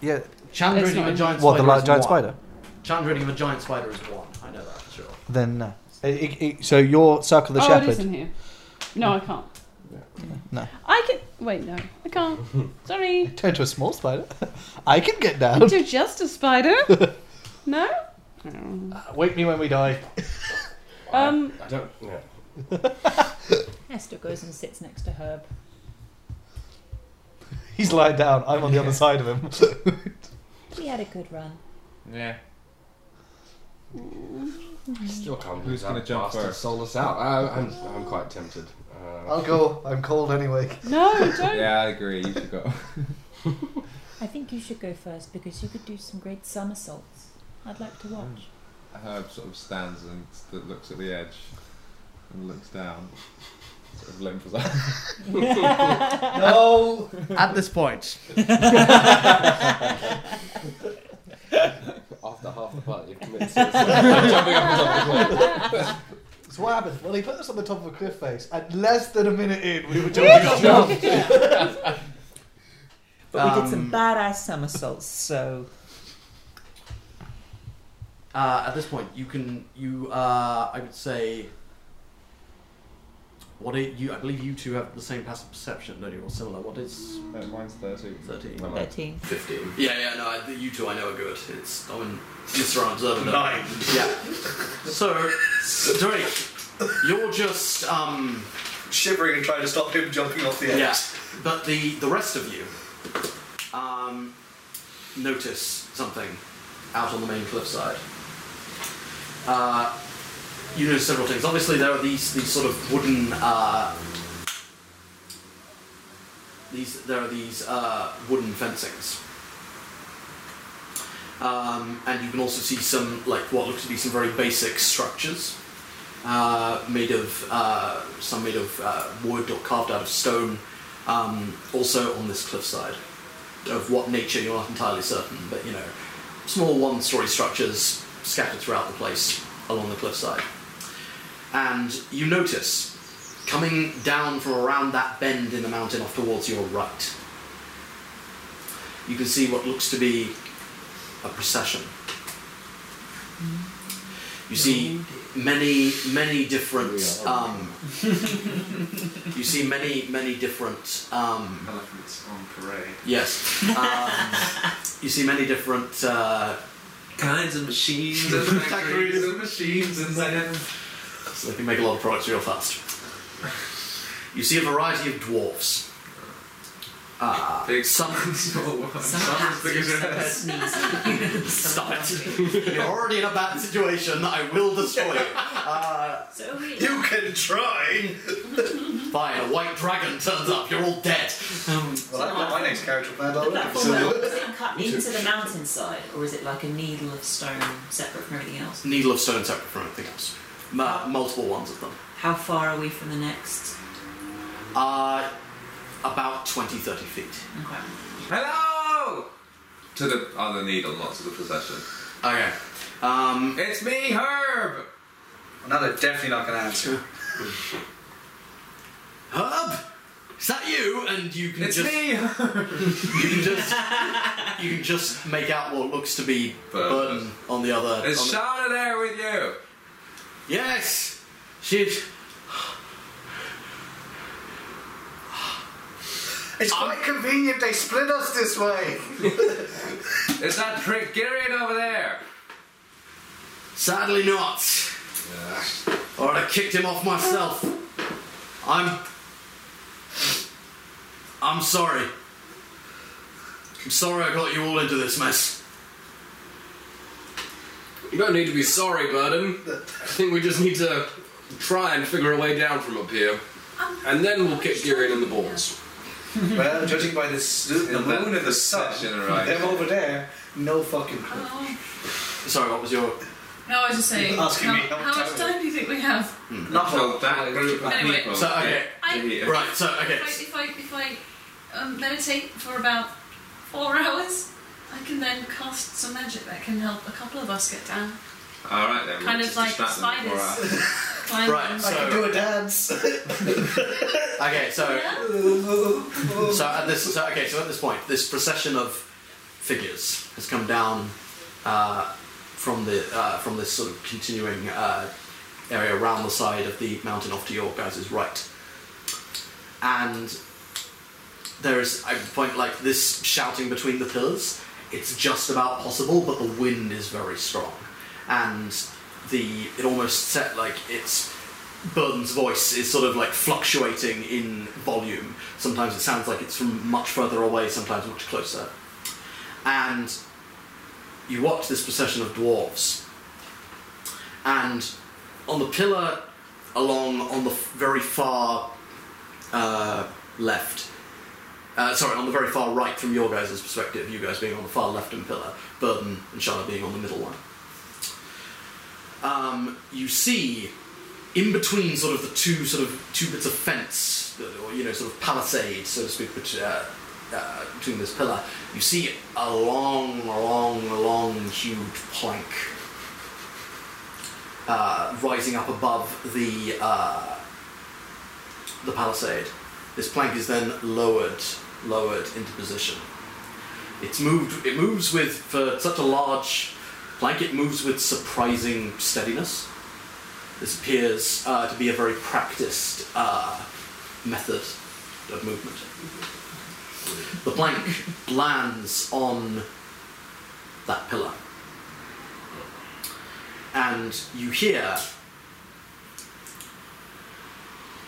Speaker 4: Yeah.
Speaker 2: Challenge
Speaker 5: It's
Speaker 2: rating of
Speaker 5: not
Speaker 2: a
Speaker 5: in-
Speaker 2: giant
Speaker 4: What,
Speaker 2: spider
Speaker 4: the li-
Speaker 2: is
Speaker 4: giant
Speaker 2: one.
Speaker 4: spider?
Speaker 2: Challenge rating of a giant spider is one. I know that for sure.
Speaker 4: Then no. It- it- it- so your circle of the
Speaker 5: oh, it is
Speaker 4: shepherd.
Speaker 5: in here. No, I can't.
Speaker 4: No.
Speaker 5: I can. Wait, no, I can't. Sorry.
Speaker 4: Turn to a small spider. I can get down.
Speaker 5: Into just a spider. No. No.
Speaker 4: Wake me when we die.
Speaker 5: Um.
Speaker 6: I don't. Yeah.
Speaker 8: Esther goes and sits next to Herb.
Speaker 4: He's lying down. I'm on the other side of him.
Speaker 8: We had a good run.
Speaker 3: Yeah.
Speaker 6: Still can't.
Speaker 3: Who's
Speaker 6: believe
Speaker 3: gonna
Speaker 6: that
Speaker 3: jump
Speaker 6: bastard
Speaker 3: first?
Speaker 6: Sold us out. I, I'm. I'm quite tempted. Uh,
Speaker 4: I'll go. I'm cold anyway.
Speaker 5: No, don't.
Speaker 3: Yeah, I agree, you should go.
Speaker 8: I think you should go first because you could do some great somersaults. I'd like to watch.
Speaker 3: Herb sort of stands and st- looks at the edge and looks down. Sort of limpers up.
Speaker 4: No.
Speaker 2: At this point,
Speaker 4: Oh.
Speaker 6: after half the party, you've committed suicide. jumping up on top of the plane.
Speaker 4: So what happened? Well, he put us on the top of a cliff face, and less than a minute in, we were jumping off. Jump.
Speaker 8: But we did some
Speaker 2: Um,
Speaker 8: badass somersaults, so
Speaker 2: Uh, at this point, you can you uh, I would say. What it, you? I believe you two have the same passive perception, don't you, or similar? What is
Speaker 3: Uh, Mine's 30.
Speaker 2: thirteen?
Speaker 3: Well, I-
Speaker 8: 13.
Speaker 2: Fifteen. Yeah, yeah. No, I, you two I know are good. It's I mean, just around observing. Nine. Yeah. So, Drake, you're just um.
Speaker 9: shivering and trying to stop him jumping off the edge.
Speaker 2: Yeah, but the the rest of you um, notice something out on the main cliffside. Uh, you notice several things. Obviously, there are these these sort of wooden uh, these there are these uh, wooden fencings. Um, and you can also see some like what looks to be some very basic structures uh, made of uh, some made of uh, wood or carved out of stone, um, also on this cliffside. Of what nature you're not entirely certain, but you know, small one-story structures scattered throughout the place along the cliffside. And you notice coming down from around that bend in the mountain off towards your right, you can see what looks to be a procession. You see many many different.
Speaker 6: We are.
Speaker 2: Um, you see many many different. Um,
Speaker 9: Elephants on parade.
Speaker 2: Yes. Um, you see many different uh, kinds of machines. and factories.
Speaker 9: and machines and then.
Speaker 2: so they can make a lot of products real fast. You see a variety of dwarfs. Uh,
Speaker 9: Big
Speaker 2: some
Speaker 9: small ones.
Speaker 8: Some
Speaker 9: Some as big as your
Speaker 8: some
Speaker 9: head.
Speaker 8: sneezing.
Speaker 2: stop it. You're already in a bad situation. I will destroy you. Uh,
Speaker 8: So we-
Speaker 9: You can try!
Speaker 2: fine. A white dragon turns up. You're all dead. Um,
Speaker 9: Well, I've got my next character planned
Speaker 8: Did that fall out?
Speaker 9: already.
Speaker 8: Was it cut into the mountainside, or is it like a needle of stone separate from everything else?
Speaker 2: needle of stone separate from everything else. Mu- multiple ones of them.
Speaker 8: How far are we from the next?
Speaker 2: Uh, about 20, 30 feet.
Speaker 8: Okay.
Speaker 9: Hello!
Speaker 10: To the other needle, not to the possession.
Speaker 2: Okay. Um,
Speaker 9: It's me, Herb! Now they're definitely not going to answer.
Speaker 2: Herb, is that you? And you can
Speaker 9: It's
Speaker 2: just
Speaker 9: me, Herb!
Speaker 2: you can just you can just make out what looks to be
Speaker 10: Burton.
Speaker 2: Burton on the other.
Speaker 10: Is
Speaker 2: on the-
Speaker 10: Shauna there with you?
Speaker 2: yes, she's.
Speaker 9: It's quite convenient they split us this way!
Speaker 10: Is that prick Girion over there?
Speaker 2: Sadly not. Or I kicked him off myself. I'm. I'm sorry. I'm sorry I got you all into this mess.
Speaker 6: You don't need to be sorry, Burden. I think we just need to try and figure a way down from up here. And then we'll kick Girion in the balls.
Speaker 9: well, judging by this, the, the
Speaker 10: In that
Speaker 9: moon and the sun,
Speaker 10: section, right.
Speaker 9: them over there, no fucking clue.
Speaker 2: Sorry, what was your?
Speaker 5: No, I was just saying.
Speaker 9: You're asking
Speaker 5: how,
Speaker 9: me
Speaker 5: how
Speaker 9: how
Speaker 5: much
Speaker 9: to-
Speaker 5: time do you think we have?
Speaker 9: Not
Speaker 10: So that group of
Speaker 5: Anyway.
Speaker 10: people.
Speaker 2: So okay,
Speaker 5: I-
Speaker 10: Yeah.
Speaker 2: right. So okay.
Speaker 5: If I if I, if I um, meditate for about four hours, I can then cast some magic that can help a couple of us get down,
Speaker 10: All right then.
Speaker 5: kind
Speaker 10: we'll
Speaker 5: of
Speaker 10: just
Speaker 5: like
Speaker 10: distract them before
Speaker 5: spiders.
Speaker 10: I-
Speaker 5: Climb
Speaker 2: Right.
Speaker 5: them.
Speaker 9: I can do a dance.
Speaker 2: Okay, so
Speaker 5: Yeah?
Speaker 2: so at this so, okay so at this point, this procession of figures has come down uh, from the uh, from this sort of continuing uh, area around the side of the mountain off to your guys' right, and there is I would point like this shouting between the pillars. It's just about possible, but the wind is very strong, and the it almost set like it's Burden's voice is sort of like fluctuating in volume. Sometimes it sounds like it's from much further away, sometimes much closer. And you watch this procession of dwarves. And on the pillar along on the f- very far uh, left, uh, sorry, on the very far right from your guys' perspective, you guys being on the far left and pillar, Burden and Shanna being on the middle one. Um, you see in between sort of the two sort of two bits of fence, or you know, sort of palisade, so to speak, bet- uh, uh, between this pillar, you see a long, long, long, huge plank uh, rising up above the uh, the palisade. This plank is then lowered, lowered into position. It's moved. It moves with for such a large plank. It moves with surprising steadiness. This appears uh, to be a very practiced uh, method of movement. The plank lands on that pillar. And you hear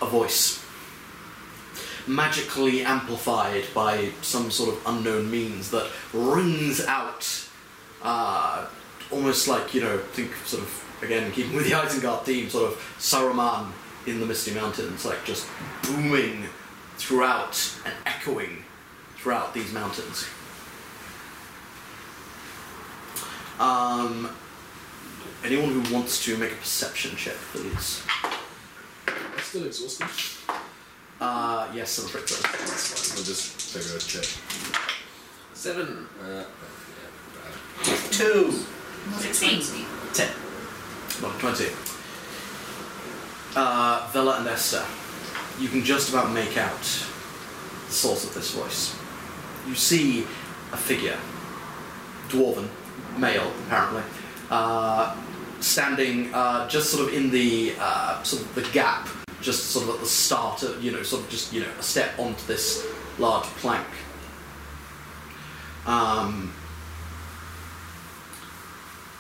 Speaker 2: a voice, magically amplified by some sort of unknown means, that rings out uh, almost like you know think sort of again keeping with the Isengard theme sort of Saruman in the Misty Mountains like just booming throughout and echoing throughout these mountains um, anyone who wants to make a perception check please
Speaker 6: I'm still exhausted.
Speaker 2: uh, yes I'm afraid so.
Speaker 6: We'll just figure a check. Seven. Uh,
Speaker 9: Two.
Speaker 8: Sixteen.
Speaker 2: 10 not 20 uh, Vela and Esther you can just about make out the source of this voice. You see a figure, dwarven, male apparently, uh, standing uh, just sort of in the uh, sort of the gap, just sort of at the start, of, you know, sort of just you know a step onto this large plank. Um,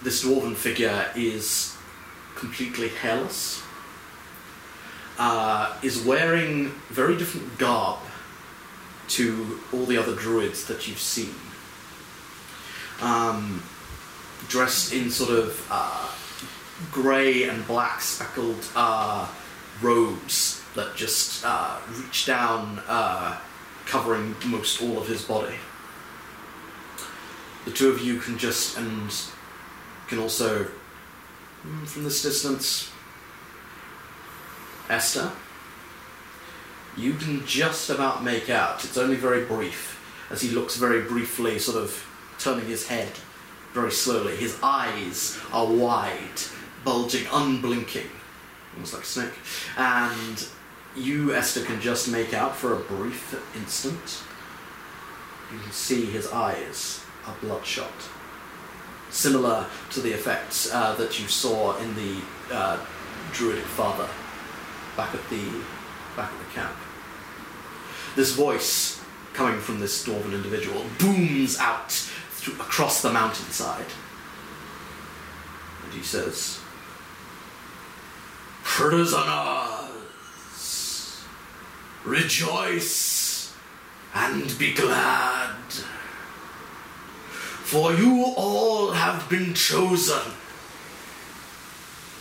Speaker 2: this dwarven figure is completely hairless. Uh, is wearing very different garb to all the other druids that you've seen. Um, dressed in sort of uh, grey and black speckled uh, robes that just uh, reach down, uh, covering most all of his body. The two of you can just and can also, mm, from this distance, Esther, you can just about make out. It's only very brief, as he looks very briefly, sort of turning his head very slowly. His eyes are wide, bulging, unblinking, almost like a snake. And you, Esther, can just make out for a brief instant. You can see his eyes are bloodshot, similar to the effects uh, that you saw in the uh, druidic father back at the back at the camp. This voice coming from this dwarven individual booms out through, across the mountainside. And he says, Prisoners, rejoice and be glad, for you all have been chosen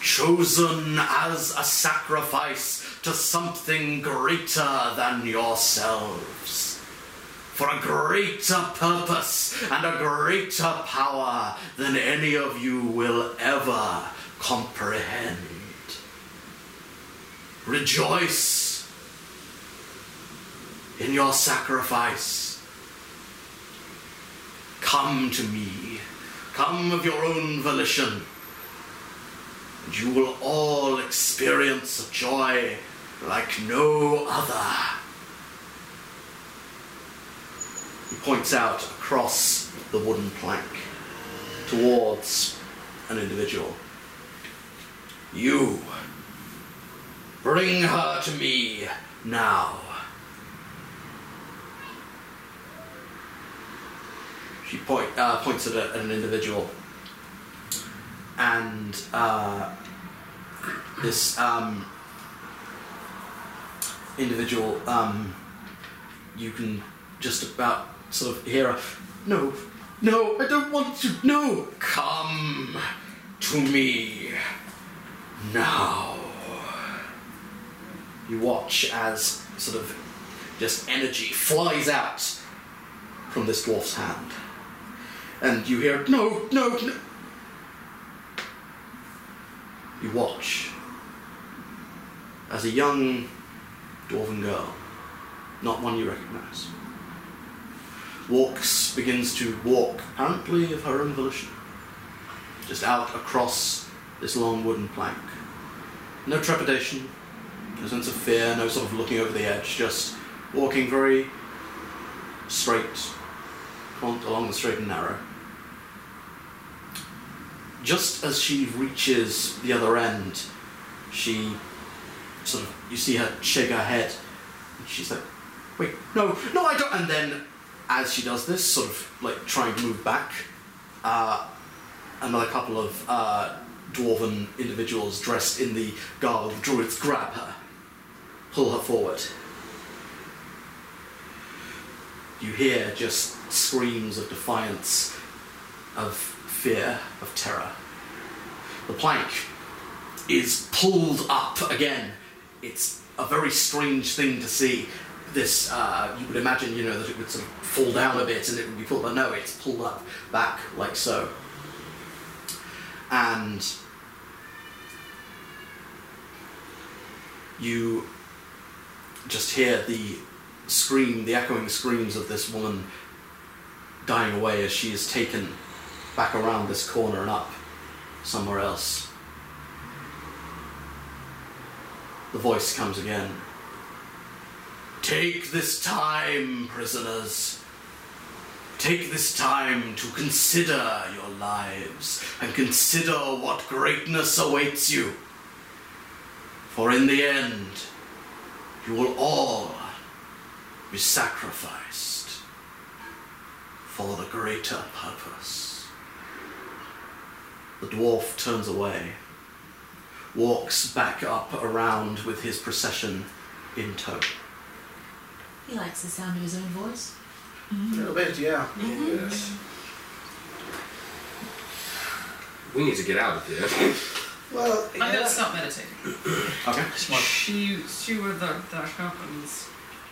Speaker 2: chosen as a sacrifice to something greater than yourselves. For a greater purpose and a greater power than any of you will ever comprehend. Rejoice in your sacrifice. Come to me. Come of your own volition and you will all experience a joy like no other. He points out across the wooden plank towards an individual. You, bring her to me now. She point, uh, points at, a, at an individual and uh, this um, individual, um, you can just about sort of hear a no, no, I don't want to, no, come to me now. You watch as sort of just energy flies out from this dwarf's hand. And you hear, no, no, no, you watch as a young dwarven girl, not one you recognize, walks, begins to walk, apparently of her own volition, just out across this long wooden plank. No trepidation, no sense of fear, no sort of looking over the edge, just walking very straight on- along the straight and narrow just as she reaches the other end, she sort of you see her shake her head, and she's like, "Wait, no, no, I don't." And then, as she does this, sort of like trying to move back, uh, another couple of uh, dwarven individuals dressed in the garb of druids grab her, pull her forward. You hear just screams of defiance, of fear of terror. The plank is pulled up again. It's a very strange thing to see. This, uh, you would imagine, you know, that it would sort of fall down a bit and it would be pulled, but no, it's pulled up back like so. And you just hear the scream, the echoing screams of this woman dying away as she is taken back around this corner and up somewhere else. The voice comes again. Take this time, prisoners. Take this time to consider your lives and consider what greatness awaits you. For in the end, you will all be sacrificed for the greater purpose. The dwarf turns away, walks back up around with his procession in tow.
Speaker 5: He likes the sound of his own voice.
Speaker 4: A little bit, yeah.
Speaker 6: We need to get out of here.
Speaker 4: Well,
Speaker 5: I'm going to stop meditating.
Speaker 2: Okay.
Speaker 5: She, she where that, that happens.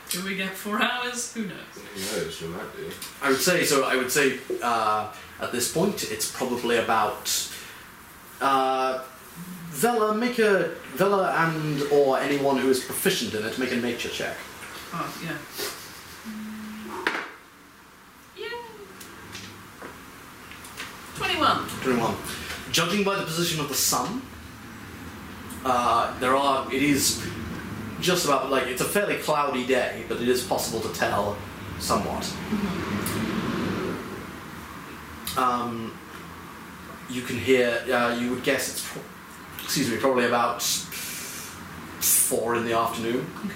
Speaker 5: Do we get four hours? Who knows?
Speaker 6: knows? You might do.
Speaker 2: I would say so. I would say uh, at this point, it's probably about uh, Vela. Make a Vela and or anyone who is proficient in it make a nature check.
Speaker 5: Oh, yeah. Yeah. 21.
Speaker 2: 21. Judging by the position of the sun, uh, there are. It is just about like it's a fairly cloudy day, but it is possible to tell somewhat. Um, you can hear. Uh, you would guess it's. Pro- excuse me. Probably about four in the afternoon.
Speaker 5: Okay.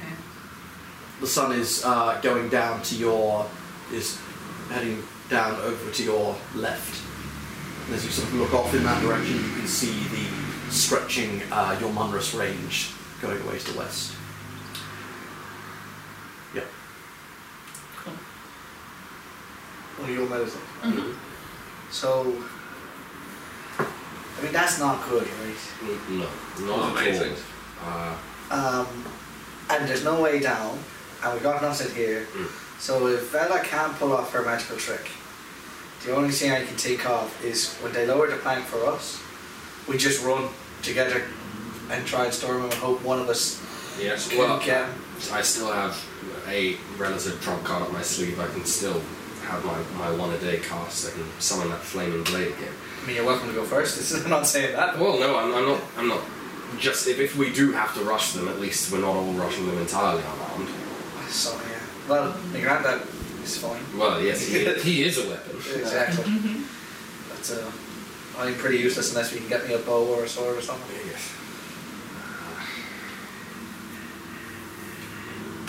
Speaker 2: The sun is uh, going down to your. is heading down over to your left. And as you sort of look off in that direction, you can see the stretching uh, Yormunrus range going away to the west. Yep.
Speaker 4: On your medicine. So, I mean, that's not good, right?
Speaker 6: No,
Speaker 4: Not
Speaker 6: not at all.
Speaker 4: amazing.
Speaker 6: Uh,
Speaker 4: Um, and there's no way down, and we got nothing here.
Speaker 9: Hmm.
Speaker 4: So if Vela can't pull off her magical trick, the only thing I can think of is when they lower the plank for us, we just run together and try and storm him and hope one of us.
Speaker 6: yes,
Speaker 4: Can
Speaker 6: well,
Speaker 4: get-
Speaker 6: I still have a relative trump card up my sleeve. I can still have my, my one a day cast. I can summon that flaming blade again.
Speaker 4: I mean, you're welcome to go first. This is- I'm not saying that.
Speaker 6: Well, no, I'm, I'm not. I'm not. Just if, if we do have to rush them, at least we're not all rushing them entirely unarmed.
Speaker 4: So yeah. Well, my granddad is fine.
Speaker 6: Well, yes, he, he is a weapon.
Speaker 4: Exactly. But uh, I'm pretty useless unless we can get me a bow or a sword or something.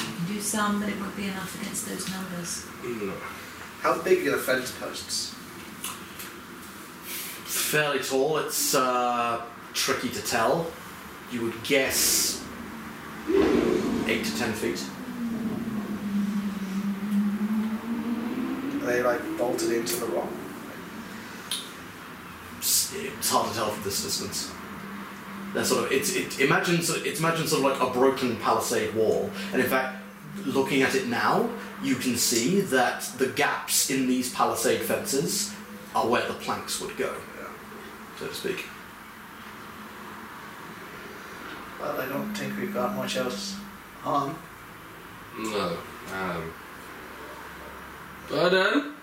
Speaker 5: You do sound that it would be enough against those numbers.
Speaker 4: How big are the fence posts?
Speaker 2: fairly tall. It's uh, tricky to tell. You would guess eight to ten feet.
Speaker 4: Are they like bolted into the rock?
Speaker 2: It's, it's hard to tell from this distance. They're sort of it's it imagine so- it's imagine sort of like a broken palisade wall. And in fact, looking at it now, you can see that the gaps in these palisade fences are where the planks would go, so to speak.
Speaker 4: Well, I don't think we've got much else on.
Speaker 6: No. Um, but um,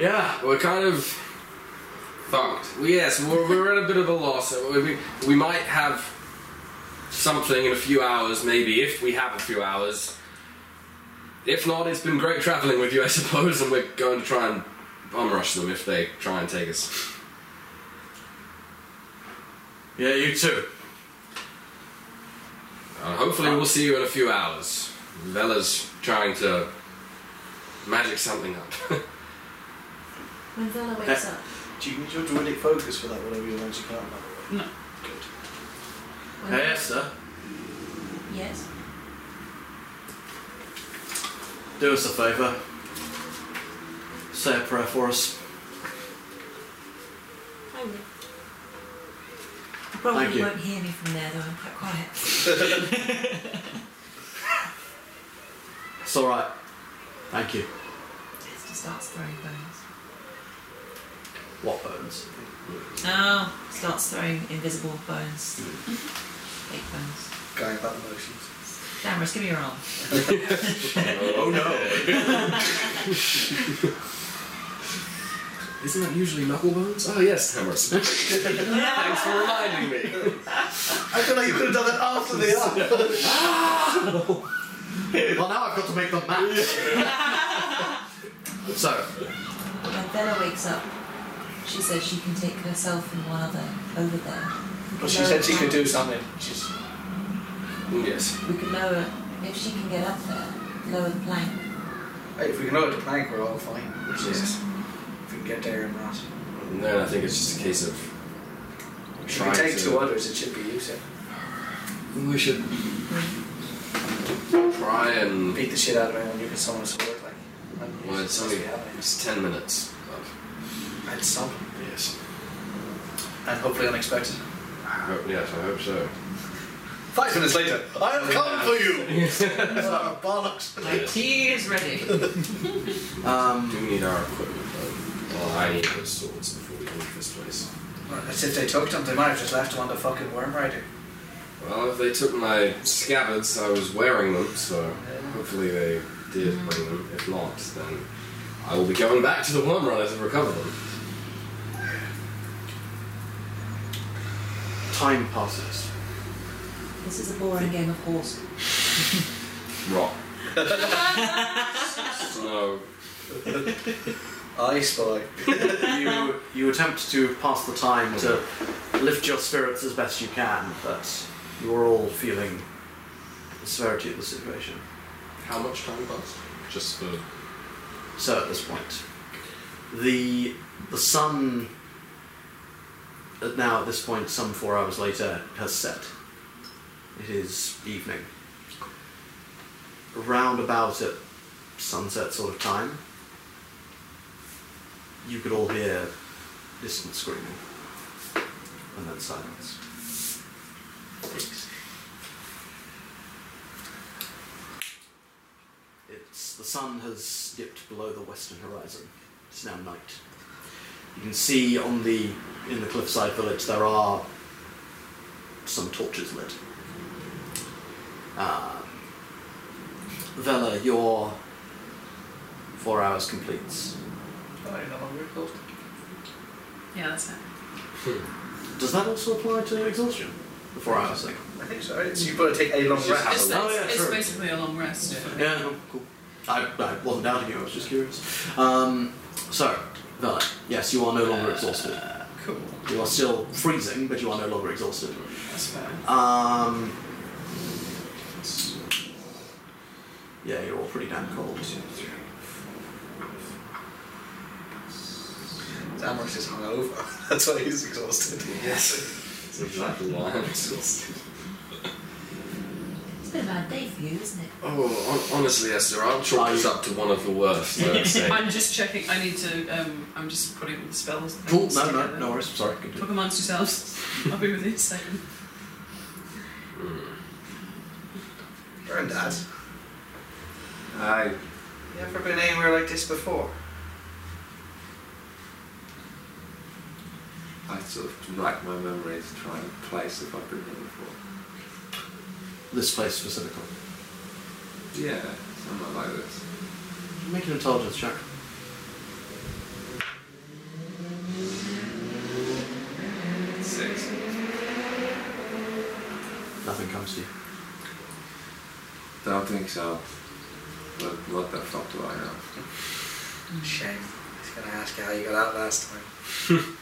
Speaker 6: yeah, we're kind of fucked. Well, Yes, we're, we're at a bit of a loss. We, we- we might have something in a few hours, maybe if we have a few hours. If not, it's been great traveling with you, I suppose, and we're going to try and bomb rush them if they try and take us.
Speaker 2: Yeah, you too.
Speaker 6: Uh, hopefully, we'll see you in a few hours. Vela's trying to magic something up.
Speaker 5: When Vela wakes up,
Speaker 4: Do you need your druidic focus for that, whatever your magic art, by the way? No.
Speaker 5: When- Hey,
Speaker 2: sir.
Speaker 5: yes.
Speaker 2: Do us a favour. Say a prayer for us.
Speaker 5: I will. You probably
Speaker 2: Thank you.
Speaker 5: won't hear me from there, though. I'm quite quiet.
Speaker 2: It's all right. Thank you.
Speaker 5: Esther starts throwing bones.
Speaker 2: What bones?
Speaker 5: Oh, starts throwing invisible bones. Fake bones.
Speaker 4: Going about the motions.
Speaker 5: Damaris, give me your arm.
Speaker 2: oh
Speaker 6: no. Isn't that usually knucklebones? Oh yes, Tamers. Thanks for reminding me.
Speaker 4: I feel like you could have done that after the art.
Speaker 2: well, now I've got to make the match.
Speaker 6: So,
Speaker 5: When Bella wakes up, she says she can take herself and one other over there. We
Speaker 4: But
Speaker 5: can
Speaker 4: she
Speaker 5: lower
Speaker 4: said she could do
Speaker 5: down.
Speaker 4: something. She's
Speaker 6: yes.
Speaker 5: We can lower, if she can get up there, lower the plank.
Speaker 4: Hey, if we can lower the plank, we're all fine. Which is, if we can get there and not.
Speaker 6: And then I think it's just a case of
Speaker 4: If we
Speaker 6: trying
Speaker 4: take
Speaker 6: to.
Speaker 4: two others, it should be useful.
Speaker 6: We should try and.
Speaker 4: Beat the shit out of anyone you can summon support. Like,
Speaker 6: Well, it's only it's ten minutes.
Speaker 4: I'd summon.
Speaker 6: Yes.
Speaker 4: And hopefully unexpected.
Speaker 6: I hope, yes, I hope so.
Speaker 4: Five minutes later, I have come for you! Ah, bollocks.
Speaker 6: My
Speaker 11: tea is ready.
Speaker 6: Um, do need our equipment though. Well, I need those swords before we leave this place.
Speaker 4: That's if they took them, they might have just left them on the fucking worm rider.
Speaker 6: Well, if they took my scabbards, I was wearing them, so hopefully they did bring them. If not, then I will be going back to the worm runner to recover them. Time passes.
Speaker 5: This is a boring game of horse.
Speaker 6: Rock. Snow.
Speaker 4: I spy.
Speaker 2: you, you attempt to pass the time to lift your spirits as best you can, but you are all feeling the severity of the situation.
Speaker 6: How much time passed?
Speaker 2: Just for. So at this point, the the sun. uh, Now at this point, some four hours later, has set. It is evening. Round about at sunset sort of time, you could all hear distant screaming, and then silence. It's the sun has dipped below the western horizon. It's now night. You can see on the in the cliffside village there are some torches lit. Um, Vela, your four hours completes.
Speaker 4: Oh,
Speaker 10: Yeah, that's it.
Speaker 2: Does that also apply to exhaustion? The four hours thing.
Speaker 4: I think so. It's, you've got to take a long
Speaker 2: It's just-
Speaker 4: rest.
Speaker 2: it's- Oh, yeah,
Speaker 10: it's
Speaker 2: sure.
Speaker 10: basically a long rest.
Speaker 2: Yeah, no, cool. I, I wasn't doubting you, I was just curious. Um, so, Vela, yes, you are no longer exhausted.
Speaker 10: Uh, Cool.
Speaker 2: You are still freezing, but you are no longer exhausted.
Speaker 10: That's fair.
Speaker 2: Um, yeah, you're all pretty damn cold.
Speaker 4: Amorous is hungover. That's why he's exhausted. Yes.
Speaker 6: That's exactly why I'm exhausted.
Speaker 5: It's been a bad day for you, isn't it?
Speaker 6: Oh, hon- honestly, Esther, I'll chalk this up to one of the worst. I'd say.
Speaker 10: I'm just checking. I need to. Um, I'm just putting all the spells.
Speaker 2: Cool,
Speaker 10: things
Speaker 2: no, no,
Speaker 10: together.
Speaker 2: no worries, sorry. continue.
Speaker 10: Talk amongst yourselves. I'll be with you in a second.
Speaker 4: Burn that.
Speaker 3: I
Speaker 4: Never been anywhere like this before.
Speaker 3: I sort of rack my memories to try and place if I've been here before.
Speaker 2: This place specifically.
Speaker 3: Yeah, somewhere like this.
Speaker 2: Make an intelligence check.
Speaker 3: Six.
Speaker 2: Nothing comes to you.
Speaker 3: Don't think so. But what the fuck do I know?
Speaker 4: Shame. I was going to ask you how you got out last time.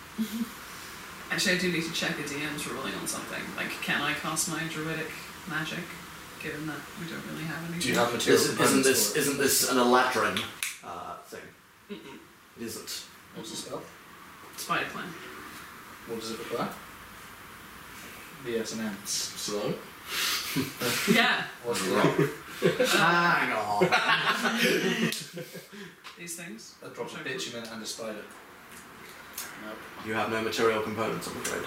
Speaker 10: Actually, I do need to check a DM's ruling on something. Like, can I cast my druidic magic? Given that we don't really have anything.
Speaker 2: Isn't, isn't this isn't this an Elatrin uh, thing?
Speaker 10: Mm-mm.
Speaker 2: It isn't.
Speaker 4: What's the spell?
Speaker 10: Spider plan.
Speaker 4: What does it require? Yes, an ants.
Speaker 6: Slow?
Speaker 10: Yeah.
Speaker 4: What's wrong?
Speaker 2: Hang on.
Speaker 10: These things.
Speaker 4: A drop of bitumen and a spider.
Speaker 2: You have no material components, I'm afraid.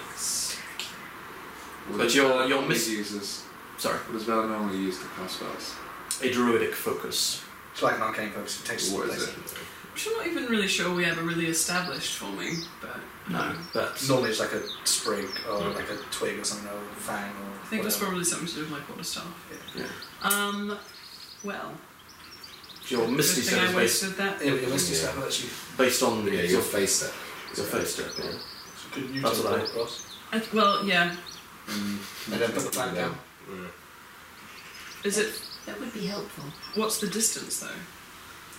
Speaker 3: What
Speaker 2: But
Speaker 3: is
Speaker 2: you're-
Speaker 3: Bella
Speaker 2: you're
Speaker 3: normally
Speaker 2: miss-
Speaker 3: uses.
Speaker 2: Sorry,
Speaker 3: What does Bella normally use to cast spells?
Speaker 2: a druidic focus.
Speaker 4: It's like an arcane focus. It takes us to
Speaker 3: What is
Speaker 4: place.
Speaker 3: it?
Speaker 10: Which I'm not even really sure we ever really established for me, but um,
Speaker 2: No, that's
Speaker 4: Normally it's like a sprig or like a twig or something or a fang or
Speaker 10: I think that's
Speaker 4: whatever.
Speaker 10: probably something to do with my quarterstaff.
Speaker 2: yeah.
Speaker 10: Um, well,
Speaker 2: Your
Speaker 10: good
Speaker 2: misty
Speaker 10: thing
Speaker 2: set is
Speaker 10: I
Speaker 2: based,
Speaker 10: wasted that.
Speaker 4: It, it missed you,
Speaker 6: Yeah.
Speaker 4: Steph, actually.
Speaker 2: based on
Speaker 6: Yeah,
Speaker 2: your
Speaker 6: your face there.
Speaker 2: your face step. Yeah.
Speaker 4: It's a good new
Speaker 2: That's
Speaker 4: to
Speaker 2: what I-
Speaker 4: put across.
Speaker 10: I, well, yeah.
Speaker 4: And then put the plank down.
Speaker 10: Is it?
Speaker 5: That would be helpful.
Speaker 10: What's the distance though?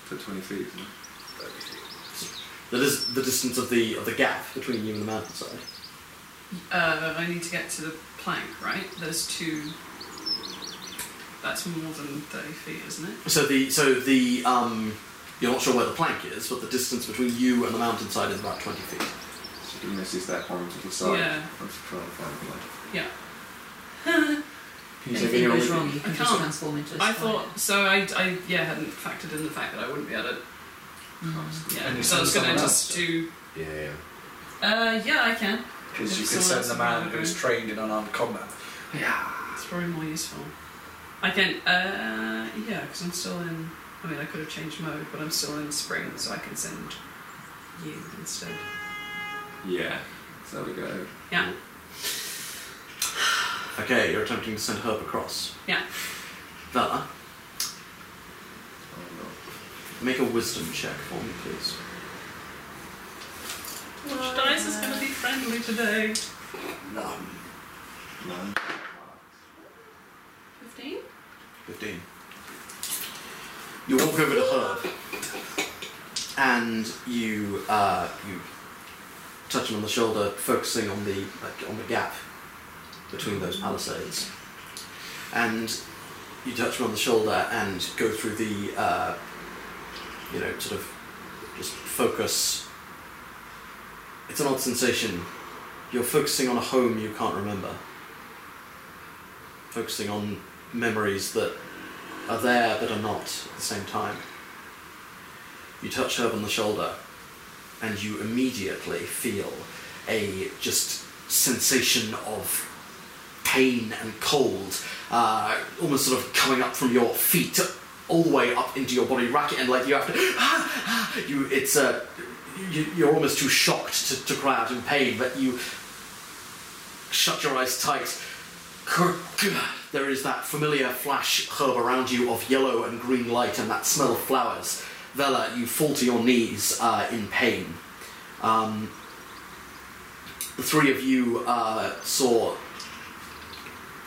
Speaker 3: For 20 feet, isn't it?
Speaker 2: That is the distance of the of the gap between you and the mountainside.
Speaker 10: Uh, I need to get to the plank, right? There's two. That's more than 30 feet, isn't it?
Speaker 2: So the so the um, you're not sure where the plank is, but the distance between you and the mountainside is about twenty feet.
Speaker 3: She misses that one to the side.
Speaker 10: Yeah.
Speaker 3: I'm just trying to find the plank.
Speaker 10: Yeah.
Speaker 3: He's Anything like, goes "You're- wrong, you
Speaker 10: I
Speaker 3: can just
Speaker 10: can't-
Speaker 5: transform into a
Speaker 10: I
Speaker 5: spider."
Speaker 10: thought so. I, I yeah hadn't factored in the fact that I wouldn't be able to. Yeah,
Speaker 12: And you
Speaker 10: so I was
Speaker 12: send someone
Speaker 10: gonna just do.
Speaker 2: Yeah, yeah.
Speaker 10: Uh, yeah, I can.
Speaker 4: Because
Speaker 10: If
Speaker 4: you could
Speaker 10: someone
Speaker 4: send
Speaker 10: else
Speaker 4: the
Speaker 10: is
Speaker 4: man
Speaker 10: available.
Speaker 4: who's trained in unarmed combat.
Speaker 10: Yeah, it's probably more useful. I can. Uh, yeah, because I'm still in. I mean, I could have changed mode, but I'm still in spring, so I can send you instead.
Speaker 3: Yeah. So we go.
Speaker 10: Yeah,
Speaker 2: Okay, you're attempting to send Herb across.
Speaker 10: yeah.
Speaker 2: Bella.
Speaker 3: oh,
Speaker 2: Make a wisdom check for me, please.
Speaker 10: Which dice is gonna be friendly today?
Speaker 2: None. None.
Speaker 10: Fifteen.
Speaker 2: 15. You walk over to Herb and you uh, you touch him on the shoulder, focusing on the like, on the gap between those palisades. And you touch him on the shoulder and go through the uh, you know sort of just focus. It's an odd sensation. You're focusing on a home you can't remember focusing on memories that are there but are not at the same time. You touch Herb on the shoulder, and you immediately feel a just sensation of pain and cold, uh, almost sort of coming up from your feet all the way up into your body, racking, and like you have to. "Ah, you, it's a. You, you're almost too shocked to, to cry out in pain, but you shut your eyes tight. There is that familiar flash herb around you of yellow and green light and that smell of flowers. Vela, you fall to your knees uh, in pain. Um, the three of you uh, saw,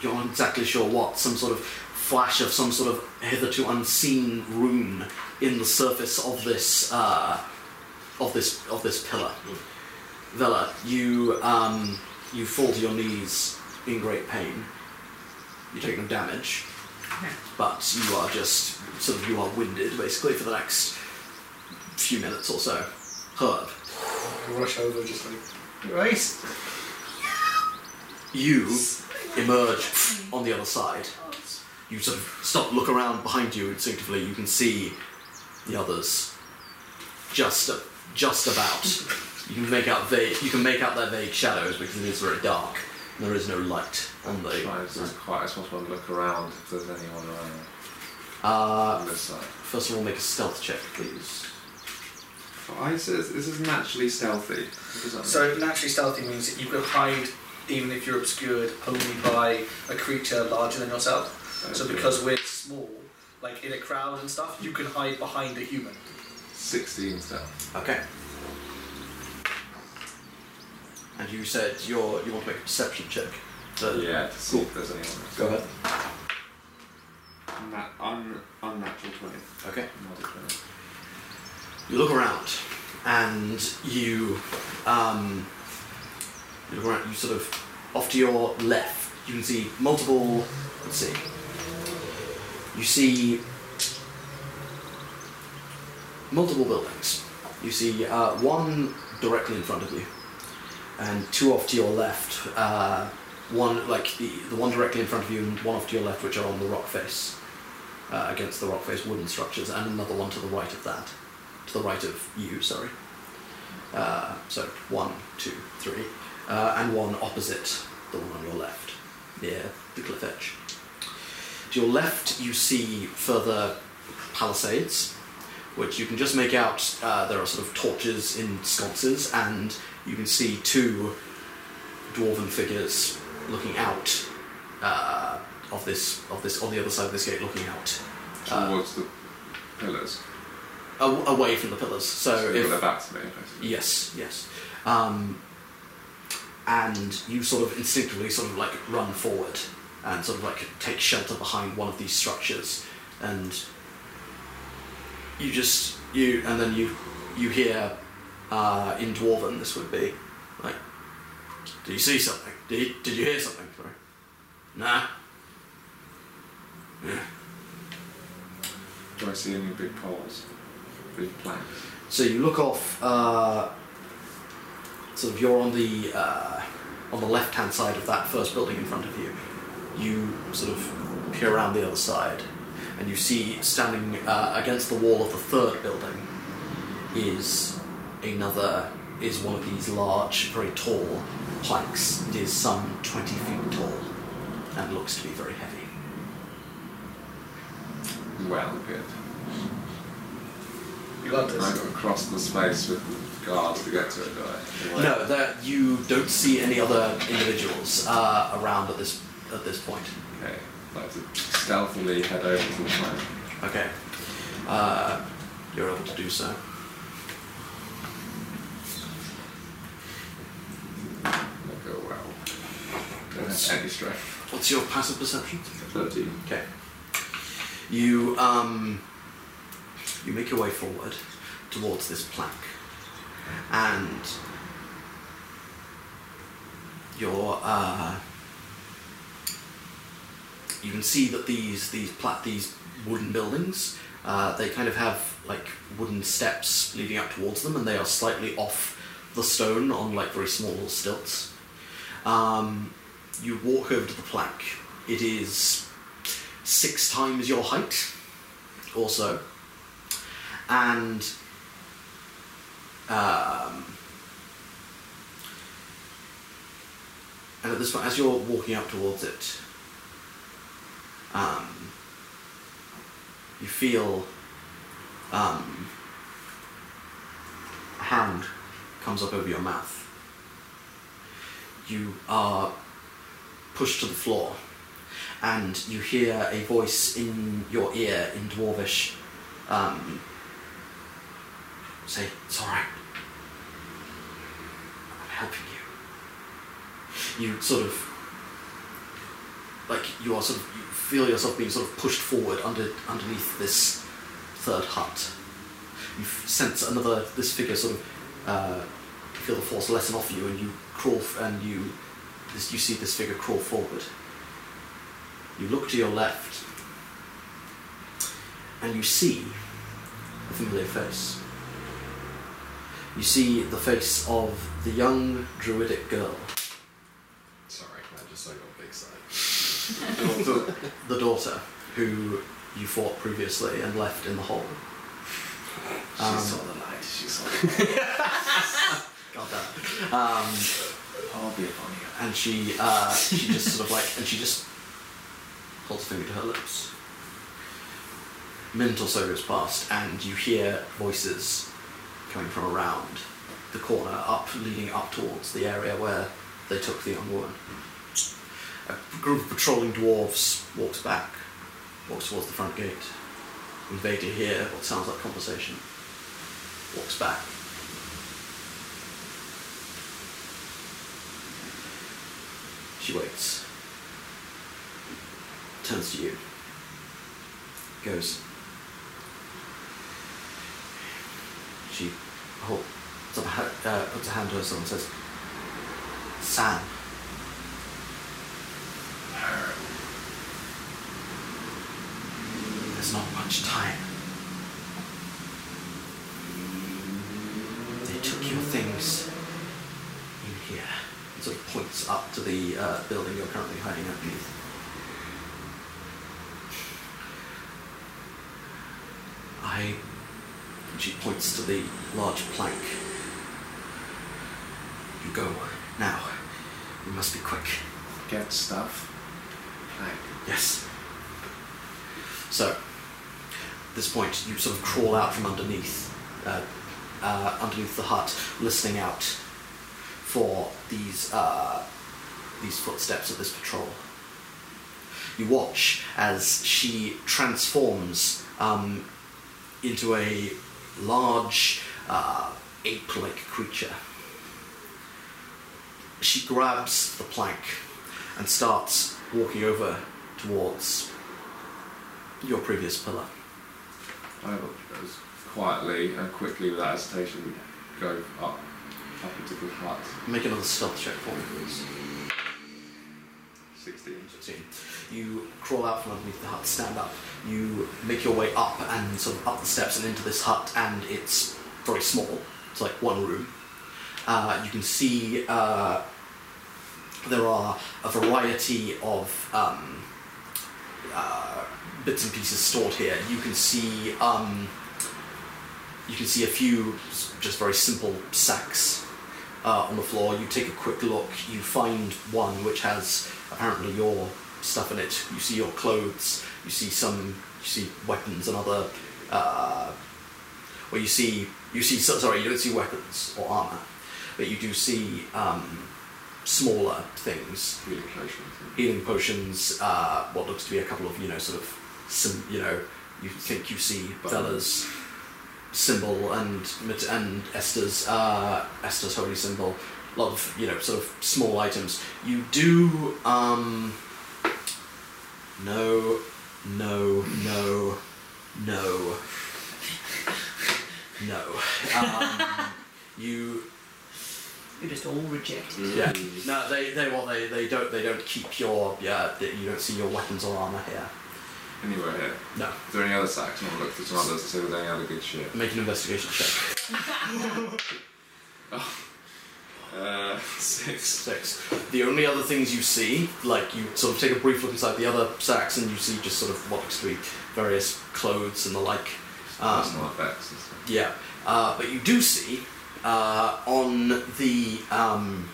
Speaker 2: you're not exactly sure what, some sort of flash of some sort of hitherto unseen rune in the surface of this uh, of this of this pillar. Vela, you um, you fall to your knees in great pain. You take no damage,
Speaker 10: Okay.
Speaker 2: but you are just sort of you are winded basically for the next few minutes or so. Herb,
Speaker 4: You rush over just like, Grace!
Speaker 2: you emerge on the other side. You sort of stop, look around behind you instinctively. You can see the others just just about. You can make out vague, you can make out their vague shadows because it is very dark. There is no light on the.
Speaker 3: I just quite as much want to look around if there's anyone around.
Speaker 2: Uh, first of all, make a stealth check, please.
Speaker 3: I says this is naturally stealthy. What does that mean?
Speaker 4: So naturally stealthy means that you can hide even if you're obscured only by a creature larger than yourself. So
Speaker 3: Okay.
Speaker 4: because we're small, like in a crowd and stuff, you can hide behind a human.
Speaker 3: 16 stealth.
Speaker 2: Okay. And you said you're, you want to make a perception check. So-
Speaker 3: yeah, to see if there's anyone else.
Speaker 2: Go ahead.
Speaker 3: Na- un- unnatural 20.
Speaker 2: Okay.
Speaker 3: Not a 20.
Speaker 2: You look around, and you, um, you look around. You sort of off to your left. You can see multiple. Let's see. You see multiple buildings. You see uh, one directly in front of you, and two off to your left. Uh, one like the, the one directly in front of you, and one off to your left, which are on the rock face, uh, against the rock face wooden structures, and another one to the right of that, to the right of you. Sorry. Uh, so one, two, three, uh, and one opposite the one on your left, near the cliff edge. To your left, you see further palisades, which you can just make out. Uh, there are sort of torches in sconces, and you can see two dwarven figures looking out uh, of this of this on the other side of this gate, looking out uh,
Speaker 3: Towards the pillars.
Speaker 2: aw- away from the pillars. So
Speaker 3: they've got
Speaker 2: if
Speaker 3: their back to me, basically.
Speaker 2: Yes, yes. Um, and you sort of instinctively sort of like run forward and sort of like take shelter behind one of these structures and you just you and then you you hear uh, in dwarven this would be like do you see something did you, did you hear something sorry nah yeah.
Speaker 3: Do I see any big poles? Big planks?
Speaker 2: So you look off. Uh, sort of, you're on the uh, on the left hand side of that first building in front of you. You sort of peer around the other side, and you see standing uh, against the wall of the third building is another is one of these large, very tall planks. It is some twenty feet tall, and looks to be very heavy.
Speaker 3: Well, good.
Speaker 4: You got this.
Speaker 3: I got to cross the space with guards to get to it, do I?
Speaker 2: No, that you don't see any other individuals uh, around at this at this point.
Speaker 3: Okay, I'd like to stealthily head over to the plank.
Speaker 2: Okay, uh, you're able to do so.
Speaker 3: Not go well. Don't have any strength.
Speaker 2: What's your passive perception?
Speaker 3: Thirteen.
Speaker 2: Okay. You um, you make your way forward towards this plank, and your uh, you can see that these these plat these wooden buildings uh, they kind of have like wooden steps leading up towards them, and they are slightly off the stone on like very small stilts. Um, you walk over to the plank. It is six times your height, or so. And um, and at this point, as you're walking up towards it, um, you feel um, a hand comes up over your mouth. You are pushed to the floor, and you hear a voice in your ear in dwarvish um, say, It's alright. I'm helping you. You sort of, like, you are sort of, you feel yourself being sort of pushed forward under, underneath this third hut. You f- sense another, this figure sort of, uh, you feel the force lessen off you, and you crawl, f- and you, this, you see this figure crawl forward. You look to your left, and you see a familiar face. You see the face of the young druidic girl.
Speaker 6: Sorry, I just saw your big side.
Speaker 2: the, the daughter who you fought previously and left in the hole.
Speaker 13: She
Speaker 2: Um,
Speaker 13: saw the light. She saw. The
Speaker 2: God damn. Um,
Speaker 13: I'll be upon you.
Speaker 2: and she uh, she just sort of like and she just holds a finger to her lips. A minute or so goes past, and you hear voices coming from around the corner, up leading up towards the area where they took the young woman. A group of patrolling dwarves walks back, walks towards the front gate. You vaguely hear what sounds like conversation. Walks back. She waits. Turns to you. Goes. She hol- puts, up a ha- uh, puts a hand to herself and says, Sam. There's not much time. They took your things in here. It sort of points up to the uh, building you're currently hiding underneath. I. She points to the large plank. You go now. You must be quick.
Speaker 3: Get stuff. Plank.
Speaker 2: Yes. So, at this point, you sort of crawl out from underneath, uh, uh, underneath the hut, listening out for these uh, these footsteps of this patrol. You watch as she transforms um, into a large uh, ape-like creature. She grabs the plank and starts walking over towards your previous pillar.
Speaker 3: I have all those. quietly and quickly without hesitation we go up up into the flats.
Speaker 2: Make another stealth check for me, please.
Speaker 3: 16.
Speaker 2: 16. You crawl out from underneath the hut, stand up. You make your way up and sort of up the steps and into this hut, and it's very small. It's like one room. Uh, you can see uh, there are a variety of um, uh, bits and pieces stored here. You can see um, you can see a few s- just very simple sacks uh, on the floor. You take a quick look. You find one which has apparently your stuff in it. You see your clothes. You see some. You see weapons and other. Uh, well, you see. You see. so- Sorry, you don't see weapons or armor, but you do see um, smaller things.
Speaker 3: Healing potions.
Speaker 2: Healing potions. Uh, what looks to be a couple of you know sort of some you know you think you see fellas symbol and mit- and Esther's uh, Esther's holy symbol. A lot of you know sort of small items. You do um, no, no, no, no, no. Um, you
Speaker 8: You're just all rejected.
Speaker 2: yeah. No, they they well, they they don't they don't keep your yeah they, you don't see your weapons or armor here.
Speaker 3: Anywhere here.
Speaker 2: No.
Speaker 3: Is there any other sacks? Not looked at some others to see if there's any other good shit.
Speaker 2: Make an investigation check.
Speaker 3: Uh, six.
Speaker 2: Six. The only other things you see, like you sort of take a brief look inside the other sacks, and you see just sort of what looks to be various clothes and the like. Um,
Speaker 3: Personal effects and stuff.
Speaker 2: Yeah, uh, but you do see uh, on the um,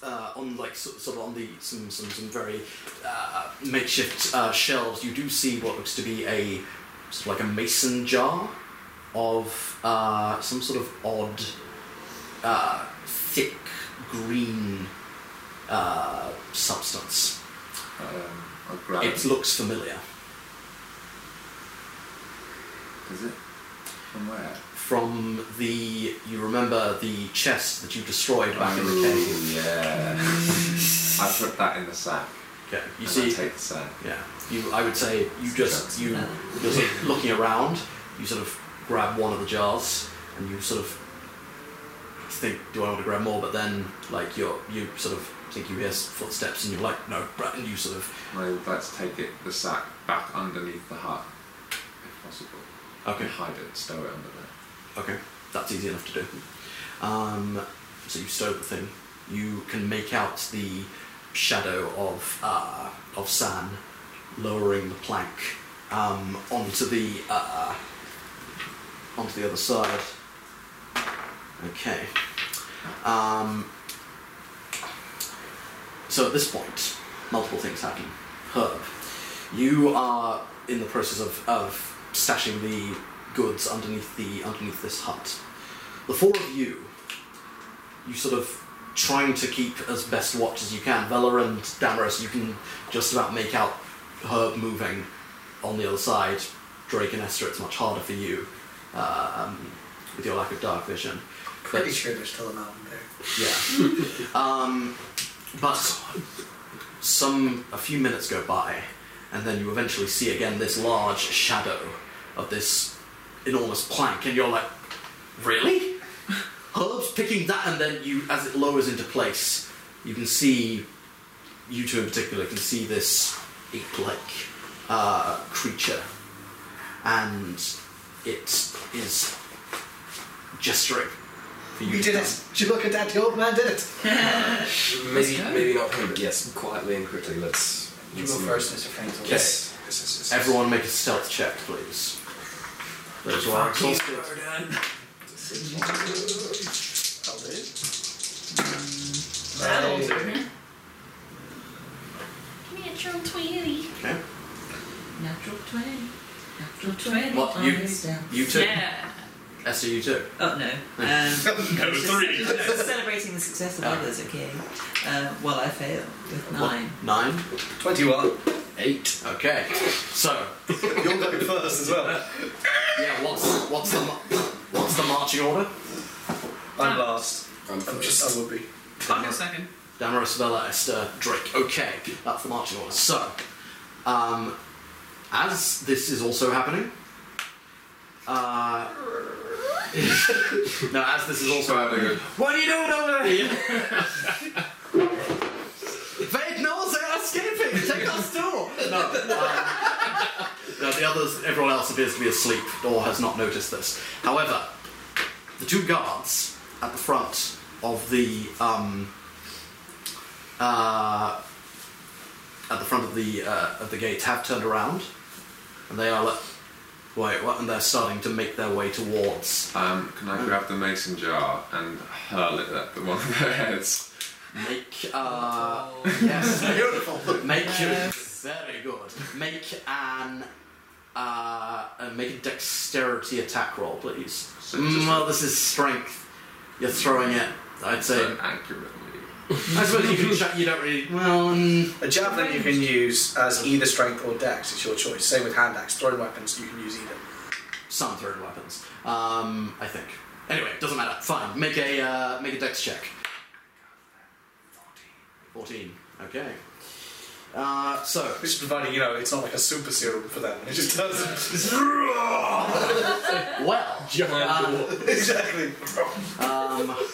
Speaker 2: uh, on like so, sort of on the some some, some very uh, makeshift uh, shelves. You do see what looks to be a sort of like a mason jar of uh, some sort of odd, uh, thick green uh, substance.
Speaker 3: Um, I grab
Speaker 2: It looks familiar.
Speaker 3: Is it? From where?
Speaker 2: from the you remember the chest that you destroyed back in the
Speaker 3: Ooh,
Speaker 2: cave.
Speaker 3: yeah. I put that in the sack.
Speaker 2: Okay, you
Speaker 3: and I
Speaker 2: see,
Speaker 3: take the sack.
Speaker 2: yeah, you. I would say you just you you're sort of looking around. You sort of grab one of the jars and you sort of think, do I want to grab more? But then like you're you sort of think you hear s- footsteps and you're like, no, Brett, and you sort of
Speaker 3: I would like to take it, the sack, back underneath the hut, if possible.
Speaker 2: okay,
Speaker 3: Hide it, stow it under there.
Speaker 2: Okay, that's easy enough to do. Um, so you stow the thing. You can make out the shadow of uh, of San lowering the plank um, onto the uh, onto the other side. Okay. Um, so at this point, multiple things happen. Herb, you are in the process of, of stashing the goods underneath the underneath this hut. The four of you, you sort of trying to keep as best watch as you can. Vela and Damaris, you can just about make out Herb moving on the other side. Drake and Esther, it's much harder for you um, with your lack of dark vision.
Speaker 4: Pretty
Speaker 2: But-
Speaker 4: sure there's still a mountain there.
Speaker 2: yeah. um, but some a few minutes go by, and then you eventually see again this large shadow of this enormous plank, and you're like, really? Herb's picking that, and then you, as it lowers into place, you can see, you two in particular, can see this ape-like uh, creature, and it is gesturing. for
Speaker 4: You
Speaker 2: to
Speaker 4: did
Speaker 2: come.
Speaker 4: it! Did you look at that? The old man did it!
Speaker 14: Let's
Speaker 6: Maybe,
Speaker 14: go.
Speaker 6: maybe not him, but yes, quietly and quickly. Let's.
Speaker 4: You
Speaker 6: let's
Speaker 4: go
Speaker 6: see.
Speaker 4: first, Mr. Frankel.
Speaker 6: Yes. Yes, yes, yes, yes.
Speaker 2: Everyone make a stealth check, please. Those who are exhausted.
Speaker 10: That'll do.
Speaker 5: Natural 20.
Speaker 2: Okay.
Speaker 5: Natural 20. Natural 20.
Speaker 2: What,
Speaker 5: on
Speaker 2: you-
Speaker 5: this down.
Speaker 2: You two.
Speaker 8: Yeah.
Speaker 2: Esther, you two.
Speaker 8: Oh no. Um,
Speaker 2: No,
Speaker 8: just-
Speaker 2: three.
Speaker 8: just celebrating the success of
Speaker 2: Ah.
Speaker 8: others, okay. Uh, well, I fail with nine.
Speaker 2: What? Nine.
Speaker 4: 21.
Speaker 2: Eight. Okay. So,
Speaker 4: You're going first as well.
Speaker 2: yeah, what's what's the mar- what's the marching order?
Speaker 4: I'm last.
Speaker 6: I'm
Speaker 4: I'm
Speaker 6: first.
Speaker 4: just, I would be.
Speaker 10: I'll go second.
Speaker 2: Damaris, Vela, Esther, Drake. Okay, that's the marching order. So, um, as this is also happening, Uh, now, as this is also
Speaker 15: Trying
Speaker 2: What are you doing over there? Wait, no, they are escaping. Take us too. No. um, now the others, everyone else appears to be asleep or has not noticed this. However, the two guards at the front of the um, uh, at the front of the uh, of the gates have turned around, and they are like, wait, what? And they're starting to make their way towards.
Speaker 3: Um, can I grab the mason jar and hurl it at the one of their heads?
Speaker 2: Make uh, yes, beautiful. Make very good. Make an uh, uh, make a dexterity attack roll, please. Mm, well, this is strength. You're throwing it. I'd say
Speaker 3: accurately.
Speaker 2: I suppose you can. Ch- you don't really. Well, um,
Speaker 4: a javelin you can use as either strength or dex. It's your choice. Same with hand axe. Throwing weapons, you can use either.
Speaker 2: Some thrown weapons. Um, I think. Anyway, doesn't matter. Fine. Make a uh, make a dex check. Fourteen. Okay. Uh, so.
Speaker 4: This is providing, you know, it's not like a super serum for them. It just does.
Speaker 2: well.
Speaker 4: exactly.
Speaker 2: Um,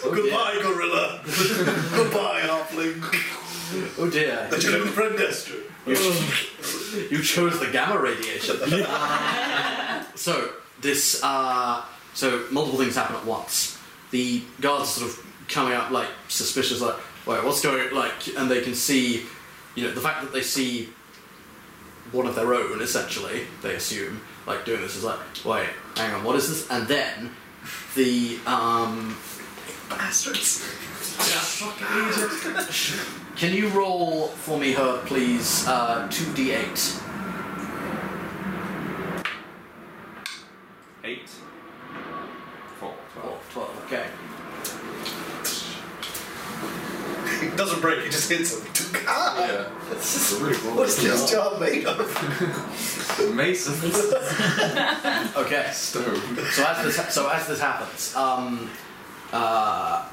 Speaker 4: Oh Goodbye, gorilla. Goodbye, halfling.
Speaker 2: Oh dear.
Speaker 4: The gentleman friend Esther.
Speaker 2: You, you chose the gamma radiation. Uh, so this, uh, so multiple things happen at once. The guards sort of coming up like suspicious, like, wait, what's going? Like, and they can see, you know, the fact that they see one of their own, essentially, they assume, like doing this is like, wait, hang on, what is this? And then the um,
Speaker 10: Bastards.
Speaker 2: Can you roll for me, Herb, please? Uh, 2d8.
Speaker 3: Eight. Four. Twelve.
Speaker 2: 12, Oh, okay.
Speaker 4: It doesn't break, it just hits him. Oh.
Speaker 3: Yeah.
Speaker 4: What's Ah! this jar made of?
Speaker 3: Masons.
Speaker 2: Okay.
Speaker 3: Stone.
Speaker 2: So as this, so as this happens, um, uh,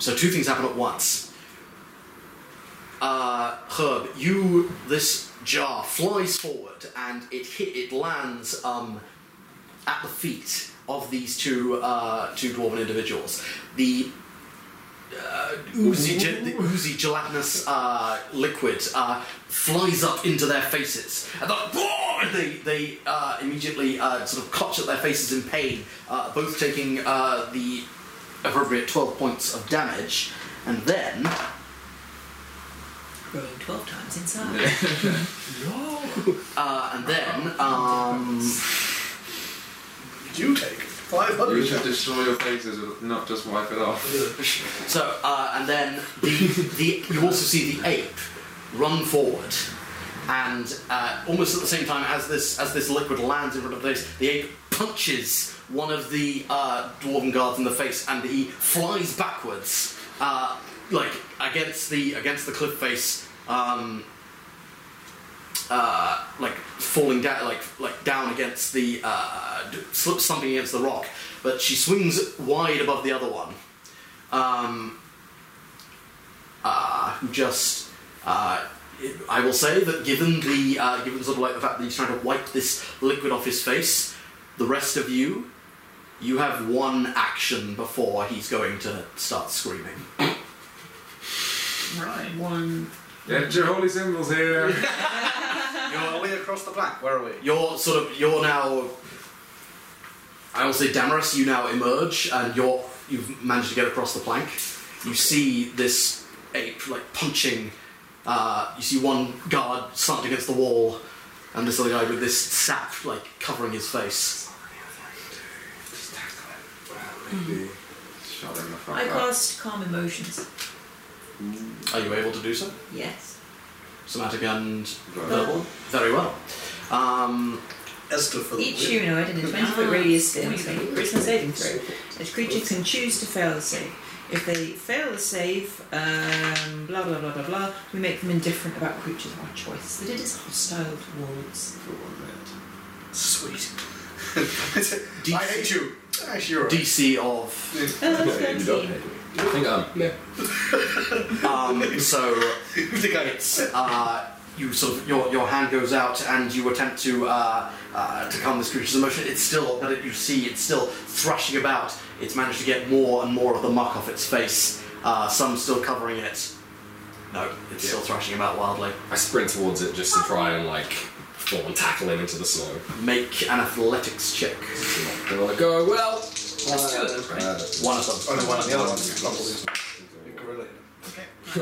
Speaker 2: so two things happen at once. Uh, Herb, you this jar flies forward and it hit, it lands um, at the feet of these two uh, two dwarven individuals. The uh, oozy, ge- the oozy gelatinous uh, liquid uh, flies up into their faces, and they're like, "Whoa!" And they they uh, immediately uh, sort of clutch at their faces in pain, uh, both taking uh, the appropriate twelve points of damage, and then
Speaker 8: Rolling 12 times inside.
Speaker 2: uh, and then um,
Speaker 4: You take five
Speaker 3: You
Speaker 4: hundred.
Speaker 3: should destroy your faces, not just wipe it off.
Speaker 2: So, uh, and then the, the you also see the ape run forward, and uh, almost at the same time as this as this liquid lands in front of the face, the ape punches one of the uh, dwarven guards in the face, and he flies backwards, uh, like against the against the cliff face. Um, uh, like falling down, like like down against the uh, d- slip slumping against the rock, but she swings wide above the other one, um, uh, who just uh, I will say that given the uh, given sort of like the fact that he's trying to wipe this liquid off his face, the rest of you, you have one action before he's going to start screaming.
Speaker 10: Right. One.
Speaker 3: Get your holy symbols here.
Speaker 4: Are we across the black? Where are we?
Speaker 2: You're sort of you're now. I will say, Damaris, you now emerge, and you're you've managed to get across the plank. You see this ape like punching. Uh, you see one guard slumped against the wall, and this other guy with this sap like covering his face.
Speaker 3: Shut him the fuck
Speaker 8: I
Speaker 3: up.
Speaker 8: cast Calm Emotions.
Speaker 2: Are you able to do so?
Speaker 8: Yes.
Speaker 2: Somatic and
Speaker 3: Right.
Speaker 2: verbal. Very well. Um,
Speaker 4: Esther for the
Speaker 8: Each
Speaker 4: win.
Speaker 8: humanoid in a 20 foot radius spin must make a charisma saving throw. A creature can choose to fail the save. If they fail the save, um, blah blah blah blah blah, we make them indifferent about creatures of our choice that it is hostile towards.
Speaker 4: For one minute. Sweet. I hate you. Ah, sure.
Speaker 2: DC of
Speaker 8: Oh, that's 13.
Speaker 6: I think I'm.
Speaker 2: um, so
Speaker 4: You think I-
Speaker 2: it's uh, you sort of your, your hand goes out and you attempt to uh, uh, to calm this creature's emotion. It's still that it, you see it's still thrashing about. It's managed to get more and more of the muck off its face. Uh, some still covering it. No, it's still thrashing about wildly.
Speaker 6: I sprint towards it just to try and like fall and tackle him into the snow.
Speaker 2: Make an athletics check.
Speaker 6: Gonna go well.
Speaker 2: Let's do it, right? One of them.
Speaker 4: Oh.
Speaker 6: Only one of the other ones.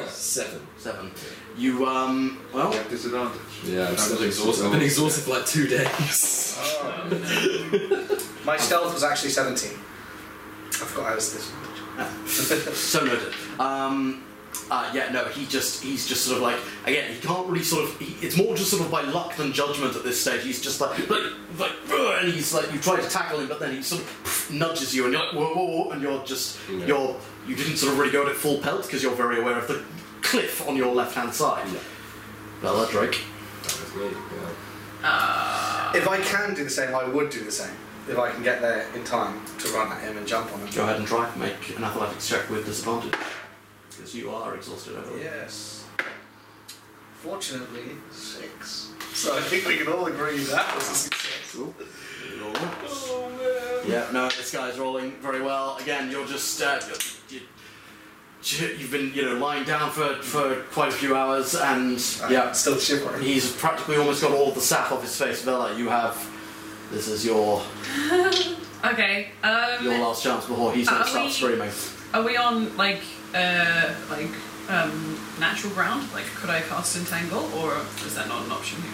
Speaker 2: Seven. Seven. You um. Well.
Speaker 6: disadvantage. Yeah, I'm still exhausted.
Speaker 2: I've
Speaker 6: I've
Speaker 2: been
Speaker 6: been exhausted for like two days.
Speaker 4: My stealth was actually 17. I forgot I was this.
Speaker 2: so noted. Um, uh, yeah, no, he just he's just sort of like again, he can't really sort of. He, it's more just sort of by luck than judgment at this stage. He's just like like like, "Ugh," and he's like you try to tackle him, but then he sort of nudges you, and you're like whoa, whoa, whoa and you're just
Speaker 6: Yeah.
Speaker 2: you're you didn't sort of really go at it full pelt because you're very aware of the cliff on your left hand side. Bella Drake.
Speaker 6: That was me. Yeah.
Speaker 4: If I can do the same, I would do the same. If I can get there in time to run at him and jump on him.
Speaker 2: Go ahead and try. Make an athletics check with disadvantage because you are exhausted. I believe.
Speaker 4: Yes. Fortunately, six. So I think we can all agree that was a success.
Speaker 2: Yeah, no, this guy's rolling very well. Again, you're just uh, you, you, you've been you know lying down for, for quite a few hours, and yeah,
Speaker 4: still shivering.
Speaker 2: He's practically almost got all the sap off his face. Vela, you have this is your
Speaker 10: okay. Um,
Speaker 2: your last chance before he's going
Speaker 10: Are
Speaker 2: to start
Speaker 10: we-
Speaker 2: screaming.
Speaker 10: Are we on like uh like um natural ground? Like could I cast entangle or is that not an option here?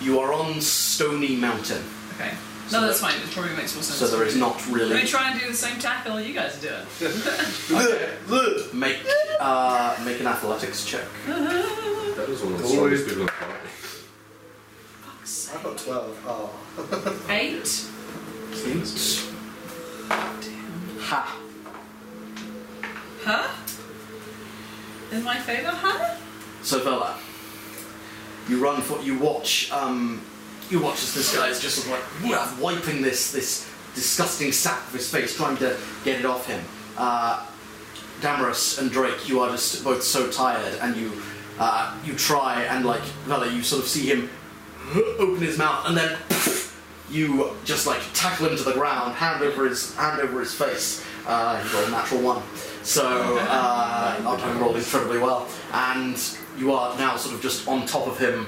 Speaker 2: You are on Stony Mountain,
Speaker 10: Okay.
Speaker 2: So
Speaker 10: no, that's
Speaker 2: that-
Speaker 10: fine. It probably makes more sense.
Speaker 2: so there is not
Speaker 10: Let
Speaker 2: really.
Speaker 10: me try and do the same tackle you guys are doing.
Speaker 2: Make uh, make an athletics check.
Speaker 6: That was one of the
Speaker 4: Cool.
Speaker 6: strongest people in the party.
Speaker 4: I got 12. Oh.
Speaker 10: Eight.
Speaker 2: Ha!
Speaker 10: Huh? In my favour, huh?
Speaker 2: So Bella, you run for you watch um, you watch as this guy is just sort of like "Wah," wiping this this disgusting sap off his face, trying to get it off him. Uh, Damaris and Drake, you are just both so tired, and you uh, you try and like Bella, you sort of see him open his mouth, and then you just like tackle him to the ground, hand over his hand over his face. Uh, he got a natural one, so uh, our time rolled incredibly well, and you are now sort of just on top of him.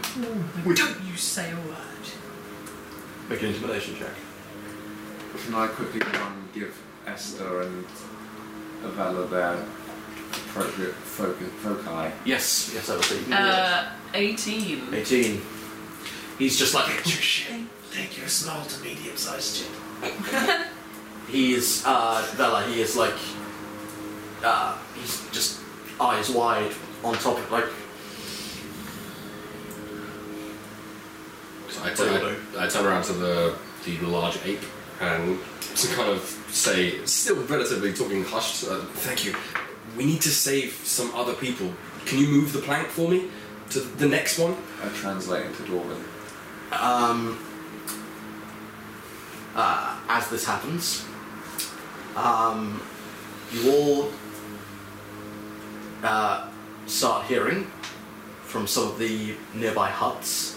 Speaker 10: Don't you say a word.
Speaker 2: Make an intimidation check.
Speaker 3: Can I quickly go and give Esther and Avella their appropriate focus, foci?
Speaker 2: Yes, yes, I will see.
Speaker 10: Uh, 18.
Speaker 2: Eighteen. He's just like
Speaker 16: Thank you, small to medium sized chip.
Speaker 2: he is uh, Vela. He is like uh, he's just eyes wide on top of like
Speaker 6: So I turn, I, I turn around to the, the large ape and to kind of say, still relatively talking hushed, uh, thank you. We need to save some other people. Can you move the plank for me to the next one?
Speaker 3: I translate into Dwarven.
Speaker 2: Um, uh, as this happens, um, you all uh, start hearing from some of the nearby huts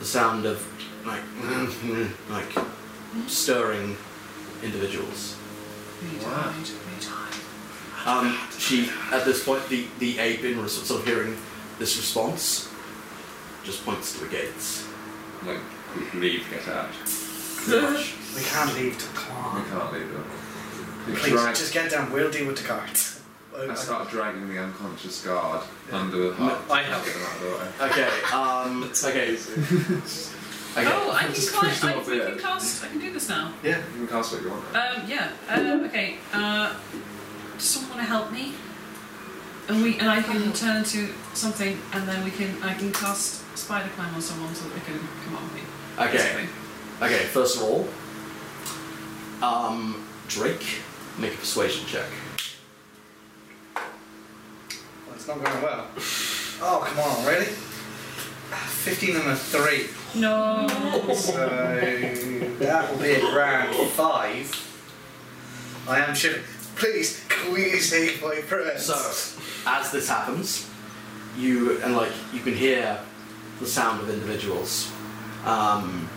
Speaker 2: the sound of like like stirring individuals.
Speaker 10: We
Speaker 3: Wow.
Speaker 10: died, we died.
Speaker 2: Um, she, at this point, the, the ape, in res- sort of hearing this response, just points to the gates.
Speaker 3: Like, leave, get out.
Speaker 2: Pretty much.
Speaker 4: we can't leave to
Speaker 3: We
Speaker 4: climb.
Speaker 3: can't leave them. They
Speaker 4: Please,
Speaker 3: drag-
Speaker 4: just get down. We'll deal with the guards.
Speaker 3: I start dragging the unconscious guard under the hut.
Speaker 4: I help.
Speaker 3: Get them out of the way.
Speaker 2: Okay, um, okay. okay.
Speaker 10: Oh, I can
Speaker 3: Just
Speaker 10: cast.
Speaker 3: pushed him
Speaker 10: I
Speaker 3: off
Speaker 10: we
Speaker 3: the
Speaker 10: can
Speaker 3: edge.
Speaker 10: cast. I can do this now.
Speaker 3: Yeah, you can cast what you want.
Speaker 10: Um, yeah. Um, okay. Uh, does someone want to help me? And we and I can turn into something, and then we can. I can cast spider climb on someone so that they can come up with me.
Speaker 2: Okay.
Speaker 10: Basically.
Speaker 2: Okay, first of all, um, Drake, make a persuasion check.
Speaker 4: Well, it's not going well. Oh, come on, really? Ah, 15 and a 3.
Speaker 10: No.
Speaker 4: So that will be a grand 5. I am shivering. Please, can we save my prayers?
Speaker 2: So, as this happens, you and like you can hear the sound of individuals um,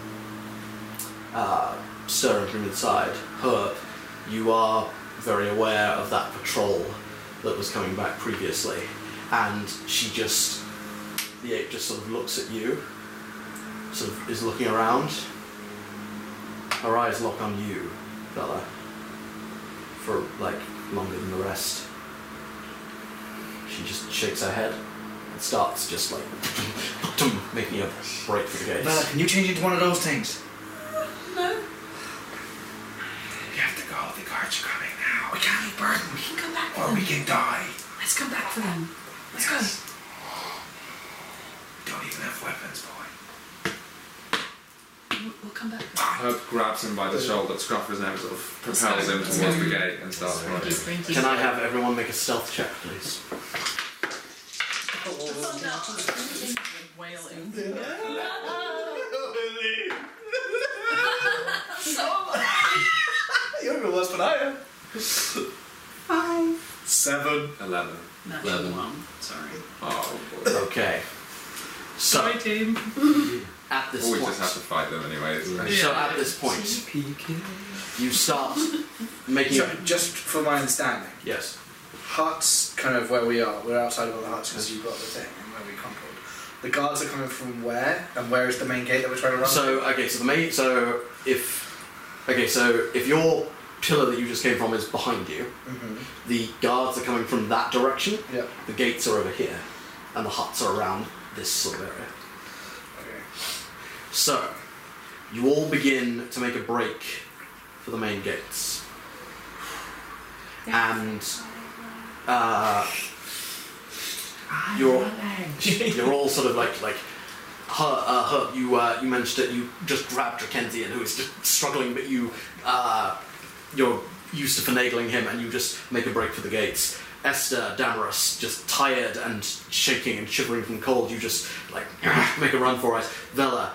Speaker 2: uh, stirring from inside. Herb, you are very aware of that patrol that was coming back previously, and she just the ape just sort of looks at you, sort of is looking around. Her eyes lock on you, fella, for like longer than the rest. She just shakes her head and starts just like making a break for the
Speaker 4: Bella,
Speaker 2: gates.
Speaker 4: can you change into one of those things?
Speaker 10: No.
Speaker 4: You have to go. The guards are coming now.
Speaker 10: We can't leave Burton. We can come back for them.
Speaker 4: die.
Speaker 10: Let's come back for them. Let's go.
Speaker 4: Don't even have weapons, boy.
Speaker 10: We'll, we'll come back.
Speaker 3: Herb grabs him by the shoulder, scruffers him, sort of propels him towards the gate and starts running.
Speaker 2: Can I have everyone make a stealth check, please?
Speaker 10: Wailing. so
Speaker 4: You're even worse than I am.
Speaker 10: Five.
Speaker 3: Seven. Eleven.
Speaker 10: Natural
Speaker 2: Eleven.
Speaker 10: one. Sorry.
Speaker 3: Oh,
Speaker 2: Okay. So,
Speaker 10: Sorry, team.
Speaker 2: At this
Speaker 3: or we
Speaker 2: point.
Speaker 3: just have to fight them anyway. It's fine.
Speaker 2: So at this point, you start making.
Speaker 4: So, just for my understanding,
Speaker 2: Yes.
Speaker 4: huts, kind of where we are, we're outside of all the huts because you got the thing and where we conquered. The guards are coming from where? And where is the main gate that we're trying to run?
Speaker 2: So okay, so the main. So if okay, so if your pillar that you just came from is behind you,
Speaker 4: hmm
Speaker 2: the guards are coming from that direction.
Speaker 4: Yep.
Speaker 2: The gates are over here, and the huts are around this sort of area.
Speaker 4: Okay.
Speaker 2: So you all begin to make a break for the main gates, and uh, you're you're all sort of like like her, uh, her you uh, you managed to you just grabbed Drakensian who is just struggling but you uh, you're used to finagling him and you just make a break for the gates Esther Damaris just tired and shaking and shivering from cold you just like make a run for it Vela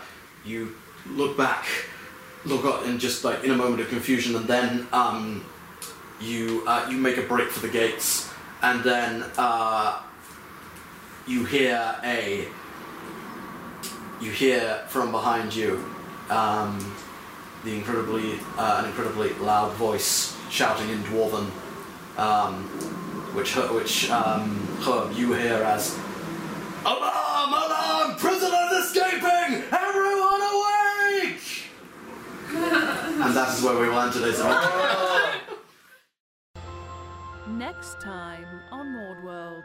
Speaker 2: you look back look up and just like in a moment of confusion and then um, you uh, you make a break for the gates and then uh, you hear a you hear from behind you um, the incredibly uh, an incredibly loud voice shouting in dwarven um, which her, which um, her, you hear as alarm alarm prisoners escaping everyone awake and that is where we will end today's episode.
Speaker 5: Next time on Maud World.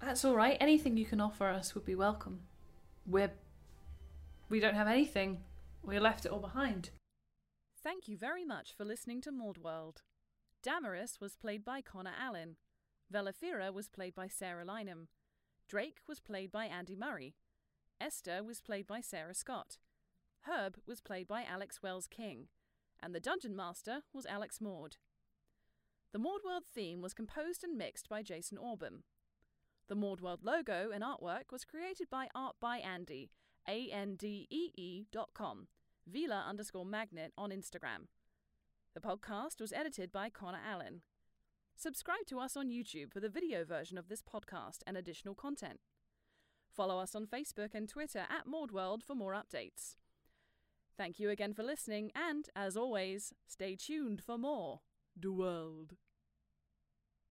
Speaker 5: That's all right. Anything you can offer us would be welcome. We're we don't have anything. We left it all behind. Thank you very much for listening to Mordworld. Damaris was played by Connor Allen. Velafira was played by Sarah Lynham. Drake was played by Andy Murray. Esther was played by Sarah Scott. Herb was played by Alex Wells King. And the Dungeon Master was Alex Maud. The Mordworld theme was composed and mixed by Jason Orbam. The Mordworld logo and artwork was created by Art by Andy, A N D E E dot com, Vila underscore magnet on Instagram. The podcast was edited by Connor Allen. Subscribe to us on YouTube for the video version of this podcast and additional content. Follow us on Facebook and Twitter at Mordworld for more updates. Thank you again for listening, and as always, stay tuned for more. The World.